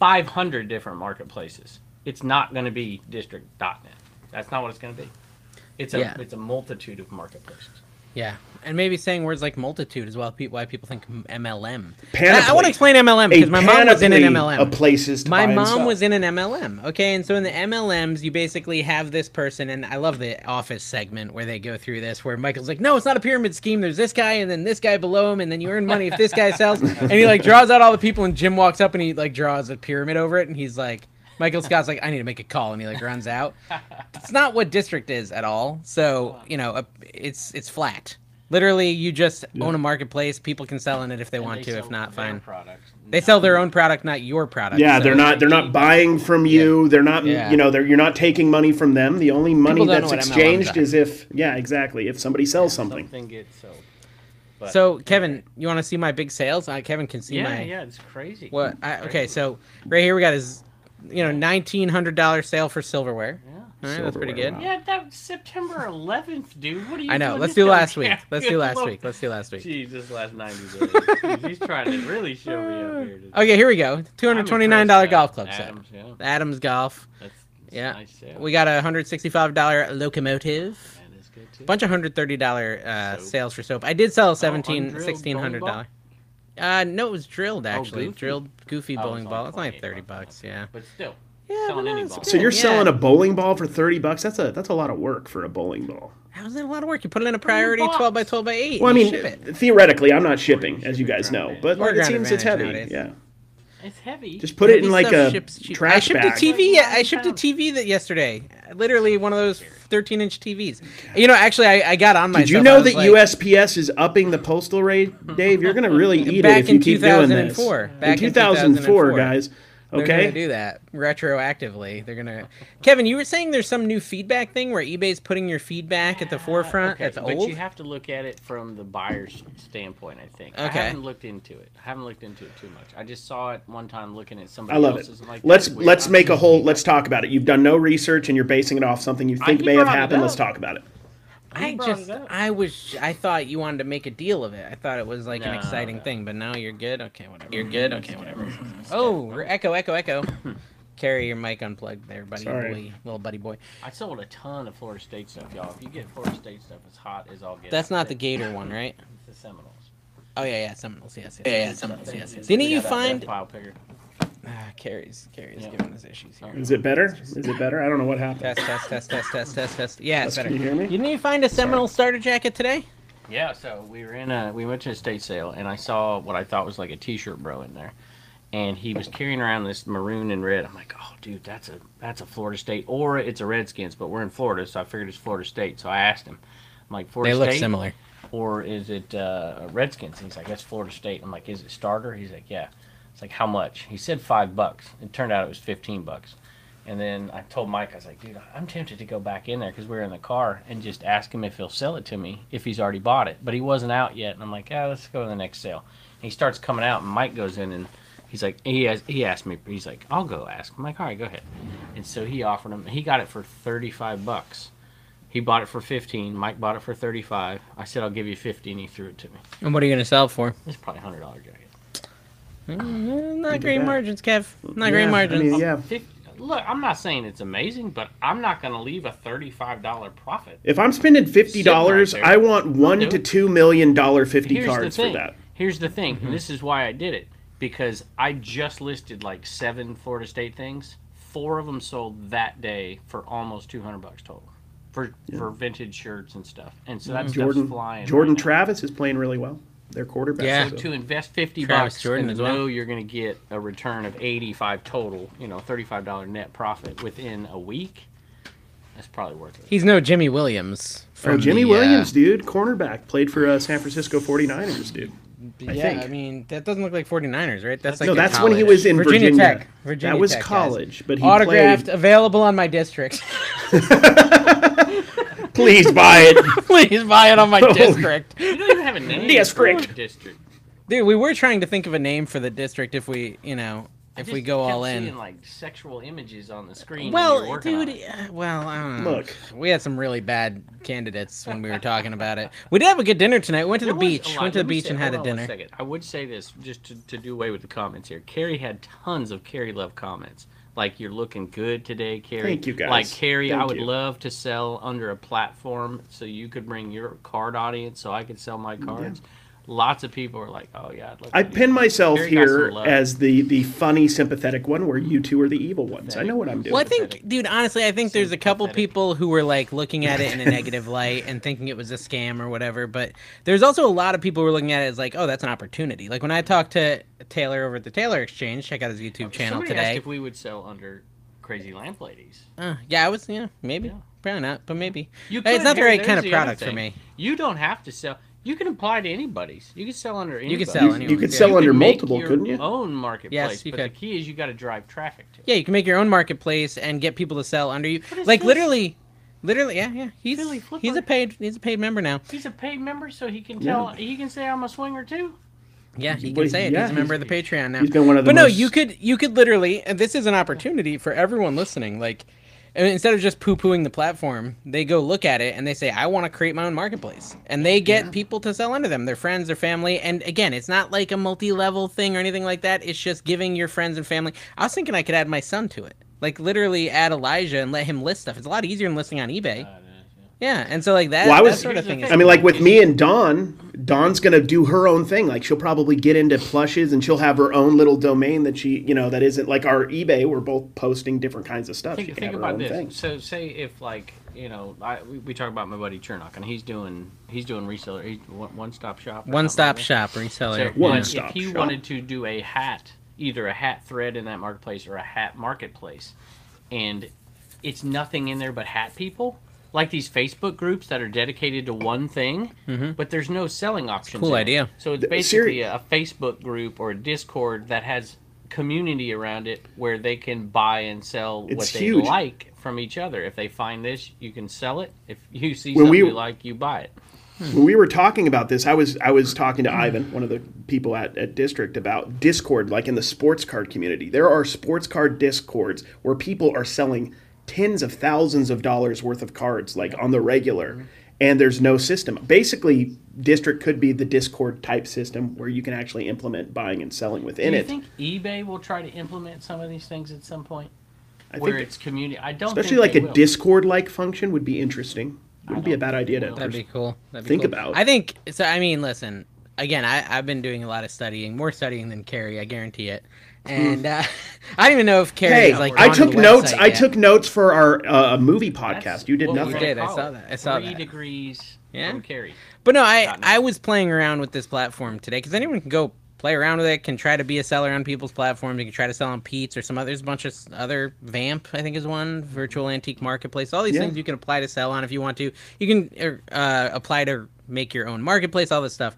[SPEAKER 4] 500 different marketplaces. It's not going to be district.net. That's not what it's going to be. It's a
[SPEAKER 2] Yeah.
[SPEAKER 4] it's a multitude of marketplaces.
[SPEAKER 2] Yeah. And maybe saying words like multitude as well. pe- Why people think M- MLM.
[SPEAKER 3] Panoply.
[SPEAKER 2] I, want to explain MLM
[SPEAKER 3] A
[SPEAKER 2] because my mom was in an
[SPEAKER 3] panoply
[SPEAKER 2] MLM.
[SPEAKER 3] Of places. To
[SPEAKER 2] my
[SPEAKER 3] buy and
[SPEAKER 2] mom
[SPEAKER 3] sell.
[SPEAKER 2] was in an MLM. Okay, and so in the MLMs, you basically have this person, and I love the office segment where they go through this, where Michael's like, "No, it's not a pyramid scheme. There's this guy, and then this guy below him, and then you earn money if this guy sells." and he like draws out all the people, and Jim walks up and he like draws a pyramid over it, and he's like, "Michael Scott's like, I need to make a call," and he like runs out. It's not what district is at all. So you know, a- it's it's flat. Literally, you just own a marketplace. People can sell in it if they want to. If not, fine.
[SPEAKER 4] Products.
[SPEAKER 2] They sell their own product, not your product.
[SPEAKER 3] Yeah,
[SPEAKER 2] so-
[SPEAKER 3] they're not. They're not buying from you. They're not.
[SPEAKER 2] Yeah.
[SPEAKER 3] You know, they're you're not taking money from them. The only money
[SPEAKER 2] People don't
[SPEAKER 3] that's
[SPEAKER 2] know what MLMs
[SPEAKER 3] exchanged
[SPEAKER 2] are.
[SPEAKER 3] is if yeah, exactly. If somebody sells something.
[SPEAKER 4] something gets sold. But-
[SPEAKER 2] So Kevin, you want to see my big sales? Uh, Kevin can see
[SPEAKER 4] yeah,
[SPEAKER 2] my
[SPEAKER 4] yeah, it's crazy.
[SPEAKER 2] what? I, okay, so right here we got his, you know, nineteen hundred dollar sale for silverware. Yeah, that's pretty
[SPEAKER 3] Silverware,
[SPEAKER 2] good.
[SPEAKER 3] wow.
[SPEAKER 4] Yeah, that was September 11th, dude. What are you?
[SPEAKER 2] I know.
[SPEAKER 4] doing
[SPEAKER 2] Let's
[SPEAKER 4] this
[SPEAKER 2] do
[SPEAKER 4] time?
[SPEAKER 2] last
[SPEAKER 4] [LAUGHS]
[SPEAKER 2] week. Let's
[SPEAKER 4] Good
[SPEAKER 2] do last
[SPEAKER 4] lord.
[SPEAKER 2] week. Let's do last week.
[SPEAKER 4] Jeez, this last 90 days. He's trying to really show me up here. today.
[SPEAKER 2] Okay, here we go. Two
[SPEAKER 4] I'm
[SPEAKER 2] hundred twenty nine dollar
[SPEAKER 4] impressed,
[SPEAKER 2] golf club
[SPEAKER 4] Adams,
[SPEAKER 2] set.
[SPEAKER 4] Yeah,
[SPEAKER 2] Adams Golf.
[SPEAKER 4] that's, that's
[SPEAKER 2] Yeah,
[SPEAKER 4] nice. Yeah,
[SPEAKER 2] we got a hundred sixty five dollar locomotive.
[SPEAKER 4] that is good too.
[SPEAKER 2] Bunch of hundred thirty dollar uh,
[SPEAKER 4] Soap. Oh,
[SPEAKER 2] sales for soap. I did sell seventeen,
[SPEAKER 4] undrilled
[SPEAKER 2] sixteen hundred
[SPEAKER 4] bowling Oh,
[SPEAKER 2] dollar. Uh, no, it was drilled actually.
[SPEAKER 4] goofy.
[SPEAKER 2] Drilled goofy
[SPEAKER 4] Oh, it's
[SPEAKER 2] bowling
[SPEAKER 4] only
[SPEAKER 2] ball. It's only
[SPEAKER 4] 28
[SPEAKER 2] thirty
[SPEAKER 4] bucks,
[SPEAKER 2] bucks. Yeah.
[SPEAKER 4] but still,
[SPEAKER 2] Yeah,
[SPEAKER 4] selling
[SPEAKER 2] but
[SPEAKER 4] any
[SPEAKER 2] that's
[SPEAKER 4] ball.
[SPEAKER 2] good.
[SPEAKER 3] So you're
[SPEAKER 2] Yeah.
[SPEAKER 3] selling a bowling ball for thirty bucks? That's a that's a lot of work for a bowling ball.
[SPEAKER 2] How's that a lot of work? You put it in a priority
[SPEAKER 4] bucks.
[SPEAKER 2] twelve by twelve by eight.
[SPEAKER 3] Well, I
[SPEAKER 2] and you
[SPEAKER 3] mean,
[SPEAKER 2] ship it.
[SPEAKER 3] theoretically, I'm not shipping, as you guys know, but
[SPEAKER 2] Or
[SPEAKER 3] like, it
[SPEAKER 2] ground
[SPEAKER 3] seems it's heavy.
[SPEAKER 2] advantage nowadays.
[SPEAKER 3] Yeah,
[SPEAKER 4] it's heavy.
[SPEAKER 3] just put it
[SPEAKER 2] Heavy
[SPEAKER 3] in like
[SPEAKER 2] stuff
[SPEAKER 3] a
[SPEAKER 2] ships cheap. I
[SPEAKER 3] trash
[SPEAKER 2] shipped
[SPEAKER 3] bag.
[SPEAKER 2] a TV. I shipped a TV that yesterday. Literally one of those thirteen inch TVs. You know, actually, I, I got on my.
[SPEAKER 3] Did you know that USPS is upping the postal rate, Dave? You're gonna really eat
[SPEAKER 2] Back
[SPEAKER 3] it if you
[SPEAKER 2] in
[SPEAKER 3] keep doing this.
[SPEAKER 2] 2004. Back in
[SPEAKER 3] 2004,
[SPEAKER 2] 2004.
[SPEAKER 3] guys.
[SPEAKER 2] They're gonna
[SPEAKER 3] Okay.
[SPEAKER 2] do that retroactively. They're gonna. Kevin, you were saying there's some new feedback thing where eBay's putting your feedback at the forefront.
[SPEAKER 4] Uh, Okay,
[SPEAKER 2] That's
[SPEAKER 4] but
[SPEAKER 2] old.
[SPEAKER 4] you have to look at it from the buyer's standpoint. I think. I
[SPEAKER 2] Okay.
[SPEAKER 4] haven't looked into it. I haven't looked into it too much. I just saw it one time looking at somebody
[SPEAKER 3] I love it.
[SPEAKER 4] else's. and like,
[SPEAKER 3] Let's
[SPEAKER 4] that's weird.
[SPEAKER 3] let's
[SPEAKER 4] I'm
[SPEAKER 3] make a
[SPEAKER 4] just-
[SPEAKER 3] whole. Let's talk about it. You've done no research, and you're basing it off something you think
[SPEAKER 4] he
[SPEAKER 3] may have
[SPEAKER 4] brought it
[SPEAKER 3] happened. Let's
[SPEAKER 4] up.
[SPEAKER 3] talk about it.
[SPEAKER 2] I
[SPEAKER 4] brought it
[SPEAKER 2] just,
[SPEAKER 4] up.
[SPEAKER 2] I was, I thought you wanted to make a deal of it. I thought it was like an
[SPEAKER 4] No,
[SPEAKER 2] exciting
[SPEAKER 4] no.
[SPEAKER 2] thing, but now you're good. Okay, whatever. You're good. Okay, whatever. oh, re- echo, echo, [LAUGHS] echo. Carry your mic unplugged there, buddy
[SPEAKER 3] Sorry.
[SPEAKER 2] boy, little buddy boy.
[SPEAKER 4] [LAUGHS] I sold a ton of Florida State stuff, y'all. If you get Florida State stuff, it's hot as all get.
[SPEAKER 2] That's
[SPEAKER 4] out.
[SPEAKER 2] not the Gator one, right?
[SPEAKER 4] It's the Seminoles.
[SPEAKER 2] Oh yeah, yeah, Seminoles. Yes, yes, yeah, yeah, Seminoles. Yes, yes. Didn't you find?
[SPEAKER 4] File picker.
[SPEAKER 2] Ah, Carrie's, Carrie's
[SPEAKER 4] Yeah.
[SPEAKER 2] giving us issues here.
[SPEAKER 3] Is it better? Is it better? I don't know what happened.
[SPEAKER 2] Test, test, test, test, test, test, test. Yeah, it's
[SPEAKER 3] Can
[SPEAKER 2] better.
[SPEAKER 3] you hear me?
[SPEAKER 2] Didn't you find a Seminole starter jacket today?
[SPEAKER 4] Yeah, so we were in a we went to a state sale and I saw what I thought was like a t-shirt bro in there. And he was carrying around this maroon and red. I'm like, "Oh, dude, that's a that's a Florida State or it's a Redskins, but we're in Florida, so I figured it's Florida State." So I asked him. I'm like, "Florida State or is it uh, Redskins?" And he's like, "That's Florida State." I'm like, "Is it starter?" He's like, "Yeah." It's like, "How much?" He said 5 bucks. It turned out it was 15 bucks. And then I told Mike, I was like, dude, I'm tempted to go back in there because we were in the car and just ask him if he'll sell it to me if he's already bought it. But he wasn't out yet. And I'm like, yeah, let's go to the next sale. And he starts coming out, and Mike goes in and he's like, he, has, he asked me, he's like, I'll go ask. I'm like, all right, go ahead. And so he offered him, he got it for 35 bucks. He bought it for 15. Mike bought it for 35. I said, I'll give you 50. And he threw it to me.
[SPEAKER 2] And what are you gonna sell it for?
[SPEAKER 4] It's probably a $100 jacket.
[SPEAKER 2] Mm, Not great
[SPEAKER 3] that.
[SPEAKER 2] margins, Kev. Not
[SPEAKER 3] Yeah,
[SPEAKER 2] great
[SPEAKER 3] I
[SPEAKER 2] margins.
[SPEAKER 3] mean, yeah.
[SPEAKER 4] Fif- Look, I'm not saying it's amazing, but I'm not going to leave a $35 profit.
[SPEAKER 3] If I'm spending fifty dollars,
[SPEAKER 4] there.
[SPEAKER 3] I want one
[SPEAKER 4] do
[SPEAKER 3] to
[SPEAKER 4] it.
[SPEAKER 3] two million dollar fifty cards
[SPEAKER 4] the
[SPEAKER 3] for
[SPEAKER 4] thing.
[SPEAKER 3] that. Mm-hmm.
[SPEAKER 4] Here's the thing, and this is why I did it because I just listed like seven Florida State things. Four of them sold that day for almost two hundred bucks total. for for vintage shirts and stuff. And so that's
[SPEAKER 3] Mm-hmm. Jordan
[SPEAKER 4] flying.
[SPEAKER 3] Jordan
[SPEAKER 4] right now.
[SPEAKER 3] Travis is playing really well. Their quarterback.
[SPEAKER 2] Yeah.
[SPEAKER 3] so-
[SPEAKER 4] to invest fifty
[SPEAKER 2] Travis
[SPEAKER 4] bucks
[SPEAKER 2] Jordan
[SPEAKER 4] and
[SPEAKER 2] as well.
[SPEAKER 4] know you're going to get a return of eighty five total, you know, thirty five dollar net profit within a week. That's probably
[SPEAKER 2] [LAUGHS]
[SPEAKER 4] worth it.
[SPEAKER 2] He's no Jimmy Williams.
[SPEAKER 3] Oh,
[SPEAKER 2] from
[SPEAKER 3] Jimmy
[SPEAKER 2] the, uh,
[SPEAKER 3] Williams, dude, cornerback, played for uh, San Francisco 49ers, dude. I
[SPEAKER 2] yeah,
[SPEAKER 3] think.
[SPEAKER 2] I mean that doesn't look like 49ers, right? That's like
[SPEAKER 3] no,
[SPEAKER 2] a
[SPEAKER 3] that's when he
[SPEAKER 2] college.
[SPEAKER 3] was in Virginia.
[SPEAKER 2] Tech. Virginia
[SPEAKER 3] that was
[SPEAKER 2] Tech, guys.
[SPEAKER 3] college, but he
[SPEAKER 2] autographed, available on my district. [LAUGHS]
[SPEAKER 3] Played, [LAUGHS] Please buy
[SPEAKER 2] [LAUGHS]
[SPEAKER 3] it.
[SPEAKER 2] Please buy it on
[SPEAKER 3] [LAUGHS] Oh.
[SPEAKER 2] my district.
[SPEAKER 4] You don't even have a name.
[SPEAKER 3] Yes,
[SPEAKER 4] for
[SPEAKER 3] correct.
[SPEAKER 4] the District.
[SPEAKER 2] Dude, we were trying to think of a name for the district if we, you know,
[SPEAKER 4] I
[SPEAKER 2] if
[SPEAKER 4] just
[SPEAKER 2] we go
[SPEAKER 4] kept
[SPEAKER 2] all
[SPEAKER 4] Seeing,
[SPEAKER 2] in.
[SPEAKER 4] like sexual images on the screen. when you were
[SPEAKER 2] Well,
[SPEAKER 4] working on
[SPEAKER 2] dude,
[SPEAKER 4] it.
[SPEAKER 2] uh, well, I don't know.
[SPEAKER 3] Look.
[SPEAKER 2] we had some really bad candidates when we were talking about it. We did have a good dinner tonight. We went to the
[SPEAKER 4] There was a
[SPEAKER 2] beach.
[SPEAKER 4] lot.
[SPEAKER 2] Went to the
[SPEAKER 4] Let me
[SPEAKER 2] beach
[SPEAKER 4] say-
[SPEAKER 2] and had
[SPEAKER 4] hold
[SPEAKER 2] a
[SPEAKER 4] on one
[SPEAKER 2] dinner.
[SPEAKER 4] second. I would say this just to, to do away with the comments here. Carrie had tons of Carrie Love comments. Like you're looking good today, Carrie.
[SPEAKER 3] Thank you, guys.
[SPEAKER 4] Like Carrie, I
[SPEAKER 3] Thank
[SPEAKER 4] would
[SPEAKER 3] you.
[SPEAKER 4] love to sell under a platform so you could bring your card audience, so I could sell my cards. Lots of people are like, "Oh yeah, I'd love."
[SPEAKER 3] I
[SPEAKER 4] to do
[SPEAKER 3] pin
[SPEAKER 4] that."
[SPEAKER 3] myself
[SPEAKER 4] Very nice
[SPEAKER 3] here
[SPEAKER 4] and low.
[SPEAKER 3] as the the funny, sympathetic one, where you two are the evil ones. I know what I'm doing.
[SPEAKER 2] Well, I think, dude, honestly, I think there's a couple
[SPEAKER 4] pathetic.
[SPEAKER 2] people who were like looking at it in a negative light and thinking it was a scam or whatever. But there's also a lot of people who are looking at it as like, oh, that's an opportunity. Like when I talked to Taylor over at the Taylor Exchange, check out his YouTube channel
[SPEAKER 4] Oh, Somebody asked
[SPEAKER 2] today.
[SPEAKER 4] if we would sell under Crazy Lamp Ladies.
[SPEAKER 2] Uh, yeah, I was, yeah, maybe.
[SPEAKER 4] Yeah.
[SPEAKER 2] Probably not, but maybe.
[SPEAKER 4] You
[SPEAKER 2] Hey, it's
[SPEAKER 4] could-
[SPEAKER 2] not the
[SPEAKER 4] here-
[SPEAKER 2] right
[SPEAKER 4] there's
[SPEAKER 2] kind of
[SPEAKER 4] other
[SPEAKER 2] product for
[SPEAKER 4] thing.
[SPEAKER 2] me.
[SPEAKER 4] You don't have to sell. You can apply to anybody's. You can sell under anybody's.
[SPEAKER 2] could sell You-
[SPEAKER 3] you
[SPEAKER 2] anyone.
[SPEAKER 3] could
[SPEAKER 2] Yeah.
[SPEAKER 3] sell
[SPEAKER 2] You
[SPEAKER 3] under
[SPEAKER 4] could make
[SPEAKER 3] multiple,
[SPEAKER 4] your
[SPEAKER 3] couldn't you?
[SPEAKER 4] Own marketplace.
[SPEAKER 2] Yes, you
[SPEAKER 4] but
[SPEAKER 2] could.
[SPEAKER 4] the key is you got to drive traffic to it.
[SPEAKER 2] Yeah, you can make your own marketplace and get people to sell under you.
[SPEAKER 4] is
[SPEAKER 2] Like
[SPEAKER 4] this?
[SPEAKER 2] literally, literally, yeah, yeah. He's
[SPEAKER 4] Billy
[SPEAKER 2] he's
[SPEAKER 4] Flipper.
[SPEAKER 2] a paid he's a paid member now.
[SPEAKER 4] He's a paid member, so he can tell. He can say I'm a swinger too.
[SPEAKER 2] Yeah, he
[SPEAKER 3] Well,
[SPEAKER 2] can say it.
[SPEAKER 3] yeah,
[SPEAKER 2] he's a member of the Patreon now.
[SPEAKER 3] he's been one of the
[SPEAKER 2] But no,
[SPEAKER 3] most-
[SPEAKER 2] you could you could literally, and this is an opportunity for everyone listening. Like, and instead of just poo pooing the platform, they go look at it and they say, "I want to create my own marketplace," and they get people to sell under them, their friends, their family. And again, it's not like a multi level thing or anything like that. It's just giving your friends and family. I was thinking I could add my son to it. Like literally add Elijah and let him list stuff. It's a lot easier than listing on eBay. yeah, and so like that,
[SPEAKER 3] Well, I
[SPEAKER 2] that
[SPEAKER 3] was-
[SPEAKER 2] sort of
[SPEAKER 4] Here's the
[SPEAKER 2] thing. Is
[SPEAKER 3] I mean, like with me and Dawn, Dawn's gonna do her own thing. Like she'll probably get into plushes and she'll have her own little domain that she, you know, that isn't like our eBay. We're both posting different kinds of stuff. she
[SPEAKER 4] Think,
[SPEAKER 3] can
[SPEAKER 4] think
[SPEAKER 3] have her
[SPEAKER 4] about
[SPEAKER 3] own
[SPEAKER 4] this.
[SPEAKER 3] thing.
[SPEAKER 4] So say if like you know, I, we, we talk about my buddy Chernock, and he's doing he's doing reseller, he's one, one stop shop. or
[SPEAKER 2] one
[SPEAKER 4] something
[SPEAKER 2] stop
[SPEAKER 4] like that.
[SPEAKER 2] shop
[SPEAKER 4] So
[SPEAKER 2] reseller.
[SPEAKER 3] One
[SPEAKER 4] if-
[SPEAKER 3] stop
[SPEAKER 4] if he
[SPEAKER 3] shop.
[SPEAKER 4] wanted to do a hat, either a hat thread in that marketplace or a hat marketplace, and it's nothing in there but hat people, like these Facebook groups that are dedicated to one thing, but there's no selling options.
[SPEAKER 2] Mm-hmm. cool
[SPEAKER 4] in it.
[SPEAKER 2] idea.
[SPEAKER 4] So it's
[SPEAKER 3] Th-
[SPEAKER 4] basically
[SPEAKER 3] seri-
[SPEAKER 4] a Facebook group or a Discord that has community around it where they can buy and sell what
[SPEAKER 3] It's
[SPEAKER 4] they
[SPEAKER 3] huge.
[SPEAKER 4] like from each other. If they find this, you can sell it. If you see
[SPEAKER 3] When we-
[SPEAKER 4] something you like, you buy it.
[SPEAKER 3] when we were talking about this, I was I was talking to Ivan, one of the people at, at District, about Discord, like in the sports card community. There are sports card discords where people are selling tens of thousands of dollars worth of cards, like on the
[SPEAKER 4] Mm-hmm.
[SPEAKER 3] regular, and there's no system. Basically, District could be the Discord type system where you can actually implement buying and selling within
[SPEAKER 4] Do you
[SPEAKER 3] it.
[SPEAKER 4] think eBay will try to implement some of these things at some point?
[SPEAKER 3] I
[SPEAKER 4] where
[SPEAKER 3] think
[SPEAKER 4] it's community. I don't
[SPEAKER 3] especially
[SPEAKER 4] think
[SPEAKER 3] like
[SPEAKER 4] they
[SPEAKER 3] a
[SPEAKER 4] will.
[SPEAKER 3] Discord like function would be interesting. Wouldn't be a bad idea to
[SPEAKER 2] That'd be cool. That'd be
[SPEAKER 3] Think
[SPEAKER 2] cool.
[SPEAKER 3] about.
[SPEAKER 2] I think so. I mean, listen. Again, I, I've been doing a lot of studying, more studying than Carrie. I guarantee it. And uh, [LAUGHS] I don't even know if Carrie
[SPEAKER 3] Hmm. Hey,
[SPEAKER 2] is like.
[SPEAKER 3] I
[SPEAKER 2] gone to
[SPEAKER 3] took
[SPEAKER 2] the
[SPEAKER 3] notes.
[SPEAKER 2] website
[SPEAKER 3] I
[SPEAKER 2] yet.
[SPEAKER 3] took notes for our uh, movie podcast.
[SPEAKER 4] That's
[SPEAKER 3] you did
[SPEAKER 4] what we're
[SPEAKER 3] nothing.
[SPEAKER 4] gonna
[SPEAKER 2] did, I
[SPEAKER 4] call
[SPEAKER 2] saw
[SPEAKER 4] it.
[SPEAKER 2] that, I saw
[SPEAKER 4] Three
[SPEAKER 2] that.
[SPEAKER 4] degrees
[SPEAKER 2] Yeah.
[SPEAKER 4] from Kerry.
[SPEAKER 2] But no, I
[SPEAKER 4] Not now.
[SPEAKER 2] I was playing around with this platform today because anyone can go play around with it, can try to be a seller on people's platforms, you can try to sell on Pete's or some other. There's a bunch of s- other Vamp, I think is one virtual antique marketplace. All these
[SPEAKER 3] Yeah.
[SPEAKER 2] things you can apply to sell on if you want to. You can er, uh, apply to make your own marketplace, all this stuff.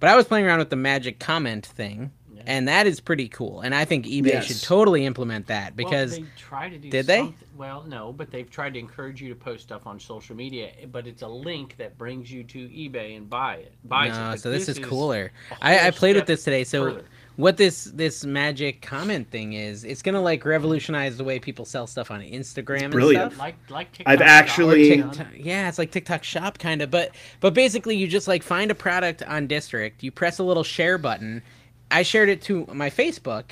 [SPEAKER 2] But I was playing around with the magic comment thing, and that is pretty cool. And I think eBay
[SPEAKER 3] Yes.
[SPEAKER 2] should totally implement that because.
[SPEAKER 4] well, they try to do
[SPEAKER 2] did they?
[SPEAKER 4] something- Well, no, but they've tried to encourage you to post stuff on social media, but it's a link that brings you to eBay and buy it. Buys it.
[SPEAKER 2] No,
[SPEAKER 4] But
[SPEAKER 2] so this, is cooler.
[SPEAKER 4] a
[SPEAKER 2] I, I
[SPEAKER 4] whole
[SPEAKER 2] played with
[SPEAKER 4] step
[SPEAKER 2] this today. So
[SPEAKER 4] further.
[SPEAKER 2] what this this magic comment thing is, it's gonna like revolutionize the way people sell stuff on Instagram.
[SPEAKER 3] brilliant.
[SPEAKER 2] And stuff.
[SPEAKER 4] Like like TikTok
[SPEAKER 3] I've
[SPEAKER 4] shop.
[SPEAKER 3] actually-
[SPEAKER 4] Or
[SPEAKER 2] TikTok, yeah, it's like TikTok Shop kind of, but but basically you just like find a product on District, you press a little share button. I shared it to my Facebook,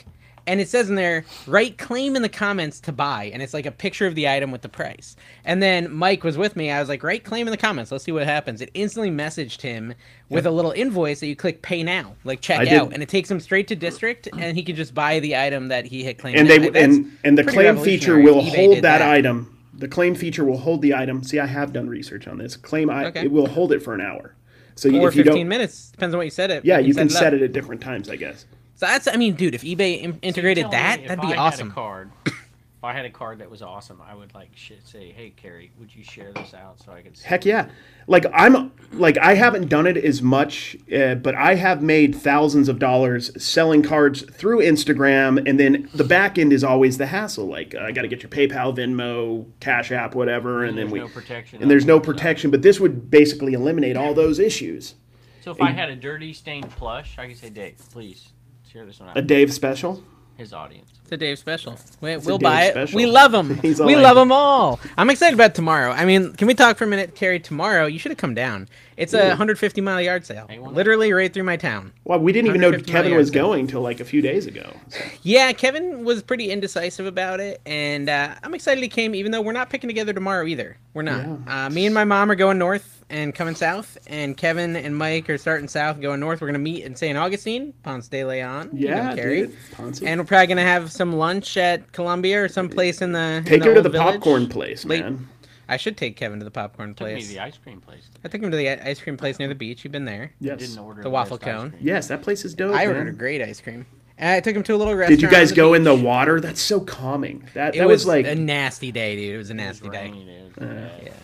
[SPEAKER 2] and it says in there, write claim in the comments to buy, and it's like a picture of the item with the price. And then Mike was with me. I was like, write claim in the comments. Let's see what happens. It instantly messaged him with a little invoice that you click pay now, like check
[SPEAKER 3] I did-
[SPEAKER 2] out, and it takes him straight to District, and he can just buy the item that he had claimed.
[SPEAKER 3] and
[SPEAKER 2] now.
[SPEAKER 3] they
[SPEAKER 2] Like, that's
[SPEAKER 3] and and the
[SPEAKER 2] pretty
[SPEAKER 3] claim feature
[SPEAKER 2] revolutionary.
[SPEAKER 3] will
[SPEAKER 2] eBay
[SPEAKER 3] hold
[SPEAKER 2] did
[SPEAKER 3] that, item The claim feature will hold the item. See, I have done research on this. Claim I,
[SPEAKER 2] Okay.
[SPEAKER 3] it will hold it for an hour. So you,
[SPEAKER 2] Or
[SPEAKER 3] if you don't,
[SPEAKER 2] fifteen minutes depends on what you set it.
[SPEAKER 3] yeah, you can
[SPEAKER 2] up.
[SPEAKER 3] set it at different times, I guess.
[SPEAKER 2] So that's I mean, dude, if eBay im- integrated
[SPEAKER 4] Tell me
[SPEAKER 2] that,
[SPEAKER 4] if
[SPEAKER 2] that'd be
[SPEAKER 4] I
[SPEAKER 2] awesome.
[SPEAKER 4] Had a card, if I had a card that was awesome, I would like shit, say, "Hey, Carrie, would you share this out so I could?" see
[SPEAKER 3] Heck yeah. Like I'm like I haven't done it as much, uh, but I have made thousands of dollars selling cards through Instagram, and then the back end is always the hassle. Like uh, I got to get your PayPal, Venmo, Cash App, whatever, and, then
[SPEAKER 4] there's
[SPEAKER 3] we
[SPEAKER 4] no protection
[SPEAKER 3] and there's
[SPEAKER 4] on
[SPEAKER 3] no
[SPEAKER 4] it, so-
[SPEAKER 3] protection. But this would basically eliminate all those issues.
[SPEAKER 4] So if I had a dirty stained plush, I could say, "Dave, please share this one out."
[SPEAKER 3] A Dave special.
[SPEAKER 4] His audience.
[SPEAKER 2] It's a Dave special. We, we'll
[SPEAKER 3] Dave
[SPEAKER 2] buy it.
[SPEAKER 3] special.
[SPEAKER 2] We love them.
[SPEAKER 3] [LAUGHS] He's all
[SPEAKER 2] we
[SPEAKER 3] like-
[SPEAKER 2] love them all. I'm excited about tomorrow. I mean, can we talk for a minute, Carrie? Tomorrow, you should have come down. It's a 150 mile yard sale,
[SPEAKER 4] won't.
[SPEAKER 2] literally right through my town.
[SPEAKER 3] Well, we didn't even know
[SPEAKER 2] 150
[SPEAKER 3] Kevin
[SPEAKER 2] million
[SPEAKER 3] was
[SPEAKER 2] yards, yeah.
[SPEAKER 3] going till like a few days ago.
[SPEAKER 2] Yeah, Kevin was pretty indecisive about it, and uh, I'm excited he came. Even though we're not picking together tomorrow either, we're not. Uh, me and my mom are going north and coming south, and Kevin and Mike are starting south, and going north. We're gonna meet in St. Augustine, Ponce de Leon. you know,
[SPEAKER 3] Yeah,
[SPEAKER 2] Carrie.
[SPEAKER 3] dude, Ponce.
[SPEAKER 2] And we're probably gonna have some lunch at Columbia or someplace in the. in
[SPEAKER 3] Take her to
[SPEAKER 2] old
[SPEAKER 3] the
[SPEAKER 2] village.
[SPEAKER 3] popcorn place,
[SPEAKER 2] Late-
[SPEAKER 3] man.
[SPEAKER 2] I should take Kevin to the popcorn
[SPEAKER 4] Took me to
[SPEAKER 2] place.
[SPEAKER 4] the ice cream place.
[SPEAKER 2] I took him to the ice cream place near the beach. You've been there.
[SPEAKER 4] I
[SPEAKER 3] Yes,
[SPEAKER 4] didn't order
[SPEAKER 2] The
[SPEAKER 4] the
[SPEAKER 2] waffle
[SPEAKER 4] best ice
[SPEAKER 2] cone.
[SPEAKER 4] cream.
[SPEAKER 3] yes, that place is dope.
[SPEAKER 2] I
[SPEAKER 3] man.
[SPEAKER 2] ordered a great ice cream. And I took him to a little restaurant.
[SPEAKER 3] Did you guys
[SPEAKER 2] on the
[SPEAKER 3] go in the
[SPEAKER 2] beach.
[SPEAKER 3] water? That's so calming. That
[SPEAKER 2] It
[SPEAKER 3] that was, like
[SPEAKER 2] a nasty day, dude. It was a
[SPEAKER 4] It was
[SPEAKER 2] nasty day.
[SPEAKER 4] rainy, dude. It was bad.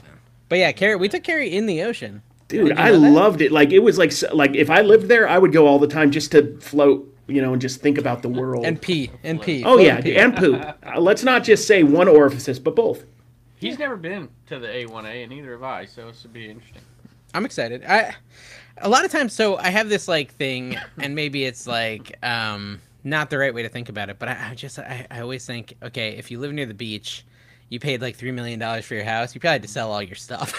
[SPEAKER 2] But yeah, Carrie, we took Carrie in the ocean.
[SPEAKER 3] Dude,
[SPEAKER 2] you
[SPEAKER 3] I
[SPEAKER 2] know that?
[SPEAKER 3] loved it. Like it was like s- like if I lived there, I would go all the time just to float, you know, and just think about the world.
[SPEAKER 2] And pee, and pee.
[SPEAKER 3] oh yeah,
[SPEAKER 2] pee.
[SPEAKER 3] and poop. Uh, Let's not just say one orifice, but both.
[SPEAKER 4] He's never been to the A1A, and neither have I, so this would be interesting.
[SPEAKER 2] I'm excited. I a lot of times so I have this like thing and maybe it's like um not the right way to think about it, but I, I just I, I always think, okay, if you live near the beach, you paid like three million dollars for your house, you probably had to sell all your stuff.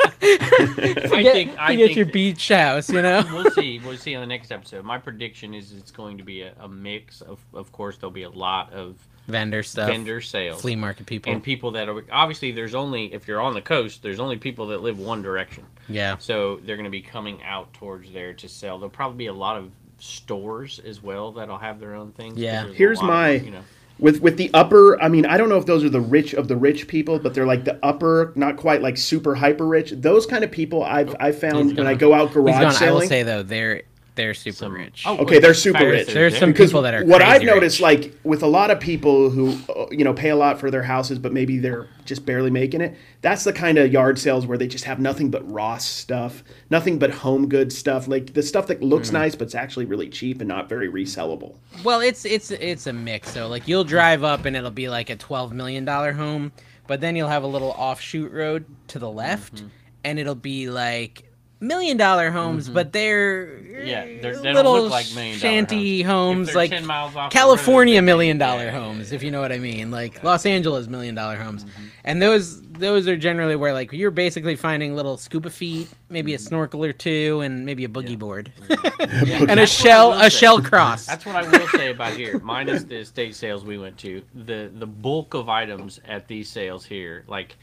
[SPEAKER 2] [LAUGHS]
[SPEAKER 4] I
[SPEAKER 2] Get-
[SPEAKER 4] think I
[SPEAKER 2] to get
[SPEAKER 4] think
[SPEAKER 2] your
[SPEAKER 4] that-
[SPEAKER 2] beach house, you know?
[SPEAKER 4] [LAUGHS] we'll see. We'll see on the next episode. My prediction is it's going to be a, a mix of, of course, there'll be a lot of
[SPEAKER 2] Vendor stuff.
[SPEAKER 4] vendor sales
[SPEAKER 2] flea market people.
[SPEAKER 4] and people that are obviously there's only if you're on the coast, there's only people that live one direction.
[SPEAKER 2] yeah.
[SPEAKER 4] So they're going to be coming out towards there to sell. There'll probably be a lot of stores as well that'll have their own things. 'cause
[SPEAKER 2] Yeah.
[SPEAKER 4] there's a
[SPEAKER 3] Here's
[SPEAKER 4] lot of,
[SPEAKER 3] my
[SPEAKER 4] you know,
[SPEAKER 3] with with the upper. I mean, I don't know if those are the rich of the rich people, but they're like the upper, not quite like super hyper rich. Those kind of people I've I found when I go out
[SPEAKER 2] He's
[SPEAKER 3] garage
[SPEAKER 2] gone, I will
[SPEAKER 3] selling.
[SPEAKER 2] say though, they're they're super
[SPEAKER 4] some-
[SPEAKER 2] rich.
[SPEAKER 4] Oh,
[SPEAKER 3] Okay, they're
[SPEAKER 4] in
[SPEAKER 3] super
[SPEAKER 4] fact,
[SPEAKER 3] rich.
[SPEAKER 2] There's
[SPEAKER 4] there.
[SPEAKER 2] some
[SPEAKER 3] because
[SPEAKER 2] people that are
[SPEAKER 3] what
[SPEAKER 2] crazy
[SPEAKER 3] I've
[SPEAKER 2] rich.
[SPEAKER 3] noticed, like with a lot of people who uh, you know pay a lot for their houses, but maybe they're just barely making it. That's the kind of yard sales where they just have nothing but Ross stuff, nothing but home good stuff, like the stuff that
[SPEAKER 2] Mm.
[SPEAKER 3] looks nice but's actually really cheap and not very resellable.
[SPEAKER 2] Well, it's it's it's a mix. So like you'll drive up and it'll be like a twelve million dollar home, but then you'll have a little offshoot road to the left,
[SPEAKER 4] Mm-hmm.
[SPEAKER 2] and it'll be like million dollar homes, but they're
[SPEAKER 4] Mm-hmm.
[SPEAKER 2] eh,
[SPEAKER 4] Yeah, they're- they don't
[SPEAKER 2] little
[SPEAKER 4] look like million dollar
[SPEAKER 2] shanty
[SPEAKER 4] If
[SPEAKER 2] homes,
[SPEAKER 4] they're
[SPEAKER 2] like
[SPEAKER 4] 10 miles off the
[SPEAKER 2] California
[SPEAKER 4] road, they're-
[SPEAKER 2] million dollar
[SPEAKER 4] yeah, Mm-hmm. yeah,
[SPEAKER 2] homes, if you know what I mean, like Los Angeles million dollar homes, and those those are generally where like you're basically finding little scuba feet, maybe
[SPEAKER 4] Mm-hmm.
[SPEAKER 2] a snorkel or two, and maybe a boogie board, [LAUGHS]
[SPEAKER 3] [LAUGHS]
[SPEAKER 2] and a
[SPEAKER 4] That's what I
[SPEAKER 2] shell
[SPEAKER 4] will
[SPEAKER 2] a
[SPEAKER 4] say.
[SPEAKER 2] shell cross.
[SPEAKER 4] That's what I will say about here. Minus the estate sales we went to, the the bulk of items at these sales here, like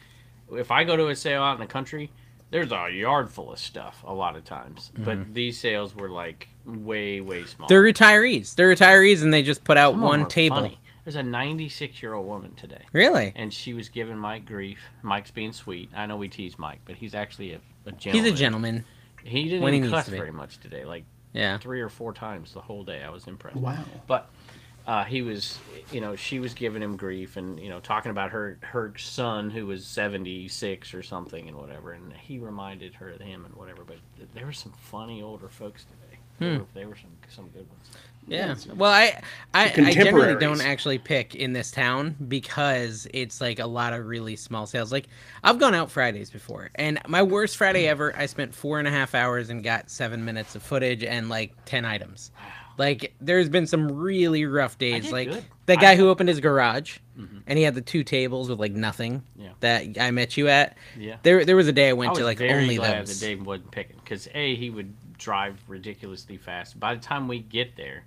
[SPEAKER 4] if I go to a sale out in the country, there's a yard full of stuff a lot of times.
[SPEAKER 2] Mm-hmm.
[SPEAKER 4] But these sales were like way way small.
[SPEAKER 2] They're retirees. They're retirees, and they just put out
[SPEAKER 4] Some of them
[SPEAKER 2] one
[SPEAKER 4] are
[SPEAKER 2] table.
[SPEAKER 4] funny. There's a 96 year old woman today,
[SPEAKER 2] Really?
[SPEAKER 4] and she was giving Mike grief. Mike's being sweet. I know we tease Mike, but he's actually a, a
[SPEAKER 2] He's
[SPEAKER 4] gentleman.
[SPEAKER 2] a gentleman.
[SPEAKER 4] He didn't
[SPEAKER 2] when he
[SPEAKER 4] even
[SPEAKER 2] needs
[SPEAKER 4] cuss
[SPEAKER 2] to be.
[SPEAKER 4] very much today. Like
[SPEAKER 2] Yeah.
[SPEAKER 4] three or four times the whole day. I was impressed.
[SPEAKER 3] Wow.
[SPEAKER 4] But uh, he was, you know, she was giving him grief and you know talking about her her son who was seventy six or something and whatever, and he reminded her of him and whatever. But th- there were some funny older folks today.
[SPEAKER 2] Hmm.
[SPEAKER 4] There, were, there were some some good ones.
[SPEAKER 2] Yeah. Well, I I, I generally
[SPEAKER 3] Contemporaries.
[SPEAKER 2] don't actually pick in this town because it's like a lot of really small sales. Like I've gone out Fridays before, and my worst
[SPEAKER 4] Mm.
[SPEAKER 2] Friday ever, I spent four and a half hours and got seven minutes of footage and like ten items. Like there's been some really rough days.
[SPEAKER 4] did
[SPEAKER 2] Like
[SPEAKER 4] good.
[SPEAKER 2] the guy who opened his garage, and he had the two tables with like nothing.
[SPEAKER 4] Yeah.
[SPEAKER 2] That I met you at.
[SPEAKER 4] Yeah.
[SPEAKER 2] There there was a day I went
[SPEAKER 4] I was
[SPEAKER 2] to like
[SPEAKER 4] very
[SPEAKER 2] only
[SPEAKER 4] glad
[SPEAKER 2] those.
[SPEAKER 4] that Dave wasn't picking because a he would drive ridiculously fast. By the time we get there,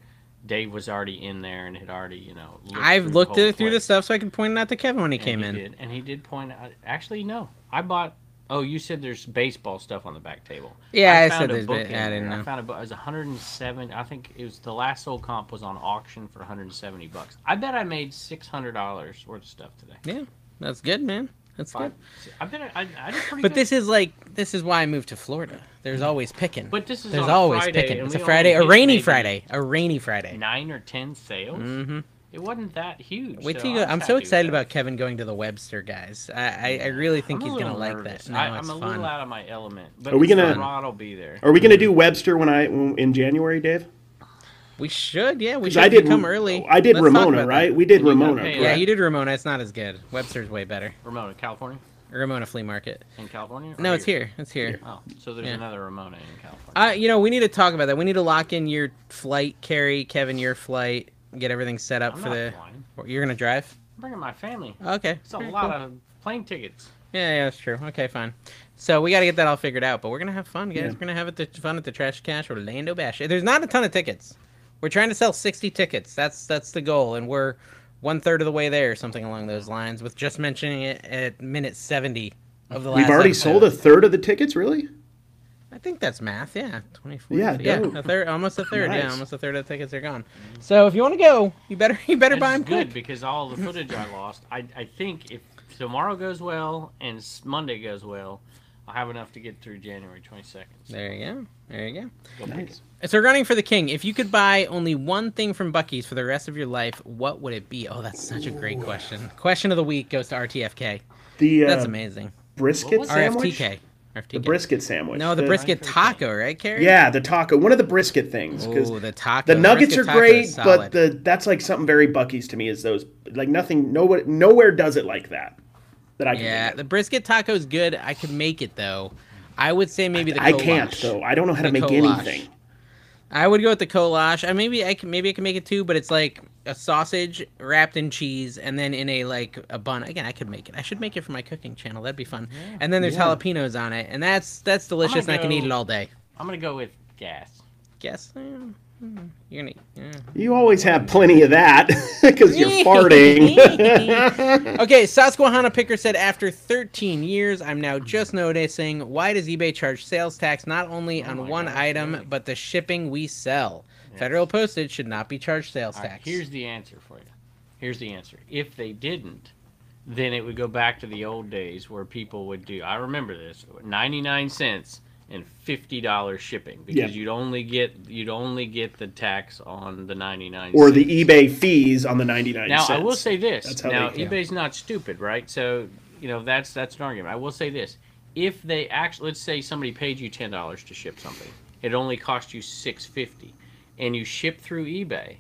[SPEAKER 4] Dave was already in there and had already you know. Looked
[SPEAKER 2] I've
[SPEAKER 4] through
[SPEAKER 2] looked
[SPEAKER 4] the whole
[SPEAKER 2] through the
[SPEAKER 4] place.
[SPEAKER 2] stuff so I could point it out to Kevin when he came in.
[SPEAKER 4] and he Did, and he did point out. Actually, no. I bought. Oh, you said there's baseball stuff on the back table.
[SPEAKER 2] Yeah, I said
[SPEAKER 4] found a
[SPEAKER 2] there's
[SPEAKER 4] book
[SPEAKER 2] ba-
[SPEAKER 4] in
[SPEAKER 2] I didn't
[SPEAKER 4] there.
[SPEAKER 2] know.
[SPEAKER 4] I found a book. It was 107. I think it was the last sold comp was on auction for 170 bucks. I bet I made 600 dollars worth of stuff today.
[SPEAKER 2] Yeah, that's good, man. That's
[SPEAKER 4] Fine.
[SPEAKER 2] good.
[SPEAKER 4] I've been. I, I did pretty
[SPEAKER 2] But
[SPEAKER 4] good.
[SPEAKER 2] this is like this is why I moved to Florida. There's always picking.
[SPEAKER 4] Mm. But this is
[SPEAKER 2] there's
[SPEAKER 4] on
[SPEAKER 2] always
[SPEAKER 4] Friday,
[SPEAKER 2] picking.
[SPEAKER 4] and
[SPEAKER 2] It's a
[SPEAKER 4] we
[SPEAKER 2] Friday,
[SPEAKER 4] only
[SPEAKER 2] a
[SPEAKER 4] hit
[SPEAKER 2] rainy
[SPEAKER 4] maybe
[SPEAKER 2] Friday, a rainy Friday.
[SPEAKER 4] nine or ten sales. It wasn't that huge.
[SPEAKER 2] Mm-hmm. Wait
[SPEAKER 4] so
[SPEAKER 2] till you go.
[SPEAKER 4] was
[SPEAKER 2] I'm so
[SPEAKER 4] happy with
[SPEAKER 2] excited
[SPEAKER 4] that.
[SPEAKER 2] about Kevin going to the Webster guys. I I, I really think
[SPEAKER 4] I'm a
[SPEAKER 2] he's gonna
[SPEAKER 4] little
[SPEAKER 2] like
[SPEAKER 4] nervous.
[SPEAKER 2] that. No,
[SPEAKER 4] I,
[SPEAKER 2] it's
[SPEAKER 4] I'm a
[SPEAKER 2] fun.
[SPEAKER 4] little out of my element. But
[SPEAKER 3] Are we gonna-
[SPEAKER 4] Rod will be there.
[SPEAKER 3] Are we gonna do Webster when I when, in January, Dave?
[SPEAKER 2] We should, yeah, we
[SPEAKER 3] 'Cause
[SPEAKER 2] should
[SPEAKER 3] I
[SPEAKER 2] if you
[SPEAKER 3] did
[SPEAKER 2] come
[SPEAKER 3] Ra-
[SPEAKER 2] early.
[SPEAKER 3] I did
[SPEAKER 2] Let's talk about
[SPEAKER 3] Ramona,
[SPEAKER 2] that.
[SPEAKER 3] right? We did Ramona.
[SPEAKER 4] okay,
[SPEAKER 2] Yeah,
[SPEAKER 3] correct?
[SPEAKER 2] you did Ramona. It's not as good. Webster's way better.
[SPEAKER 4] Ramona, California,
[SPEAKER 2] Ramona Flea Market.
[SPEAKER 4] in California. or
[SPEAKER 2] No, it's here. It's here.
[SPEAKER 4] Oh, so there's
[SPEAKER 2] Yeah.
[SPEAKER 4] another Ramona in California.
[SPEAKER 2] Uh, you know, we need to talk about that. We need to lock in your flight, Carrie, Kevin, your flight, get everything set up
[SPEAKER 4] I'm
[SPEAKER 2] for
[SPEAKER 4] not
[SPEAKER 2] the. Uh,
[SPEAKER 4] flying.
[SPEAKER 2] You're gonna drive? Oh,
[SPEAKER 4] I'm bringing my family.
[SPEAKER 2] Okay.
[SPEAKER 4] It's a
[SPEAKER 2] Very
[SPEAKER 4] lot
[SPEAKER 2] cool.
[SPEAKER 4] of plane tickets.
[SPEAKER 2] Yeah, yeah, that's true. Okay, fine. So we got to get that all figured out, but we're gonna have fun, guys.
[SPEAKER 3] Yeah.
[SPEAKER 2] We're gonna have it the fun at the Trash Cash Orlando Bash. There's not a ton of tickets. We're trying to sell 60 tickets. That's that's the goal, and we're one third of the way there, or something along those lines. With just mentioning it at minute 70 of the last.
[SPEAKER 3] We've already
[SPEAKER 2] episode.
[SPEAKER 3] sold a third of the tickets, really?
[SPEAKER 2] I think that's math. Yeah, 24.
[SPEAKER 3] Yeah,
[SPEAKER 2] yeah,
[SPEAKER 3] dope.
[SPEAKER 2] a third, almost a third. Yeah,
[SPEAKER 3] Nice.
[SPEAKER 2] almost a third of the tickets are gone. So if you want to go, you better [LAUGHS] you better
[SPEAKER 4] It's
[SPEAKER 2] buy them
[SPEAKER 4] good
[SPEAKER 2] quick.
[SPEAKER 4] because all the footage I lost. I, I think if tomorrow goes well and s- Monday goes well, I'll have enough to get through January 22nd. So
[SPEAKER 2] There you go. There you go.
[SPEAKER 4] go pick
[SPEAKER 3] Nice.
[SPEAKER 2] So running for the king. If you could buy only one thing from Bucky's for the rest of your life, what would it be? Oh, that's such a great question. Question of the week goes to RTFK.
[SPEAKER 3] The uh,
[SPEAKER 2] That's amazing.
[SPEAKER 3] brisket
[SPEAKER 4] What was-
[SPEAKER 3] sandwich.
[SPEAKER 2] RFTK. RFTK.
[SPEAKER 3] The brisket sandwich.
[SPEAKER 2] No, the brisket taco, right, Carrie?
[SPEAKER 3] Yeah, the taco. One of the brisket things. 'cause
[SPEAKER 2] Ooh, the taco.
[SPEAKER 3] the nuggets
[SPEAKER 2] Brisket
[SPEAKER 3] are
[SPEAKER 2] taco
[SPEAKER 3] great,
[SPEAKER 2] is
[SPEAKER 3] but
[SPEAKER 2] solid.
[SPEAKER 3] the that's like something very Bucky's to me. Is those like nothing? Nowhere, nowhere does it like that. That I can.
[SPEAKER 2] yeah,
[SPEAKER 3] think
[SPEAKER 2] the brisket taco is good. I could make it though. I would say maybe the
[SPEAKER 3] of. I can't
[SPEAKER 2] goulash.
[SPEAKER 3] though. I don't know how to
[SPEAKER 2] The
[SPEAKER 3] make
[SPEAKER 2] goulash.
[SPEAKER 3] anything.
[SPEAKER 2] I would go with the collage. I maybe I can maybe I can make it too, but it's like a sausage wrapped in cheese and then in a like a bun. Again, I could make it. I should make it for my cooking channel. That'd be fun. And then there's jalapenos on it, and that's that's delicious. And I can eat
[SPEAKER 4] go-
[SPEAKER 2] it all day.
[SPEAKER 4] I'm going to go with gas.
[SPEAKER 2] Guess eh, mm, you're gonna. yeah.
[SPEAKER 3] You always have plenty of that [LAUGHS] because
[SPEAKER 2] [LAUGHS]
[SPEAKER 3] you're farting.
[SPEAKER 2] okay, Susquehanna Picker said, after 13 years, I'm now just noticing why does eBay charge sales tax not only on one item but the shipping we sell. Federal postage should not be charged sales
[SPEAKER 4] All
[SPEAKER 2] tax.
[SPEAKER 4] right, Uh, here's the answer for you. Here's the answer. If they didn't, then it would go back to the old days where people would do. I remember this: ninety-nine cents and fifty dollars shipping because
[SPEAKER 3] Yeah.
[SPEAKER 4] you'd only get you'd only get the tax on the ninety-nine
[SPEAKER 3] or
[SPEAKER 4] cents.
[SPEAKER 3] the eBay fees on the ninety nine.
[SPEAKER 4] Now I will say this.
[SPEAKER 3] That's how
[SPEAKER 4] now
[SPEAKER 3] they- yeah.
[SPEAKER 4] eBay's not stupid, right? So you know that's that's an argument. I will say this: if they actually, let's say somebody paid you ten dollars to ship something, it only cost you six fifty, and you ship through eBay,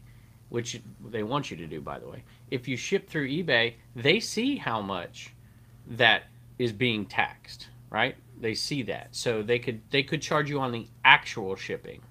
[SPEAKER 4] which they want you to do, by the way. If you ship through eBay, they see how much that is being taxed, right? They see that, so they could they could charge you on the actual shipping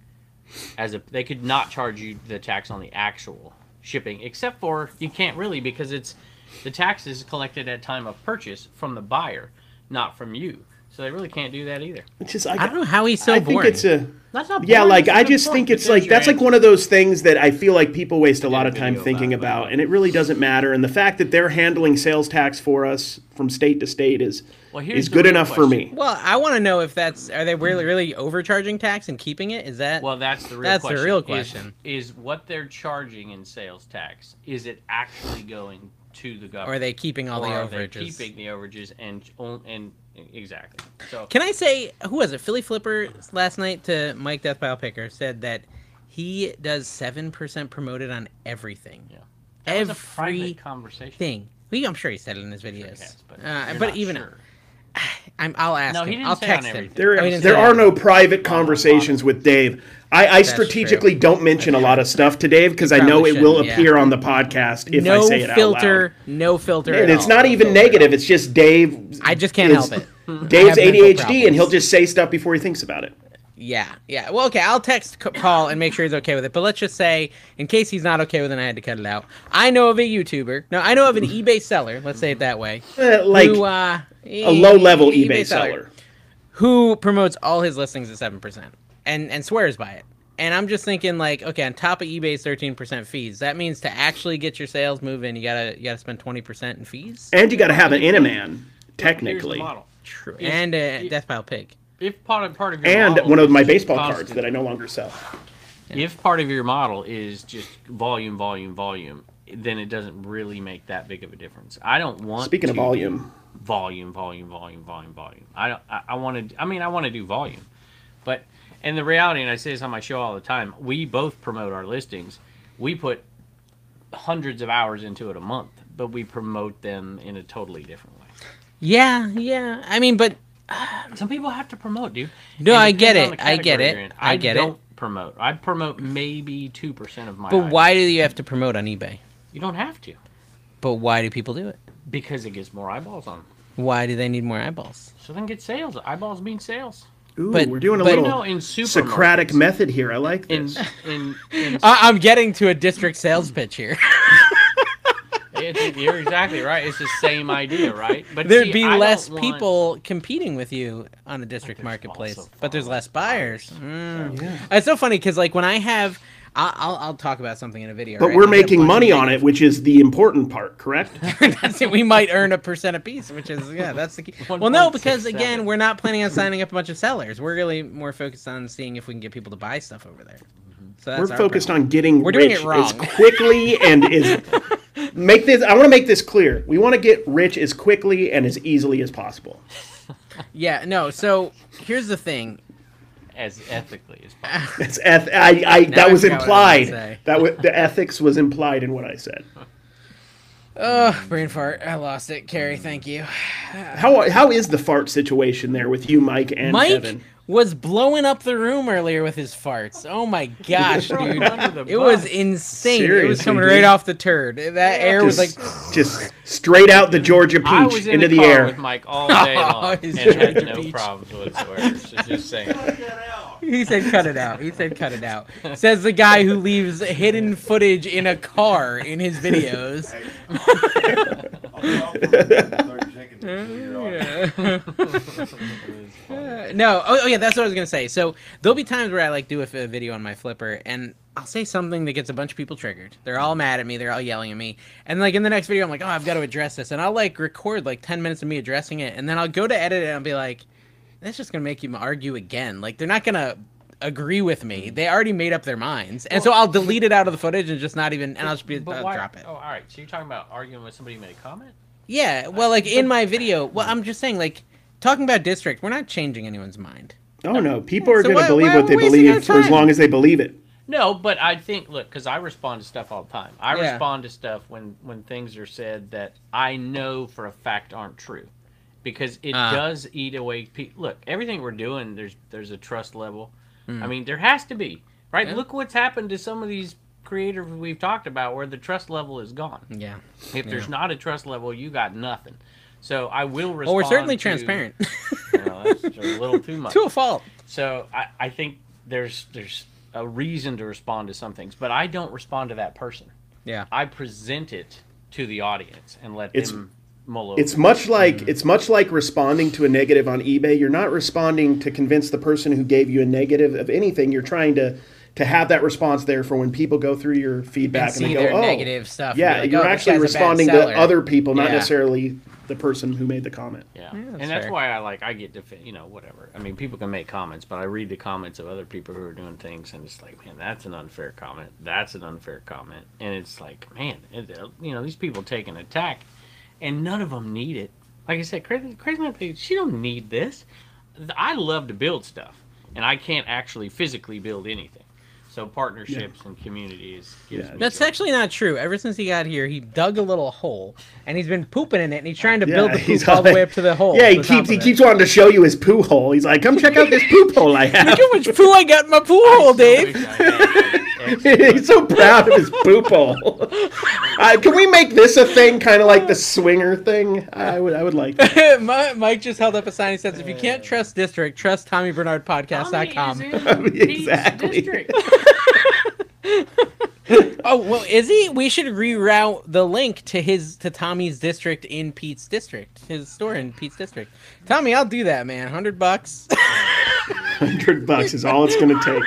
[SPEAKER 4] as a they could not charge you the tax on the actual shipping except for you can't really because it's the tax is collected at time of purchase from the buyer not from you so they really can't do that either
[SPEAKER 3] It's just, I,
[SPEAKER 2] I don't know how he's so
[SPEAKER 3] I think
[SPEAKER 2] boring.
[SPEAKER 3] it's a.
[SPEAKER 4] that's not
[SPEAKER 3] Yeah,
[SPEAKER 4] boring,
[SPEAKER 3] like
[SPEAKER 4] that's
[SPEAKER 3] I
[SPEAKER 4] a good
[SPEAKER 3] just
[SPEAKER 4] point,
[SPEAKER 3] think
[SPEAKER 4] but
[SPEAKER 3] it's
[SPEAKER 4] there's
[SPEAKER 3] like
[SPEAKER 4] your
[SPEAKER 3] that's like
[SPEAKER 4] answer.
[SPEAKER 3] one of those things that I feel like people waste a lot of
[SPEAKER 4] a
[SPEAKER 3] time
[SPEAKER 4] video
[SPEAKER 3] thinking
[SPEAKER 4] about
[SPEAKER 3] about, and it really doesn't matter. And the fact that they're handling sales tax for us from state to state is
[SPEAKER 4] Well, here's
[SPEAKER 3] is
[SPEAKER 4] the
[SPEAKER 3] good
[SPEAKER 4] real
[SPEAKER 3] enough for
[SPEAKER 4] question.
[SPEAKER 3] me.
[SPEAKER 2] Well, I want to know if that's are they really really overcharging tax and keeping it? Is that
[SPEAKER 4] well that's the real
[SPEAKER 2] That's the
[SPEAKER 4] question
[SPEAKER 2] real
[SPEAKER 4] is-
[SPEAKER 2] question.
[SPEAKER 4] is, what they're charging in sales tax is it actually going to the
[SPEAKER 2] or
[SPEAKER 4] government
[SPEAKER 2] are they keeping all
[SPEAKER 4] Or
[SPEAKER 2] the
[SPEAKER 4] are
[SPEAKER 2] overages?
[SPEAKER 4] they keeping the overages and on- and exactly so
[SPEAKER 2] Can I say who was it? Philly Flipper last night to Mike Deathpile Picker said that he does seven percent promoted on everything.
[SPEAKER 4] yeah that was a private
[SPEAKER 2] everything.
[SPEAKER 4] conversation
[SPEAKER 2] We, I'm sure he said it in his videos.
[SPEAKER 4] Yes, but,
[SPEAKER 2] uh,
[SPEAKER 4] you're
[SPEAKER 2] but
[SPEAKER 4] not
[SPEAKER 2] even
[SPEAKER 4] sure.
[SPEAKER 2] I'm, I'll ask
[SPEAKER 4] No,
[SPEAKER 2] him.
[SPEAKER 4] he didn't
[SPEAKER 2] I'll
[SPEAKER 4] say on
[SPEAKER 2] text him.
[SPEAKER 4] everything.
[SPEAKER 3] There,
[SPEAKER 2] Oh, he didn't
[SPEAKER 3] there
[SPEAKER 2] say
[SPEAKER 3] are
[SPEAKER 2] on
[SPEAKER 3] no private conversations with Dave. I, I strategically
[SPEAKER 2] true.
[SPEAKER 3] don't mention a lot of stuff to Dave because I know
[SPEAKER 2] probably
[SPEAKER 3] it will
[SPEAKER 2] shouldn't, yeah.
[SPEAKER 3] appear on the podcast if
[SPEAKER 2] no
[SPEAKER 3] I say it
[SPEAKER 2] filter, no filter.
[SPEAKER 3] out loud. And
[SPEAKER 2] at
[SPEAKER 3] it's
[SPEAKER 2] all.
[SPEAKER 3] not even negative. It's just Dave.
[SPEAKER 2] I just can't
[SPEAKER 3] is-
[SPEAKER 2] help it.
[SPEAKER 3] Dave's
[SPEAKER 2] I have mental
[SPEAKER 3] ADHD, and he'll
[SPEAKER 2] problems.
[SPEAKER 3] just say stuff before he thinks about it.
[SPEAKER 2] Yeah, yeah. Well, okay, I'll text C- Paul and make sure he's okay with it. But let's just say, in case he's not okay with it, and I had to cut it out. I know of a YouTuber. No, I know of an
[SPEAKER 3] [LAUGHS]
[SPEAKER 2] eBay seller. Let's say it that way.
[SPEAKER 3] Uh, like
[SPEAKER 2] who, uh,
[SPEAKER 3] a low-level eBay, seller.
[SPEAKER 2] who promotes all his listings at seven percent and and swears by it. And I'm just thinking like, okay, on top of eBay's thirteen percent fees, that means to actually get your sales moving, you gotta you gotta spend twenty percent in fees.
[SPEAKER 3] And you got to have an in a man,
[SPEAKER 4] Here's the
[SPEAKER 3] technically.
[SPEAKER 4] model.
[SPEAKER 2] True. And uh, Death Pile Pig.
[SPEAKER 4] If part of, part of your
[SPEAKER 3] And
[SPEAKER 4] model
[SPEAKER 3] one of
[SPEAKER 4] is
[SPEAKER 3] my
[SPEAKER 4] just
[SPEAKER 3] baseball cards
[SPEAKER 4] constant-
[SPEAKER 3] that I no longer sell.
[SPEAKER 4] If part of your model is just volume, volume, volume, then it doesn't really make that big of a difference. I don't want
[SPEAKER 3] Speaking of
[SPEAKER 4] to-
[SPEAKER 3] volume,
[SPEAKER 4] volume, volume, volume, volume, volume. I don't. I, I want to. I mean, I want to do volume, but and the reality, and I say this on my show all the time. We both promote our listings. We put hundreds of hours into it a month, but we promote them in a totally different way.
[SPEAKER 2] Yeah, yeah. I mean, but
[SPEAKER 4] Some people have to promote, dude.
[SPEAKER 2] No,
[SPEAKER 4] And
[SPEAKER 2] I get
[SPEAKER 4] depends on
[SPEAKER 2] it.
[SPEAKER 4] the
[SPEAKER 2] I get
[SPEAKER 4] category
[SPEAKER 2] it.
[SPEAKER 4] you're in.
[SPEAKER 2] I get it.
[SPEAKER 4] don't promote. I promote maybe two percent of my.
[SPEAKER 2] but
[SPEAKER 4] items.
[SPEAKER 2] why do you have to promote on eBay?
[SPEAKER 4] You don't have to
[SPEAKER 2] But why do people do it?
[SPEAKER 4] because it gets more eyeballs on. Them.
[SPEAKER 2] Why do they need more eyeballs?
[SPEAKER 4] So then get sales. Eyeballs mean sales.
[SPEAKER 3] ooh,
[SPEAKER 2] But-
[SPEAKER 3] we're doing a
[SPEAKER 2] but-
[SPEAKER 4] You
[SPEAKER 3] little
[SPEAKER 4] know, in super
[SPEAKER 3] Socratic [LAUGHS] method here. I like
[SPEAKER 2] [LAUGHS]
[SPEAKER 4] in
[SPEAKER 3] this.
[SPEAKER 4] in, in
[SPEAKER 2] I- I'm getting to a district sales pitch
[SPEAKER 4] [LAUGHS]
[SPEAKER 2] here.
[SPEAKER 4] It's, you're exactly right. It's the same idea, right? But
[SPEAKER 2] There'd
[SPEAKER 4] see,
[SPEAKER 2] be
[SPEAKER 4] I don't
[SPEAKER 2] less
[SPEAKER 4] want-
[SPEAKER 2] people competing with you on a district
[SPEAKER 4] there's
[SPEAKER 2] marketplace,
[SPEAKER 4] also
[SPEAKER 2] but there's less buyers.
[SPEAKER 4] buyers.
[SPEAKER 2] Mm. It's so funny because like when I have, I- I'll I'll talk about something in a video.
[SPEAKER 3] But
[SPEAKER 2] right?
[SPEAKER 3] we're
[SPEAKER 2] I'll get a [LAUGHS]
[SPEAKER 3] making
[SPEAKER 2] bunch
[SPEAKER 3] money
[SPEAKER 2] of
[SPEAKER 3] on it, which is the important
[SPEAKER 2] [LAUGHS]
[SPEAKER 3] part, correct?
[SPEAKER 2] that's it. We might earn a percent apiece, which is yeah, that's the
[SPEAKER 4] [LAUGHS]
[SPEAKER 2] key. Well, no, because again,
[SPEAKER 4] 1.67.
[SPEAKER 2] we're not planning on signing up a bunch of sellers. We're really more focused on seeing if we can get people to buy stuff over there. So that's
[SPEAKER 3] We're
[SPEAKER 2] our
[SPEAKER 3] focused
[SPEAKER 2] problem.
[SPEAKER 3] on getting
[SPEAKER 2] We're doing
[SPEAKER 3] rich
[SPEAKER 2] it wrong.
[SPEAKER 3] as quickly and
[SPEAKER 2] [LAUGHS]
[SPEAKER 3] as make this. I want to make this clear. We want to get rich as quickly and as easily as possible.
[SPEAKER 2] Yeah, no. So here's the thing.
[SPEAKER 4] as ethically as possible.
[SPEAKER 3] It's eth- I, I, that
[SPEAKER 2] I
[SPEAKER 3] was
[SPEAKER 2] forgot what I was
[SPEAKER 3] implied.
[SPEAKER 2] gonna say.
[SPEAKER 3] That was, the ethics was implied in what I said.
[SPEAKER 2] Oh, brain fart. I lost it. Carrie, thank you.
[SPEAKER 3] How how is the fart situation there with you, Mike and
[SPEAKER 2] Mike
[SPEAKER 3] Kevin?
[SPEAKER 2] was blowing up the room earlier with his farts. Oh my
[SPEAKER 3] [LAUGHS]
[SPEAKER 2] gosh,
[SPEAKER 4] Throw him
[SPEAKER 2] dude.
[SPEAKER 4] under the
[SPEAKER 2] It was
[SPEAKER 4] bus.
[SPEAKER 2] insane. it was
[SPEAKER 3] Seriously,
[SPEAKER 2] coming
[SPEAKER 3] dude.
[SPEAKER 2] right off the turd. That air was like
[SPEAKER 3] Just, just straight out the Georgia
[SPEAKER 4] I
[SPEAKER 3] peach
[SPEAKER 4] was in
[SPEAKER 3] into
[SPEAKER 4] the,
[SPEAKER 3] the,
[SPEAKER 4] car
[SPEAKER 3] air.
[SPEAKER 4] with Mike all
[SPEAKER 2] [LAUGHS]
[SPEAKER 4] day long
[SPEAKER 2] Oh, he's
[SPEAKER 4] and had
[SPEAKER 2] trying to
[SPEAKER 4] no
[SPEAKER 2] beach.
[SPEAKER 4] problems whatsoever. So just saying.
[SPEAKER 2] he said, "Cut it out." He said, "Cut it out." Says the guy who leaves hidden footage in a car in his videos. Uh, [LAUGHS] no. Oh, oh, yeah, that's what I was gonna say. So there'll be times where I like do a, f- a video on my Flipper, and I'll say something that gets a bunch of people triggered. They're all mad at me. They're all yelling at me. And like in the next video, I'm like, oh, I've got to address this, and I'll like record like ten minutes of me addressing it, and then I'll go to edit it, and I'll be like, that's just gonna make you argue again. Like they're not gonna agree with me. They already made up their minds, and so I'll delete it out of the footage and just not even, and I'll just be
[SPEAKER 4] But
[SPEAKER 2] I'll
[SPEAKER 4] why?
[SPEAKER 2] Uh, drop it.
[SPEAKER 4] Oh, all right. So you're talking about arguing with somebody who made a comment?
[SPEAKER 2] Yeah. Well, like in my video, well, I'm just saying, like talking about district, we're not changing anyone's mind.
[SPEAKER 3] Oh no, people are
[SPEAKER 2] So
[SPEAKER 3] going
[SPEAKER 2] why-
[SPEAKER 3] to believe
[SPEAKER 2] why are
[SPEAKER 3] what they
[SPEAKER 2] we wasting our
[SPEAKER 3] believe for as
[SPEAKER 2] time?
[SPEAKER 3] long as they believe it.
[SPEAKER 4] No, but I think look, because I respond to stuff all the time. I
[SPEAKER 2] Yeah.
[SPEAKER 4] respond to stuff when when things are said that I know for a fact aren't true, because it
[SPEAKER 2] Ah.
[SPEAKER 4] does eat away. Pe- look, everything we're doing, there's there's a trust level.
[SPEAKER 2] Mm.
[SPEAKER 4] I mean, there has to be, right? Look what's happened to some of these creators we've talked about, where the trust level is gone.
[SPEAKER 2] Yeah.
[SPEAKER 4] If there's not a trust level, you got nothing. So I will respond.
[SPEAKER 2] Well, we're certainly
[SPEAKER 4] to-
[SPEAKER 2] transparent.
[SPEAKER 4] [LAUGHS] No, that's a
[SPEAKER 2] [LAUGHS]
[SPEAKER 4] little too much.
[SPEAKER 2] to a fault.
[SPEAKER 4] So I, I think there's there's a reason to respond to some things, but I don't respond to that person.
[SPEAKER 2] Yeah.
[SPEAKER 4] I present it to the audience and let
[SPEAKER 3] It's-
[SPEAKER 4] them mull over.
[SPEAKER 3] It's much like it's much like responding to a negative on eBay. You're not responding to convince the person who gave you a negative of anything. You're trying to to have that response there for when people go through your feedback and,
[SPEAKER 2] see
[SPEAKER 3] they go,
[SPEAKER 2] their
[SPEAKER 3] "Oh,
[SPEAKER 2] negative stuff and
[SPEAKER 3] Yeah,
[SPEAKER 2] be like,
[SPEAKER 3] you're
[SPEAKER 2] "Oh, this
[SPEAKER 3] actually
[SPEAKER 2] guy's a bad
[SPEAKER 3] responding
[SPEAKER 2] seller."
[SPEAKER 3] to other people, not
[SPEAKER 2] Yeah.
[SPEAKER 3] necessarily the person who made the comment.
[SPEAKER 4] yeah,
[SPEAKER 2] that's
[SPEAKER 4] and that's
[SPEAKER 2] fair.
[SPEAKER 4] why I like I get def- you know whatever. I mean, people can make comments, but I read the comments of other people who are doing things, and it's like, man, that's an unfair comment. That's an unfair comment, and it's like, man, it, uh, you know, these people take an attack, and none of them need it. Like I said, crazy, crazy Little Thing, she don't need this. Th- I love to build stuff, and I can't actually physically build anything. So partnerships and communities. Gives
[SPEAKER 3] Yeah.
[SPEAKER 4] me
[SPEAKER 2] That's
[SPEAKER 4] joy.
[SPEAKER 2] actually not true. Ever since he got here, he dug a little hole and he's been pooping in it and he's trying to build the poop all the way up to the hole. the
[SPEAKER 3] Yeah, he
[SPEAKER 2] top
[SPEAKER 3] keeps he
[SPEAKER 2] of it.
[SPEAKER 3] keeps wanting to show you his poo hole. He's like, "Come check out this
[SPEAKER 2] [LAUGHS]
[SPEAKER 3] poop hole I have."
[SPEAKER 2] Look how much poo [LAUGHS] I got in my poo hole, Dave.
[SPEAKER 4] Wish I had that.
[SPEAKER 3] [LAUGHS] He's so proud of his
[SPEAKER 2] [LAUGHS]
[SPEAKER 3] poop hole. Uh, can we make this a thing, kind of like the swinger thing? I would, I would like. That. [LAUGHS]
[SPEAKER 2] Mi- [LAUGHS] Mike just held up a sign. He says, "If you can't trust district, trust Uh, Tommy Bernard
[SPEAKER 4] Tommy
[SPEAKER 2] Podcast.com."
[SPEAKER 4] is in Pete's
[SPEAKER 3] Exactly.
[SPEAKER 4] district.
[SPEAKER 2] Oh well, is he? We should reroute the link to his to Tommy's district in Pete's district, his store in Pete's district. Tommy, I'll do that, man. Hundred bucks. [LAUGHS]
[SPEAKER 4] [LAUGHS]
[SPEAKER 3] Hundred bucks is all it's going to take.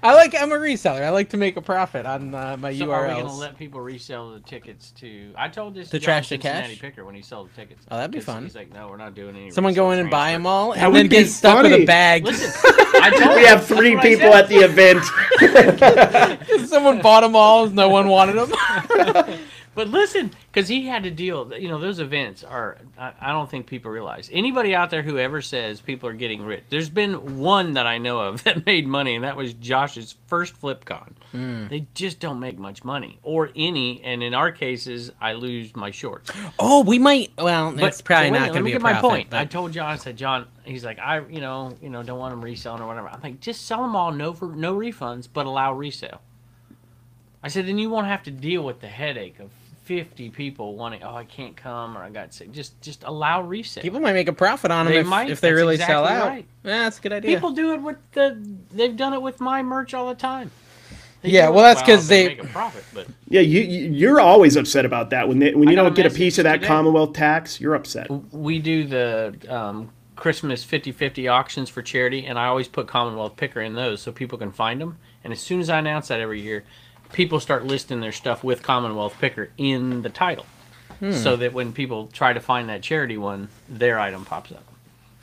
[SPEAKER 2] I like. I'm a reseller. I like to make a profit on uh, my
[SPEAKER 4] So are we going to
[SPEAKER 2] URLs.
[SPEAKER 4] let people resell the tickets to? I told this
[SPEAKER 5] To
[SPEAKER 4] John
[SPEAKER 5] Trash to
[SPEAKER 4] Cincinnati
[SPEAKER 5] Cash?
[SPEAKER 4] Picker when he sold the tickets.
[SPEAKER 2] Oh, that'd be
[SPEAKER 4] He's-
[SPEAKER 2] fun.
[SPEAKER 4] He's like, no, we're not doing any.
[SPEAKER 2] Someone go in
[SPEAKER 4] resale
[SPEAKER 2] and buy them
[SPEAKER 4] transfer."
[SPEAKER 2] all,
[SPEAKER 3] That
[SPEAKER 2] and
[SPEAKER 3] would
[SPEAKER 2] then
[SPEAKER 3] be
[SPEAKER 2] get stuck with
[SPEAKER 3] funny.
[SPEAKER 2] a bag. [LAUGHS]
[SPEAKER 4] Listen, I told
[SPEAKER 3] We
[SPEAKER 4] him.
[SPEAKER 3] have three
[SPEAKER 4] That's what I
[SPEAKER 3] people
[SPEAKER 4] said.
[SPEAKER 3] at the event.
[SPEAKER 2] Someone bought them all. No one wanted
[SPEAKER 4] [LAUGHS]
[SPEAKER 2] them.
[SPEAKER 4] But listen, because he had to deal. You know, those events are. I, I don't think people realize. Anybody out there who ever says people are getting rich, there's been one that I know of [LAUGHS] that made money, and that was Josh's first FlipCon.
[SPEAKER 2] Hmm.
[SPEAKER 4] They just don't make much money or any. And in our cases, I lose my shorts.
[SPEAKER 2] oh, we might. Well,
[SPEAKER 4] But-
[SPEAKER 2] it's probably
[SPEAKER 4] but wait,
[SPEAKER 2] not
[SPEAKER 4] Let
[SPEAKER 2] going to
[SPEAKER 4] me
[SPEAKER 2] be a
[SPEAKER 4] get my
[SPEAKER 2] profit.
[SPEAKER 4] point. I
[SPEAKER 2] but-
[SPEAKER 4] told John. I said, John. He's like, I, you know, you know, don't want them reselling or whatever. I'm like, just sell them all, no for no refunds, but allow resale. I said, then you won't have to deal with the headache of 50 people wanting, oh, I can't come or I got sick. Just, just allow resale.
[SPEAKER 2] People might make a profit on them
[SPEAKER 4] They
[SPEAKER 2] if,
[SPEAKER 4] might,
[SPEAKER 2] if they
[SPEAKER 4] that's
[SPEAKER 2] really sell
[SPEAKER 4] exactly
[SPEAKER 2] out.
[SPEAKER 4] right.
[SPEAKER 2] Yeah, that's a good idea.
[SPEAKER 4] People do it with the. They've done it with my merch all the time. They
[SPEAKER 2] Yeah,
[SPEAKER 4] do it.
[SPEAKER 2] well, that's
[SPEAKER 4] I
[SPEAKER 2] 'cause
[SPEAKER 4] don't
[SPEAKER 2] they-
[SPEAKER 4] make a profit, but
[SPEAKER 3] Yeah, you you- you're always upset about that when they, when
[SPEAKER 4] I
[SPEAKER 3] you
[SPEAKER 4] got a
[SPEAKER 3] don't get a
[SPEAKER 4] message
[SPEAKER 3] piece of that
[SPEAKER 4] today.
[SPEAKER 3] Commonwealth tax. You're upset.
[SPEAKER 4] we do the um, Christmas 50-50 auctions for charity, and I always put Commonwealth Picker in those so people can find them. And as soon as I announce that every year, people start listing their stuff with Commonwealth Picker in the title,
[SPEAKER 2] Hmm.
[SPEAKER 4] so that when people try to find that charity one, their item pops up.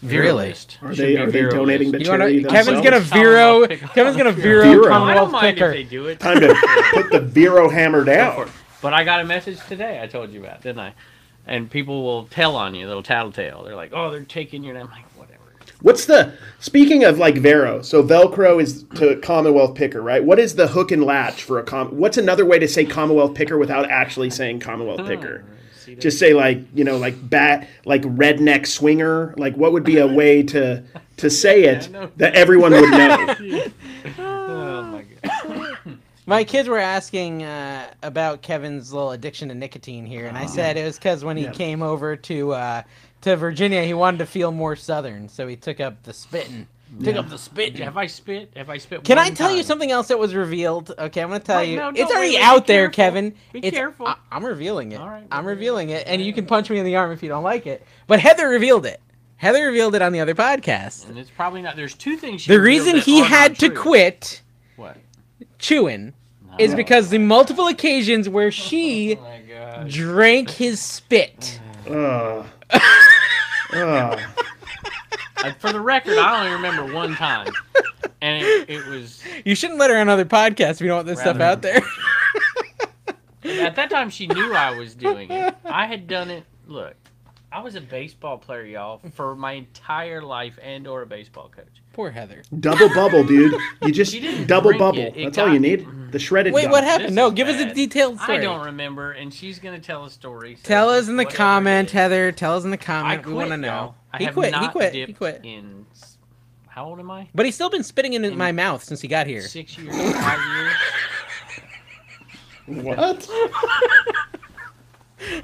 [SPEAKER 4] Vero
[SPEAKER 2] Really?
[SPEAKER 4] list.
[SPEAKER 3] Are
[SPEAKER 4] Should
[SPEAKER 3] they
[SPEAKER 4] be
[SPEAKER 3] are they
[SPEAKER 4] Vero
[SPEAKER 3] donating
[SPEAKER 4] list.
[SPEAKER 3] the
[SPEAKER 2] You wanna-
[SPEAKER 3] charity?
[SPEAKER 2] Kevin's
[SPEAKER 3] themselves?
[SPEAKER 2] gonna vero.
[SPEAKER 4] Commonwealth picker.
[SPEAKER 2] Kevin's gonna
[SPEAKER 4] [LAUGHS]
[SPEAKER 2] vero
[SPEAKER 4] Vero.
[SPEAKER 3] Vero.
[SPEAKER 4] I don't
[SPEAKER 2] Commonwealth
[SPEAKER 4] mind
[SPEAKER 2] picker.
[SPEAKER 4] if they do it.
[SPEAKER 3] time to put the Vero hammer down.
[SPEAKER 4] But I got a message today. I told you about, didn't I? And people will tell on you. They'll tattletale. They're like, "Oh, they're taking your name." I'm like, whatever.
[SPEAKER 3] What's the speaking of like Vero? So Velcro is to Commonwealth picker, right? What is the hook and latch for a com? What's another way to say Commonwealth picker without actually saying
[SPEAKER 4] Oh,
[SPEAKER 3] Commonwealth picker? Just say like you know like bat like redneck swinger. Like what would be a way to to
[SPEAKER 4] [LAUGHS]
[SPEAKER 3] say it that everyone would know?
[SPEAKER 2] Ah.
[SPEAKER 4] Oh my god.
[SPEAKER 2] My kids were asking uh, about Kevin's little addiction to nicotine here,
[SPEAKER 4] Ah.
[SPEAKER 2] and I said it was because when he came over to uh, to Virginia, he wanted to feel more southern, so he took up the spitting. Took up the spitting.
[SPEAKER 4] Have I spit? Have I spit?
[SPEAKER 2] Can I
[SPEAKER 4] one
[SPEAKER 2] tell you
[SPEAKER 4] time?
[SPEAKER 2] something else that was revealed? Okay, I'm gonna tell
[SPEAKER 4] Wait,
[SPEAKER 2] you.
[SPEAKER 4] no, don't.
[SPEAKER 2] it's
[SPEAKER 4] Wait,
[SPEAKER 2] already
[SPEAKER 4] wait, be
[SPEAKER 2] out there,
[SPEAKER 4] careful.
[SPEAKER 2] Kevin.
[SPEAKER 4] Be
[SPEAKER 2] It's-
[SPEAKER 4] careful.
[SPEAKER 2] I, am revealing it.
[SPEAKER 4] All right,
[SPEAKER 2] I'm
[SPEAKER 4] we're doing
[SPEAKER 2] revealing it, and you
[SPEAKER 4] Yeah.
[SPEAKER 2] can punch me in the arm if you don't like it. But Heather revealed it. Heather revealed it on the other podcast.
[SPEAKER 4] And it's probably not. There's two things. She
[SPEAKER 2] The
[SPEAKER 4] revealed
[SPEAKER 2] reason
[SPEAKER 4] that
[SPEAKER 2] he
[SPEAKER 4] are not
[SPEAKER 2] had to
[SPEAKER 4] true.
[SPEAKER 2] quit
[SPEAKER 4] What?
[SPEAKER 2] chewing is
[SPEAKER 4] No.
[SPEAKER 2] because the multiple occasions where she
[SPEAKER 4] Oh my god.
[SPEAKER 2] drank his spit.
[SPEAKER 3] Ugh. Ugh.
[SPEAKER 4] Like, for the record, I only remember one time, and it, it was
[SPEAKER 2] You shouldn't let her on other podcasts if you don't want this stuff
[SPEAKER 4] Rather-
[SPEAKER 2] out
[SPEAKER 4] [LAUGHS]
[SPEAKER 2] there.
[SPEAKER 4] at that time she knew I was doing it. I had done it. Look, I was a baseball player, y'all, for my entire life, and or a baseball coach.
[SPEAKER 2] Poor Heather.
[SPEAKER 3] Double bubble, dude. You just
[SPEAKER 4] She didn't
[SPEAKER 3] double
[SPEAKER 4] drink it.
[SPEAKER 3] bubble.
[SPEAKER 4] It
[SPEAKER 3] That's
[SPEAKER 4] got-
[SPEAKER 3] all you need. The shredded.
[SPEAKER 2] Wait,
[SPEAKER 3] gum.
[SPEAKER 2] what
[SPEAKER 4] This
[SPEAKER 2] happened? [LAUGHS] No,
[SPEAKER 4] is
[SPEAKER 2] give us a
[SPEAKER 4] bad.
[SPEAKER 2] detailed story.
[SPEAKER 4] I don't remember, and she's gonna tell a story. so
[SPEAKER 2] Tell us in the
[SPEAKER 4] whatever it
[SPEAKER 2] comment,
[SPEAKER 4] is.
[SPEAKER 2] Heather. Tell us in the
[SPEAKER 4] I
[SPEAKER 2] comment.
[SPEAKER 4] quit,
[SPEAKER 2] we want to
[SPEAKER 4] y'all.
[SPEAKER 2] know.
[SPEAKER 4] I
[SPEAKER 2] He
[SPEAKER 4] have
[SPEAKER 2] quit. He
[SPEAKER 4] not
[SPEAKER 2] quit. He
[SPEAKER 4] dipped
[SPEAKER 2] quit.
[SPEAKER 4] In how old am I?
[SPEAKER 2] But he's still been spitting in, my mouth since he got here.
[SPEAKER 4] Six years, five years.
[SPEAKER 2] [LAUGHS]
[SPEAKER 3] What?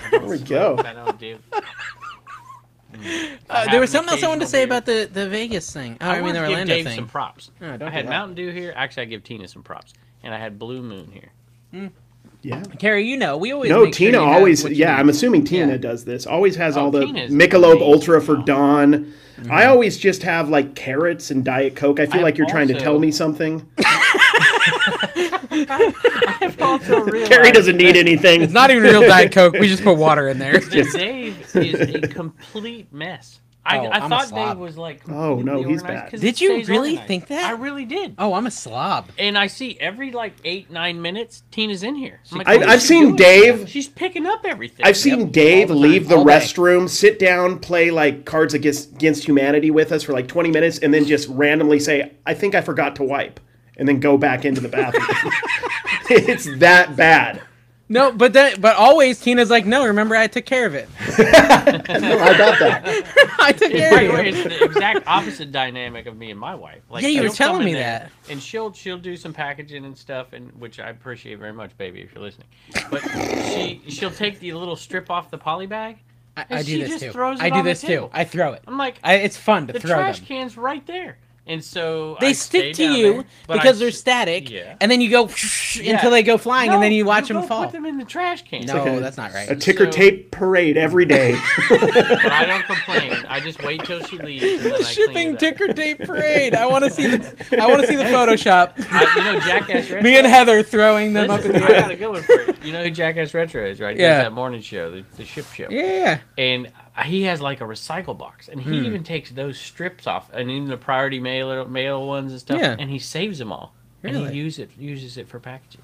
[SPEAKER 3] There we go.
[SPEAKER 4] I don't Hmm. do.
[SPEAKER 2] [LAUGHS] Uh, there was something else I wanted to say about the, the Vegas thing. Oh, I,
[SPEAKER 4] I,
[SPEAKER 2] mean
[SPEAKER 4] wanted
[SPEAKER 2] the
[SPEAKER 4] to give
[SPEAKER 2] Orlando
[SPEAKER 4] Dave
[SPEAKER 2] thing.
[SPEAKER 4] some props.
[SPEAKER 2] Oh, don't
[SPEAKER 4] I
[SPEAKER 2] do
[SPEAKER 4] had
[SPEAKER 2] that.
[SPEAKER 4] Mountain Dew here. Actually, I give Tina some props, and I had Blue Moon here.
[SPEAKER 2] [LAUGHS]
[SPEAKER 3] Yeah.
[SPEAKER 2] Carrie, you know, we always
[SPEAKER 3] No,
[SPEAKER 2] make sure
[SPEAKER 3] Tina
[SPEAKER 2] you have
[SPEAKER 3] always.
[SPEAKER 2] what you
[SPEAKER 3] Yeah,
[SPEAKER 2] need.
[SPEAKER 3] I'm assuming Tina
[SPEAKER 2] Yeah.
[SPEAKER 3] does this. Always has
[SPEAKER 4] Oh,
[SPEAKER 3] all the
[SPEAKER 4] Tina's
[SPEAKER 3] Michelob
[SPEAKER 4] amazing.
[SPEAKER 3] Ultra for
[SPEAKER 4] Wow.
[SPEAKER 3] Dawn. I
[SPEAKER 2] Mm-hmm.
[SPEAKER 3] always just have like carrots and Diet Coke. I feel
[SPEAKER 4] I've
[SPEAKER 3] like you're trying to
[SPEAKER 4] also-
[SPEAKER 3] tell
[SPEAKER 2] [LAUGHS]
[SPEAKER 3] me something.
[SPEAKER 4] Also
[SPEAKER 3] Carrie
[SPEAKER 4] [LAUGHS]
[SPEAKER 3] doesn't need anything.
[SPEAKER 2] It's not even real
[SPEAKER 3] [LAUGHS]
[SPEAKER 2] Diet Coke. We just put water in there.
[SPEAKER 4] that Dave is a complete mess. I,
[SPEAKER 2] Oh,
[SPEAKER 4] I
[SPEAKER 2] I'm a
[SPEAKER 4] thought
[SPEAKER 2] slob.
[SPEAKER 4] Dave was like,
[SPEAKER 3] Oh, no,
[SPEAKER 4] completely
[SPEAKER 3] he's
[SPEAKER 4] organized,
[SPEAKER 3] bad.
[SPEAKER 4] 'cause
[SPEAKER 2] Did
[SPEAKER 4] it
[SPEAKER 2] you
[SPEAKER 4] stays
[SPEAKER 2] really
[SPEAKER 4] organized.
[SPEAKER 2] think that?
[SPEAKER 4] I really did.
[SPEAKER 2] oh, I'm a slob.
[SPEAKER 4] And I see every like eight nine minutes, Tina's in here. I'm like,
[SPEAKER 3] I-
[SPEAKER 4] what
[SPEAKER 3] I've
[SPEAKER 4] is she
[SPEAKER 3] seen
[SPEAKER 4] doing?
[SPEAKER 3] Dave-
[SPEAKER 4] She's picking up everything.
[SPEAKER 3] I've seen Dave
[SPEAKER 2] all the
[SPEAKER 3] leave
[SPEAKER 2] time,
[SPEAKER 3] the
[SPEAKER 2] all day.
[SPEAKER 3] restroom, sit down, play like Cards Against, against Humanity with us for like 20 minutes, and then just randomly say, "I think I forgot to wipe," and then go back into
[SPEAKER 2] [LAUGHS]
[SPEAKER 3] the bathroom. [LAUGHS] it's that bad.
[SPEAKER 2] No, but that, but always Tina's like, no, remember I took care of it.
[SPEAKER 3] No, I got that.
[SPEAKER 2] [LAUGHS] I took
[SPEAKER 4] By the
[SPEAKER 2] care of
[SPEAKER 4] way,
[SPEAKER 2] it.
[SPEAKER 4] it's the exact opposite dynamic of me and my wife. Like,
[SPEAKER 2] Yeah, you were
[SPEAKER 4] she'll come
[SPEAKER 2] telling
[SPEAKER 4] in
[SPEAKER 2] me
[SPEAKER 4] there,
[SPEAKER 2] that.
[SPEAKER 4] And she'll she'll do some packaging and stuff, and which I appreciate very much, baby, if you're listening. But she she'll take the little strip off the poly bag.
[SPEAKER 2] I,
[SPEAKER 4] And
[SPEAKER 2] I
[SPEAKER 4] she
[SPEAKER 2] do this
[SPEAKER 4] just
[SPEAKER 2] too.
[SPEAKER 4] throws it
[SPEAKER 2] I do
[SPEAKER 4] on the
[SPEAKER 2] this too.
[SPEAKER 4] table.
[SPEAKER 2] I throw it.
[SPEAKER 4] I'm like,
[SPEAKER 2] I, it's fun to
[SPEAKER 4] the
[SPEAKER 2] throw
[SPEAKER 4] trash
[SPEAKER 2] them.
[SPEAKER 4] can's right there, And so
[SPEAKER 2] They
[SPEAKER 4] I
[SPEAKER 2] stick
[SPEAKER 4] stay
[SPEAKER 2] to
[SPEAKER 4] down
[SPEAKER 2] you
[SPEAKER 4] there, but I
[SPEAKER 2] because they're
[SPEAKER 4] sh-
[SPEAKER 2] static,
[SPEAKER 4] Yeah.
[SPEAKER 2] and then you go [LAUGHS] until they go flying, and then
[SPEAKER 4] No,
[SPEAKER 2] you watch
[SPEAKER 4] you
[SPEAKER 2] them
[SPEAKER 4] go
[SPEAKER 2] fall.
[SPEAKER 4] Put them in the trash can.
[SPEAKER 2] no, that's not
[SPEAKER 3] A
[SPEAKER 2] right.
[SPEAKER 3] ticker
[SPEAKER 4] So-
[SPEAKER 3] tape parade every day.
[SPEAKER 4] But I don't complain. I just wait till she leaves. And then I clean
[SPEAKER 2] Shipping
[SPEAKER 4] it up. [LAUGHS]
[SPEAKER 2] ticker tape parade. I want to see the. I want to see the Photoshop.
[SPEAKER 4] I, you know, Jackass Retro.
[SPEAKER 2] Me and Heather throwing them up in
[SPEAKER 4] Listen,
[SPEAKER 2] the
[SPEAKER 4] I
[SPEAKER 2] air.
[SPEAKER 4] [LAUGHS] got a good one for you. You know who Jackass Retro is, right? He
[SPEAKER 2] Yeah.
[SPEAKER 4] does that morning show, the, the ship show.
[SPEAKER 2] Yeah. Hmm.
[SPEAKER 4] And he has like a recycle box, and he even takes those strips off, and even the priority mail mail ones and stuff,
[SPEAKER 2] Yeah.
[SPEAKER 4] and he saves them all, and
[SPEAKER 2] Really?
[SPEAKER 4] he use it uses it for packaging.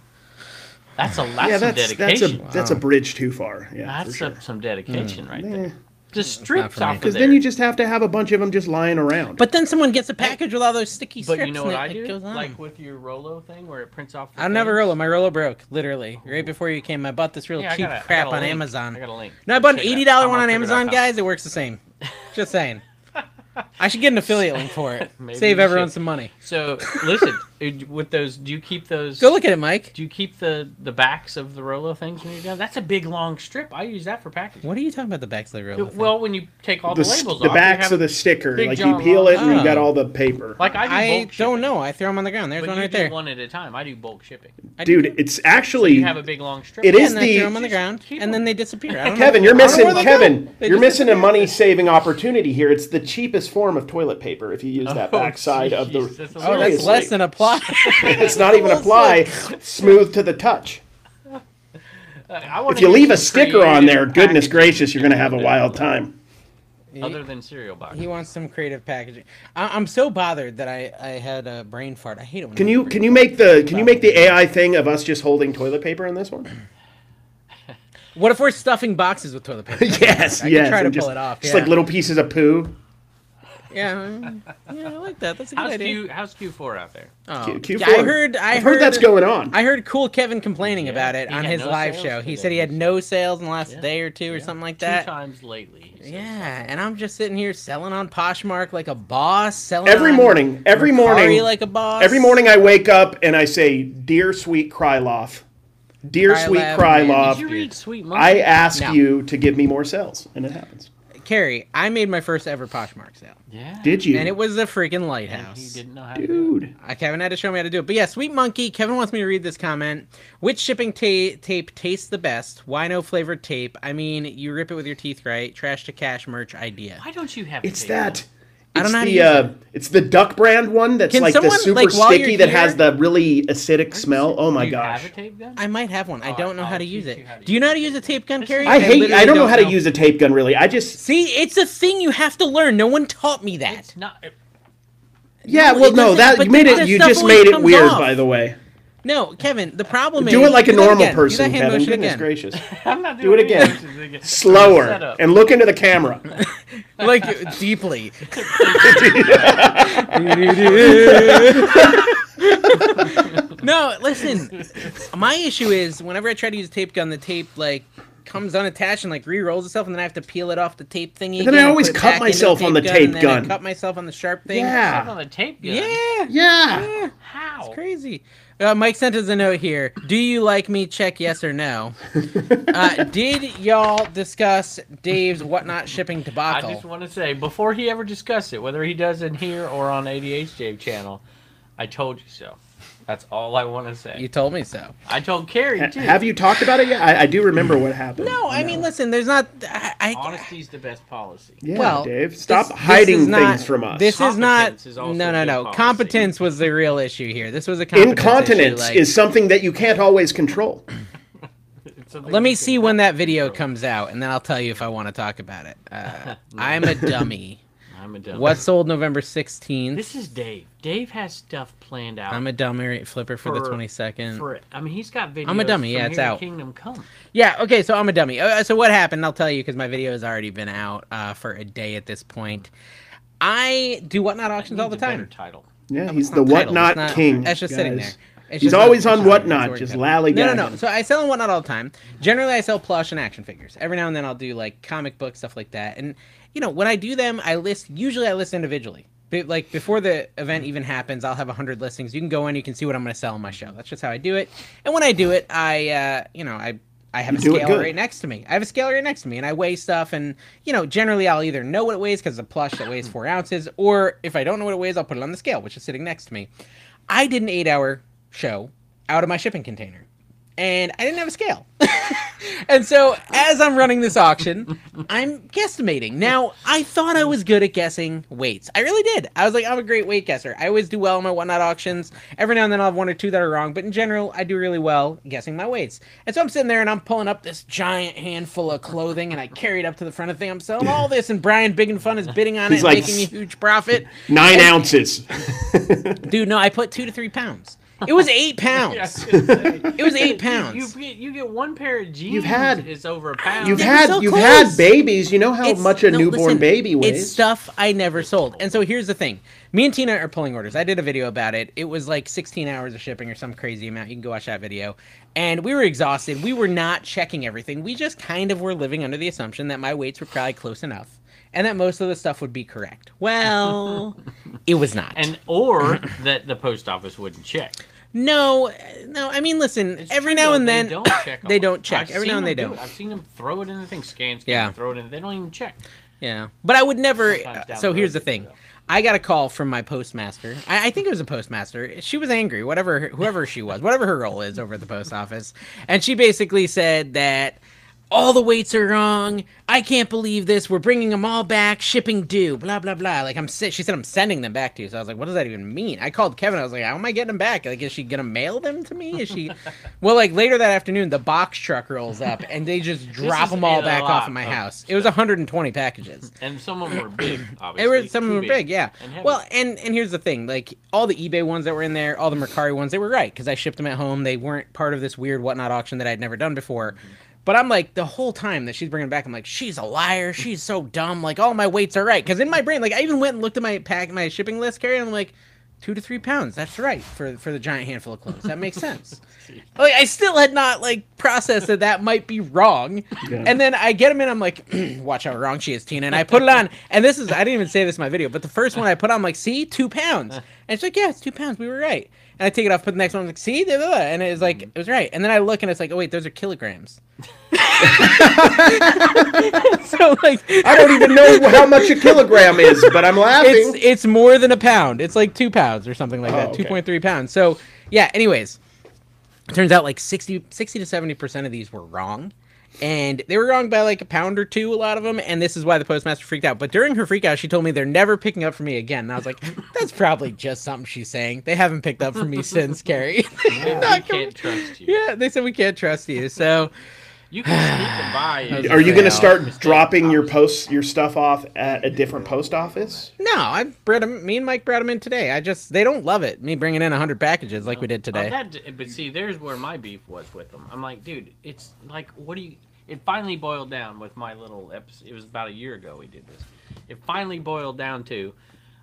[SPEAKER 4] That's a
[SPEAKER 3] yeah,
[SPEAKER 4] that's, some
[SPEAKER 3] that's that's a
[SPEAKER 4] dedication. That's,
[SPEAKER 3] that's a bridge too far. Yeah, for sure.
[SPEAKER 4] some, some dedication right there. Just
[SPEAKER 2] not
[SPEAKER 4] strips
[SPEAKER 2] Hmm. for me.
[SPEAKER 4] off of
[SPEAKER 3] Because
[SPEAKER 4] there.
[SPEAKER 3] then you just have to have a bunch of them just lying around.
[SPEAKER 2] But then someone gets a package with all those sticky strips.
[SPEAKER 4] but you know
[SPEAKER 2] and
[SPEAKER 4] what
[SPEAKER 2] it,
[SPEAKER 4] I
[SPEAKER 2] it
[SPEAKER 4] do?
[SPEAKER 2] goes on.
[SPEAKER 4] Like with your Rolo thing, where it prints off. The
[SPEAKER 2] I never
[SPEAKER 4] things.
[SPEAKER 2] Rolo. My Rolo broke, literally, right before you came. I bought this real
[SPEAKER 4] Yeah, I
[SPEAKER 2] cheap
[SPEAKER 4] got a- I
[SPEAKER 2] crap
[SPEAKER 4] got a
[SPEAKER 2] on
[SPEAKER 4] link.
[SPEAKER 2] Amazon.
[SPEAKER 4] I got a link.
[SPEAKER 2] No, I bought an
[SPEAKER 4] Check it out.
[SPEAKER 2] eighty dollar
[SPEAKER 4] I'm
[SPEAKER 2] one on
[SPEAKER 4] gonna figure it out
[SPEAKER 2] Amazon,
[SPEAKER 4] how-
[SPEAKER 2] guys. It works the same. Just
[SPEAKER 4] [LAUGHS]
[SPEAKER 2] saying. I should get an affiliate link for it.
[SPEAKER 4] Maybe
[SPEAKER 2] Save
[SPEAKER 4] you
[SPEAKER 2] everyone
[SPEAKER 4] should.
[SPEAKER 2] some money.
[SPEAKER 4] So listen, [LAUGHS] it- with those, do you keep those?
[SPEAKER 2] Go look at it, Mike.
[SPEAKER 4] Do you keep the the backs of the Rolo things when you're done? That's a big long strip. I use that for packaging.
[SPEAKER 2] What are you talking about the backside Rolo? thing?
[SPEAKER 4] Well, when you take all the,
[SPEAKER 3] the, s-
[SPEAKER 4] labels
[SPEAKER 3] the
[SPEAKER 4] off, you
[SPEAKER 3] backs
[SPEAKER 4] have-
[SPEAKER 3] of the sticker,
[SPEAKER 4] Big
[SPEAKER 3] like you
[SPEAKER 4] John
[SPEAKER 3] peel it and
[SPEAKER 2] Long.
[SPEAKER 3] you got all the paper.
[SPEAKER 4] Like I do
[SPEAKER 2] I
[SPEAKER 4] bulk shipping,
[SPEAKER 2] don't know. I threw them on the ground. There's
[SPEAKER 4] But
[SPEAKER 2] one
[SPEAKER 4] you
[SPEAKER 2] right
[SPEAKER 4] do
[SPEAKER 2] there.
[SPEAKER 4] one at a time. I do bulk shipping.
[SPEAKER 2] I did
[SPEAKER 3] Dude,
[SPEAKER 2] too.
[SPEAKER 3] it's actually
[SPEAKER 4] You have a big long strip.
[SPEAKER 3] It
[SPEAKER 2] Yeah,
[SPEAKER 3] is
[SPEAKER 2] and I
[SPEAKER 3] the-
[SPEAKER 2] threw them on the ground,
[SPEAKER 4] keep
[SPEAKER 2] and then
[SPEAKER 4] them.
[SPEAKER 2] they disappear. I don't know
[SPEAKER 3] Kevin, you're
[SPEAKER 2] where- I don't know
[SPEAKER 3] missing
[SPEAKER 2] where they go.
[SPEAKER 3] Kevin.
[SPEAKER 2] They
[SPEAKER 3] You're
[SPEAKER 2] just
[SPEAKER 3] missing a money saving opportunity here. It's the cheapest form of toilet paper if you use that
[SPEAKER 4] [LAUGHS] Oh,
[SPEAKER 3] backside of the.
[SPEAKER 4] jeez, that's a
[SPEAKER 2] Oh, that's
[SPEAKER 3] Seriously.
[SPEAKER 2] less than a plot.
[SPEAKER 3] [LAUGHS]
[SPEAKER 4] [LAUGHS]
[SPEAKER 3] It's not even apply smooth to the touch.
[SPEAKER 4] I
[SPEAKER 3] If
[SPEAKER 4] wanna
[SPEAKER 3] you
[SPEAKER 4] get
[SPEAKER 3] leave a
[SPEAKER 4] some
[SPEAKER 3] sticker on there,
[SPEAKER 4] creative
[SPEAKER 3] goodness
[SPEAKER 4] packaging
[SPEAKER 3] gracious, you're going to have a
[SPEAKER 4] other-
[SPEAKER 3] wild time.
[SPEAKER 4] Other than cereal box.
[SPEAKER 2] He wants some creative packaging. I- I'm so bothered that I, I had a brain fart. I hate it when
[SPEAKER 3] Can
[SPEAKER 2] I-
[SPEAKER 3] you can you make the can you make the AI thing of us just holding toilet paper in this one?
[SPEAKER 2] What if we're stuffing boxes with toilet
[SPEAKER 3] [LAUGHS]
[SPEAKER 2] paper?
[SPEAKER 3] [LAUGHS] yes,
[SPEAKER 2] I could
[SPEAKER 3] yes.
[SPEAKER 2] try to
[SPEAKER 3] and
[SPEAKER 2] pull
[SPEAKER 3] just,
[SPEAKER 2] it off,
[SPEAKER 3] Just
[SPEAKER 2] yeah.
[SPEAKER 3] like little pieces of poo.
[SPEAKER 2] yeah, I- yeah, I like that. That's a good
[SPEAKER 4] How's
[SPEAKER 2] idea.
[SPEAKER 4] Q? How's Q4 out there?
[SPEAKER 2] eh? Oh.
[SPEAKER 3] Q- Q4.
[SPEAKER 2] Yeah, I heard. I
[SPEAKER 3] I've heard that's going on.
[SPEAKER 2] I heard Cool Kevin complaining about it
[SPEAKER 4] he
[SPEAKER 2] on
[SPEAKER 4] had
[SPEAKER 2] his
[SPEAKER 4] no
[SPEAKER 2] live
[SPEAKER 4] sales
[SPEAKER 2] show.
[SPEAKER 4] for
[SPEAKER 2] He
[SPEAKER 4] the
[SPEAKER 2] said he had
[SPEAKER 4] news.
[SPEAKER 2] no sales in the last
[SPEAKER 4] Yeah.
[SPEAKER 2] day or two or
[SPEAKER 4] Yeah.
[SPEAKER 2] something like
[SPEAKER 4] Two
[SPEAKER 2] that.
[SPEAKER 4] times lately. he says.
[SPEAKER 2] Yeah, and I'm just sitting here selling on Poshmark like a boss. Selling
[SPEAKER 3] Every
[SPEAKER 2] on
[SPEAKER 3] morning, every
[SPEAKER 2] Mercari
[SPEAKER 3] morning,
[SPEAKER 2] like a boss.
[SPEAKER 3] every morning I wake up and I say, "Dear sweet Krylov, dear
[SPEAKER 2] Krylov,
[SPEAKER 3] sweet
[SPEAKER 2] man,
[SPEAKER 4] Did
[SPEAKER 3] Krylov,
[SPEAKER 4] you read Sweet Monkey?
[SPEAKER 3] I ask
[SPEAKER 2] No. Oh,
[SPEAKER 3] you to give me more cells," and it happens.
[SPEAKER 2] Carrie, I made my first ever Poshmark sale,
[SPEAKER 4] Yeah.
[SPEAKER 3] Did you?
[SPEAKER 2] and it was a freaking lighthouse.
[SPEAKER 4] He didn't know how to do it.
[SPEAKER 3] dude.
[SPEAKER 2] I Kevin had to show me how to do it. But yeah, Sweet Monkey, Kevin wants me to read this comment. Which shipping ta- tape tastes the best? Why no flavored tape? I mean, you rip it with your teeth, right? Trash to cash merch idea.
[SPEAKER 4] Why don't you have? a
[SPEAKER 3] It's
[SPEAKER 4] table?
[SPEAKER 3] that.
[SPEAKER 2] I don't
[SPEAKER 3] It's
[SPEAKER 2] know how to
[SPEAKER 3] the
[SPEAKER 2] use
[SPEAKER 3] uh, it's the duck brand one that's
[SPEAKER 2] Can
[SPEAKER 3] like the
[SPEAKER 2] someone,
[SPEAKER 3] super
[SPEAKER 2] like, while
[SPEAKER 3] sticky
[SPEAKER 2] you're
[SPEAKER 3] that has
[SPEAKER 2] here-
[SPEAKER 3] the really acidic smell. Oh my
[SPEAKER 4] Do you
[SPEAKER 3] gosh.
[SPEAKER 4] Have a tape gun?
[SPEAKER 2] I might have one. I don't know
[SPEAKER 4] I'll
[SPEAKER 2] how to
[SPEAKER 4] teach
[SPEAKER 2] use
[SPEAKER 4] Oh, you
[SPEAKER 2] it.
[SPEAKER 4] how to
[SPEAKER 2] Do you
[SPEAKER 4] use
[SPEAKER 2] know how
[SPEAKER 4] it.
[SPEAKER 2] to use a tape gun, Carrie?
[SPEAKER 3] I hate.
[SPEAKER 2] literally
[SPEAKER 3] I don't know how to use a tape gun. Really, I just.
[SPEAKER 2] See, it's a thing you have to learn. No one taught me that.
[SPEAKER 4] It's not.
[SPEAKER 3] Yeah.
[SPEAKER 2] No,
[SPEAKER 3] well,
[SPEAKER 2] it
[SPEAKER 3] no.
[SPEAKER 2] doesn't,
[SPEAKER 3] That
[SPEAKER 2] but
[SPEAKER 3] you made
[SPEAKER 2] that
[SPEAKER 3] it. You
[SPEAKER 2] stuff
[SPEAKER 3] just
[SPEAKER 2] always
[SPEAKER 3] made it
[SPEAKER 2] comes
[SPEAKER 3] weird.
[SPEAKER 2] off.
[SPEAKER 3] By the way,
[SPEAKER 2] No, Kevin. The problem is
[SPEAKER 3] do it like a
[SPEAKER 2] that
[SPEAKER 3] normal
[SPEAKER 2] again. Do that
[SPEAKER 3] person,
[SPEAKER 2] hand
[SPEAKER 3] Kevin.
[SPEAKER 2] motion
[SPEAKER 3] Goodness
[SPEAKER 2] again. [LAUGHS]
[SPEAKER 3] gracious.
[SPEAKER 4] I'm not
[SPEAKER 3] Do it
[SPEAKER 4] doing [LAUGHS]
[SPEAKER 3] again.
[SPEAKER 4] motions again. Set
[SPEAKER 3] Slower
[SPEAKER 4] up.
[SPEAKER 3] and look into the camera.
[SPEAKER 2] Like uh,
[SPEAKER 4] [LAUGHS]
[SPEAKER 2] deeply. [LAUGHS] no, listen. My issue is whenever I try to use a tape gun, the tape like comes unattached and like re-rolls itself, and then I have to peel it off the tape thingy.
[SPEAKER 3] And then I
[SPEAKER 2] again
[SPEAKER 3] always
[SPEAKER 2] put it
[SPEAKER 3] cut
[SPEAKER 2] back into
[SPEAKER 3] myself on the tape
[SPEAKER 2] and then I
[SPEAKER 3] gun.
[SPEAKER 2] cut myself on the sharp thing.
[SPEAKER 4] Set
[SPEAKER 3] Yeah.
[SPEAKER 4] on a tape gun.
[SPEAKER 2] Yeah.
[SPEAKER 3] Yeah.
[SPEAKER 4] How?
[SPEAKER 2] Eh, Crazy. Uh, Mike sent us a note here. Do you like me? Check yes or
[SPEAKER 3] [LAUGHS]
[SPEAKER 2] no. uh, did y'all discuss Dave's whatnot shipping
[SPEAKER 4] I
[SPEAKER 2] debacle?
[SPEAKER 4] just want to say before he ever discussed it, whether he does in here or on ADHD channel, I told you so. That's all I want to say.
[SPEAKER 2] you told me so.
[SPEAKER 4] I told Carrie
[SPEAKER 3] Ha-
[SPEAKER 4] too.
[SPEAKER 3] Have you talked about it yet? I, I do remember what happened.
[SPEAKER 2] No, I mean, listen. There's not. I, I,
[SPEAKER 4] Honesty's the best policy.
[SPEAKER 3] Yeah,
[SPEAKER 2] well,
[SPEAKER 3] Dave,
[SPEAKER 2] this-
[SPEAKER 3] stop
[SPEAKER 2] this is
[SPEAKER 3] hiding things
[SPEAKER 2] not-
[SPEAKER 3] from us.
[SPEAKER 2] This is not.
[SPEAKER 4] Competence is
[SPEAKER 2] no,
[SPEAKER 4] also
[SPEAKER 2] no,
[SPEAKER 4] good
[SPEAKER 2] no.
[SPEAKER 4] policy.
[SPEAKER 2] Competence was the real issue here. This was a competence
[SPEAKER 3] Incontinence
[SPEAKER 2] issue, like-
[SPEAKER 3] is something that you can't always control.
[SPEAKER 4] It's something
[SPEAKER 2] Let me
[SPEAKER 4] you can-
[SPEAKER 2] see when that video comes out, and then I'll tell you if I want to talk about it.
[SPEAKER 4] [LAUGHS]
[SPEAKER 2] Uh, I'm a dummy.
[SPEAKER 4] I'm a dummy.
[SPEAKER 2] What's sold November 16th?
[SPEAKER 4] [LAUGHS] This is Dave. Dave has stuff planned out.
[SPEAKER 2] I'm a dummy flipper for, the
[SPEAKER 4] for-
[SPEAKER 2] 22nd.
[SPEAKER 4] for it. I mean, he's got videos.
[SPEAKER 2] I'm a dummy,
[SPEAKER 4] from
[SPEAKER 2] yeah, it's
[SPEAKER 4] here to
[SPEAKER 2] out.
[SPEAKER 4] Kingdom Come.
[SPEAKER 2] Yeah, okay, so I'm a dummy. Uh, so what happened? I'll tell you because my video has already been out uh, for a day at this point. I do whatnot auctions all the
[SPEAKER 4] Needs a better
[SPEAKER 2] time.
[SPEAKER 4] Title.
[SPEAKER 3] Yeah, he's the
[SPEAKER 2] Title,
[SPEAKER 3] whatnot
[SPEAKER 2] it's not-
[SPEAKER 3] king.
[SPEAKER 2] That's just sitting there.
[SPEAKER 3] guys.
[SPEAKER 2] It's
[SPEAKER 3] He's
[SPEAKER 2] just
[SPEAKER 3] always
[SPEAKER 2] not-
[SPEAKER 3] on
[SPEAKER 2] it's
[SPEAKER 3] whatnot,
[SPEAKER 2] working.
[SPEAKER 3] just
[SPEAKER 2] No, no, no.
[SPEAKER 3] lallygagging.
[SPEAKER 2] So I sell on whatnot all the time. Generally, I sell plush and action figures. Every now and then, I'll do like comic book stuff like that. And you know, when I do them, I list. Usually, I list individually. Be- like before the event even happens, I'll have hundred listings. You can go in, you can see what I'm going to sell on my show. That's just how I do it. And when I do it, I, uh, you know, I I have
[SPEAKER 3] You
[SPEAKER 2] a
[SPEAKER 3] do it
[SPEAKER 2] scale
[SPEAKER 3] good.
[SPEAKER 2] right next to me. I have a scale right next to me, and I weigh stuff. And you know, generally, I'll either know what it weighs because the plush that weighs four ounces, or if I don't know what it weighs, I'll put it on the scale, which is sitting next to me. I did an eight-hour show out of my shipping container, and I didn't have a scale. and so, as I'm running this auction, I'm guesstimating. Now, I thought I was good at guessing weights. I really did. I was like, I'm a great weight guesser. I always do well in my whatnot auctions. Every now and then I'll have one or two that are wrong, but in general, I do really well guessing my weights. And so I'm sitting there and I'm pulling up this giant handful of clothing and I carry it up to the front of the thing. I'm selling all this, and Brian Big and Fun is bidding on
[SPEAKER 3] He's
[SPEAKER 2] it,
[SPEAKER 3] like,
[SPEAKER 2] and making me a huge profit.
[SPEAKER 3] Nine ounces.
[SPEAKER 2] [LAUGHS] Dude, no, I put two to three pounds. It was
[SPEAKER 3] [LAUGHS]
[SPEAKER 2] eight pounds.
[SPEAKER 4] [LAUGHS]
[SPEAKER 2] It was eight pounds.
[SPEAKER 4] You get you get one pair of jeans.
[SPEAKER 3] had-
[SPEAKER 4] it's over a pound.
[SPEAKER 3] You've
[SPEAKER 2] They were
[SPEAKER 3] had
[SPEAKER 2] so
[SPEAKER 3] you've
[SPEAKER 2] close.
[SPEAKER 3] had babies. You know how
[SPEAKER 2] It's-
[SPEAKER 3] much a
[SPEAKER 2] no,
[SPEAKER 3] newborn
[SPEAKER 2] listen,
[SPEAKER 3] baby
[SPEAKER 2] It's
[SPEAKER 3] weighs.
[SPEAKER 2] stuff I never sold. And so here's the thing. Me and Tina are pulling orders. I did a video about it. It was like 16 hours of shipping or some crazy amount. You can go watch that video. And we were exhausted. We were not checking everything. We just kind of were living under the assumption that my weights were probably close enough and that most of the stuff would be correct. Well,
[SPEAKER 3] [LAUGHS]
[SPEAKER 2] it was not.
[SPEAKER 4] and
[SPEAKER 2] [COUGHS]
[SPEAKER 4] or that the post office wouldn't check.
[SPEAKER 2] no, no, I mean listen, every now and then
[SPEAKER 4] they don't
[SPEAKER 2] [COUGHS]
[SPEAKER 4] check.
[SPEAKER 2] they
[SPEAKER 4] them.
[SPEAKER 2] don't check.
[SPEAKER 4] I've
[SPEAKER 2] every
[SPEAKER 4] seen
[SPEAKER 2] now and
[SPEAKER 4] them
[SPEAKER 2] they
[SPEAKER 4] do
[SPEAKER 2] don't.
[SPEAKER 4] it. I've seen them throw it in the thing, scan, scan,
[SPEAKER 2] Yeah.
[SPEAKER 4] throw it in. They don't even check.
[SPEAKER 2] Yeah, but I would never.
[SPEAKER 4] Sometimes
[SPEAKER 2] uh,
[SPEAKER 4] down
[SPEAKER 2] so
[SPEAKER 4] the
[SPEAKER 2] here's the
[SPEAKER 4] road they do
[SPEAKER 2] thing.
[SPEAKER 4] that.
[SPEAKER 2] I got a call from my postmaster. I, I think it was a postmaster. She was angry, whatever, her- whoever she was, whatever her role is over at the post office, and she basically said that all the weights are wrong. I can't believe this. We're bringing them all back. Shipping due. Blah blah blah. Like I'm. se- She said I'm sending them back to you. So I was like, what does that even mean? I called Kevin. I was like, how am I getting them back? Like, is she gonna mail them to me? Is
[SPEAKER 4] [LAUGHS]
[SPEAKER 2] she? well, like later that afternoon, the box truck rolls up and they just drop
[SPEAKER 4] is
[SPEAKER 2] them all
[SPEAKER 4] a
[SPEAKER 2] back
[SPEAKER 4] lot
[SPEAKER 2] off of my
[SPEAKER 4] of
[SPEAKER 2] house. It was 120 packages.
[SPEAKER 4] And some of them were big, obviously.
[SPEAKER 2] They were some of
[SPEAKER 4] too
[SPEAKER 2] them were big, yeah.
[SPEAKER 4] and heavy.
[SPEAKER 2] well, and and here's the thing, like all the eBay ones that were in there, all the Mercari ones, they were right because I shipped them at home. They weren't part of this weird whatnot auction that I'd never done before.
[SPEAKER 4] Mm-hmm.
[SPEAKER 2] But I'm like the whole time that she's bringing back, I'm like, she's a liar. She's so dumb. Like all my weights are right because in my brain, like I even went and looked at my pack, my shipping list, Carrie, and I'm like. Two to three pounds. That's right for for the giant handful of clothes. That makes sense. like I still had not like processed that that might be wrong,
[SPEAKER 3] Yeah.
[SPEAKER 2] and then I get them in. I'm like, [CLEARS THROAT] watch how wrong she is, Tina. And I put it on, and this is I didn't even say this in my video, but the first one I put on, I'm like, see, two pounds. And she's like, yeah, it's two pounds. We were right. And I take it off, put the next one. I'm like, see, blah, blah, blah. and it was like it was right. And then I look, and it's like, oh wait, those are kilograms. [LAUGHS] so like,
[SPEAKER 3] I don't even know how much a kilogram is, but I'm laughing.
[SPEAKER 2] it's it's more than a pound. It's like two pounds or something like
[SPEAKER 3] Oh,
[SPEAKER 2] that.
[SPEAKER 3] okay.
[SPEAKER 2] Two point three pounds. So yeah. Anyways, it turns out like 60, 60 to seventy percent of these were wrong, and they were wrong by like a pound or two. A lot of them, and this is why the postmaster freaked out. But during her freak out, she told me they're never picking up for me again. And I was
[SPEAKER 3] [LAUGHS]
[SPEAKER 2] like, that's probably just something she's saying. They haven't picked up for
[SPEAKER 3] [LAUGHS]
[SPEAKER 2] me since, Carrie. [LAUGHS]
[SPEAKER 4] We can't trust you.
[SPEAKER 2] yeah, they said we can't trust you. So
[SPEAKER 4] You can sneak
[SPEAKER 2] [SIGHS]
[SPEAKER 4] them by. and-
[SPEAKER 3] Are you going to
[SPEAKER 2] Yeah.
[SPEAKER 3] start dropping your posts, your stuff off at a different post office?
[SPEAKER 2] no, I brought 'em- Me and Mike brought them in today. I just they don't love it. Me bringing in hundred packages like we did
[SPEAKER 4] Oh,
[SPEAKER 2] today.
[SPEAKER 4] that- but see, there's where my beef was with them. I'm like, dude, it's like, what do you? It finally boiled down with my little episode. It was about a year ago we did this. It finally boiled down to,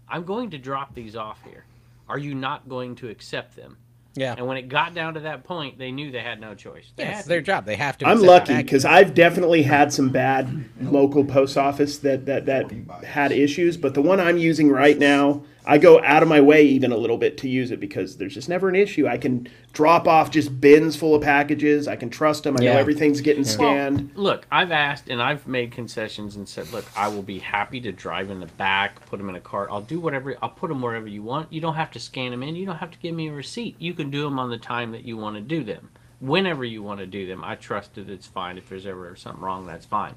[SPEAKER 4] I'm going to drop these off here. Are you not going to accept them?
[SPEAKER 2] Yeah.
[SPEAKER 4] And when it got down to that point, they knew they had no choice. They
[SPEAKER 2] Yeah,
[SPEAKER 4] had
[SPEAKER 2] it's their
[SPEAKER 4] to.
[SPEAKER 2] job. They have to.
[SPEAKER 3] I'm
[SPEAKER 2] accept
[SPEAKER 3] lucky
[SPEAKER 2] that.
[SPEAKER 3] because I've definitely had some bad local post office that, that, that had issues, but the one I'm using right now, I go out of my way even a little bit to use it because there's just never an issue. I can drop off just bins full of packages. I can trust them. I know
[SPEAKER 2] Yeah.
[SPEAKER 3] everything's getting scanned.
[SPEAKER 4] Look, I've asked and I've made concessions and said, look, I will be happy to drive in the back, put them in a cart. I'll do whatever, I'll put them wherever you want. You don't have to scan them in. You don't have to give me a receipt. You can do them on the time that you want to do them. Whenever you want to do them, I trust that it's fine. If there's ever something wrong, that's fine.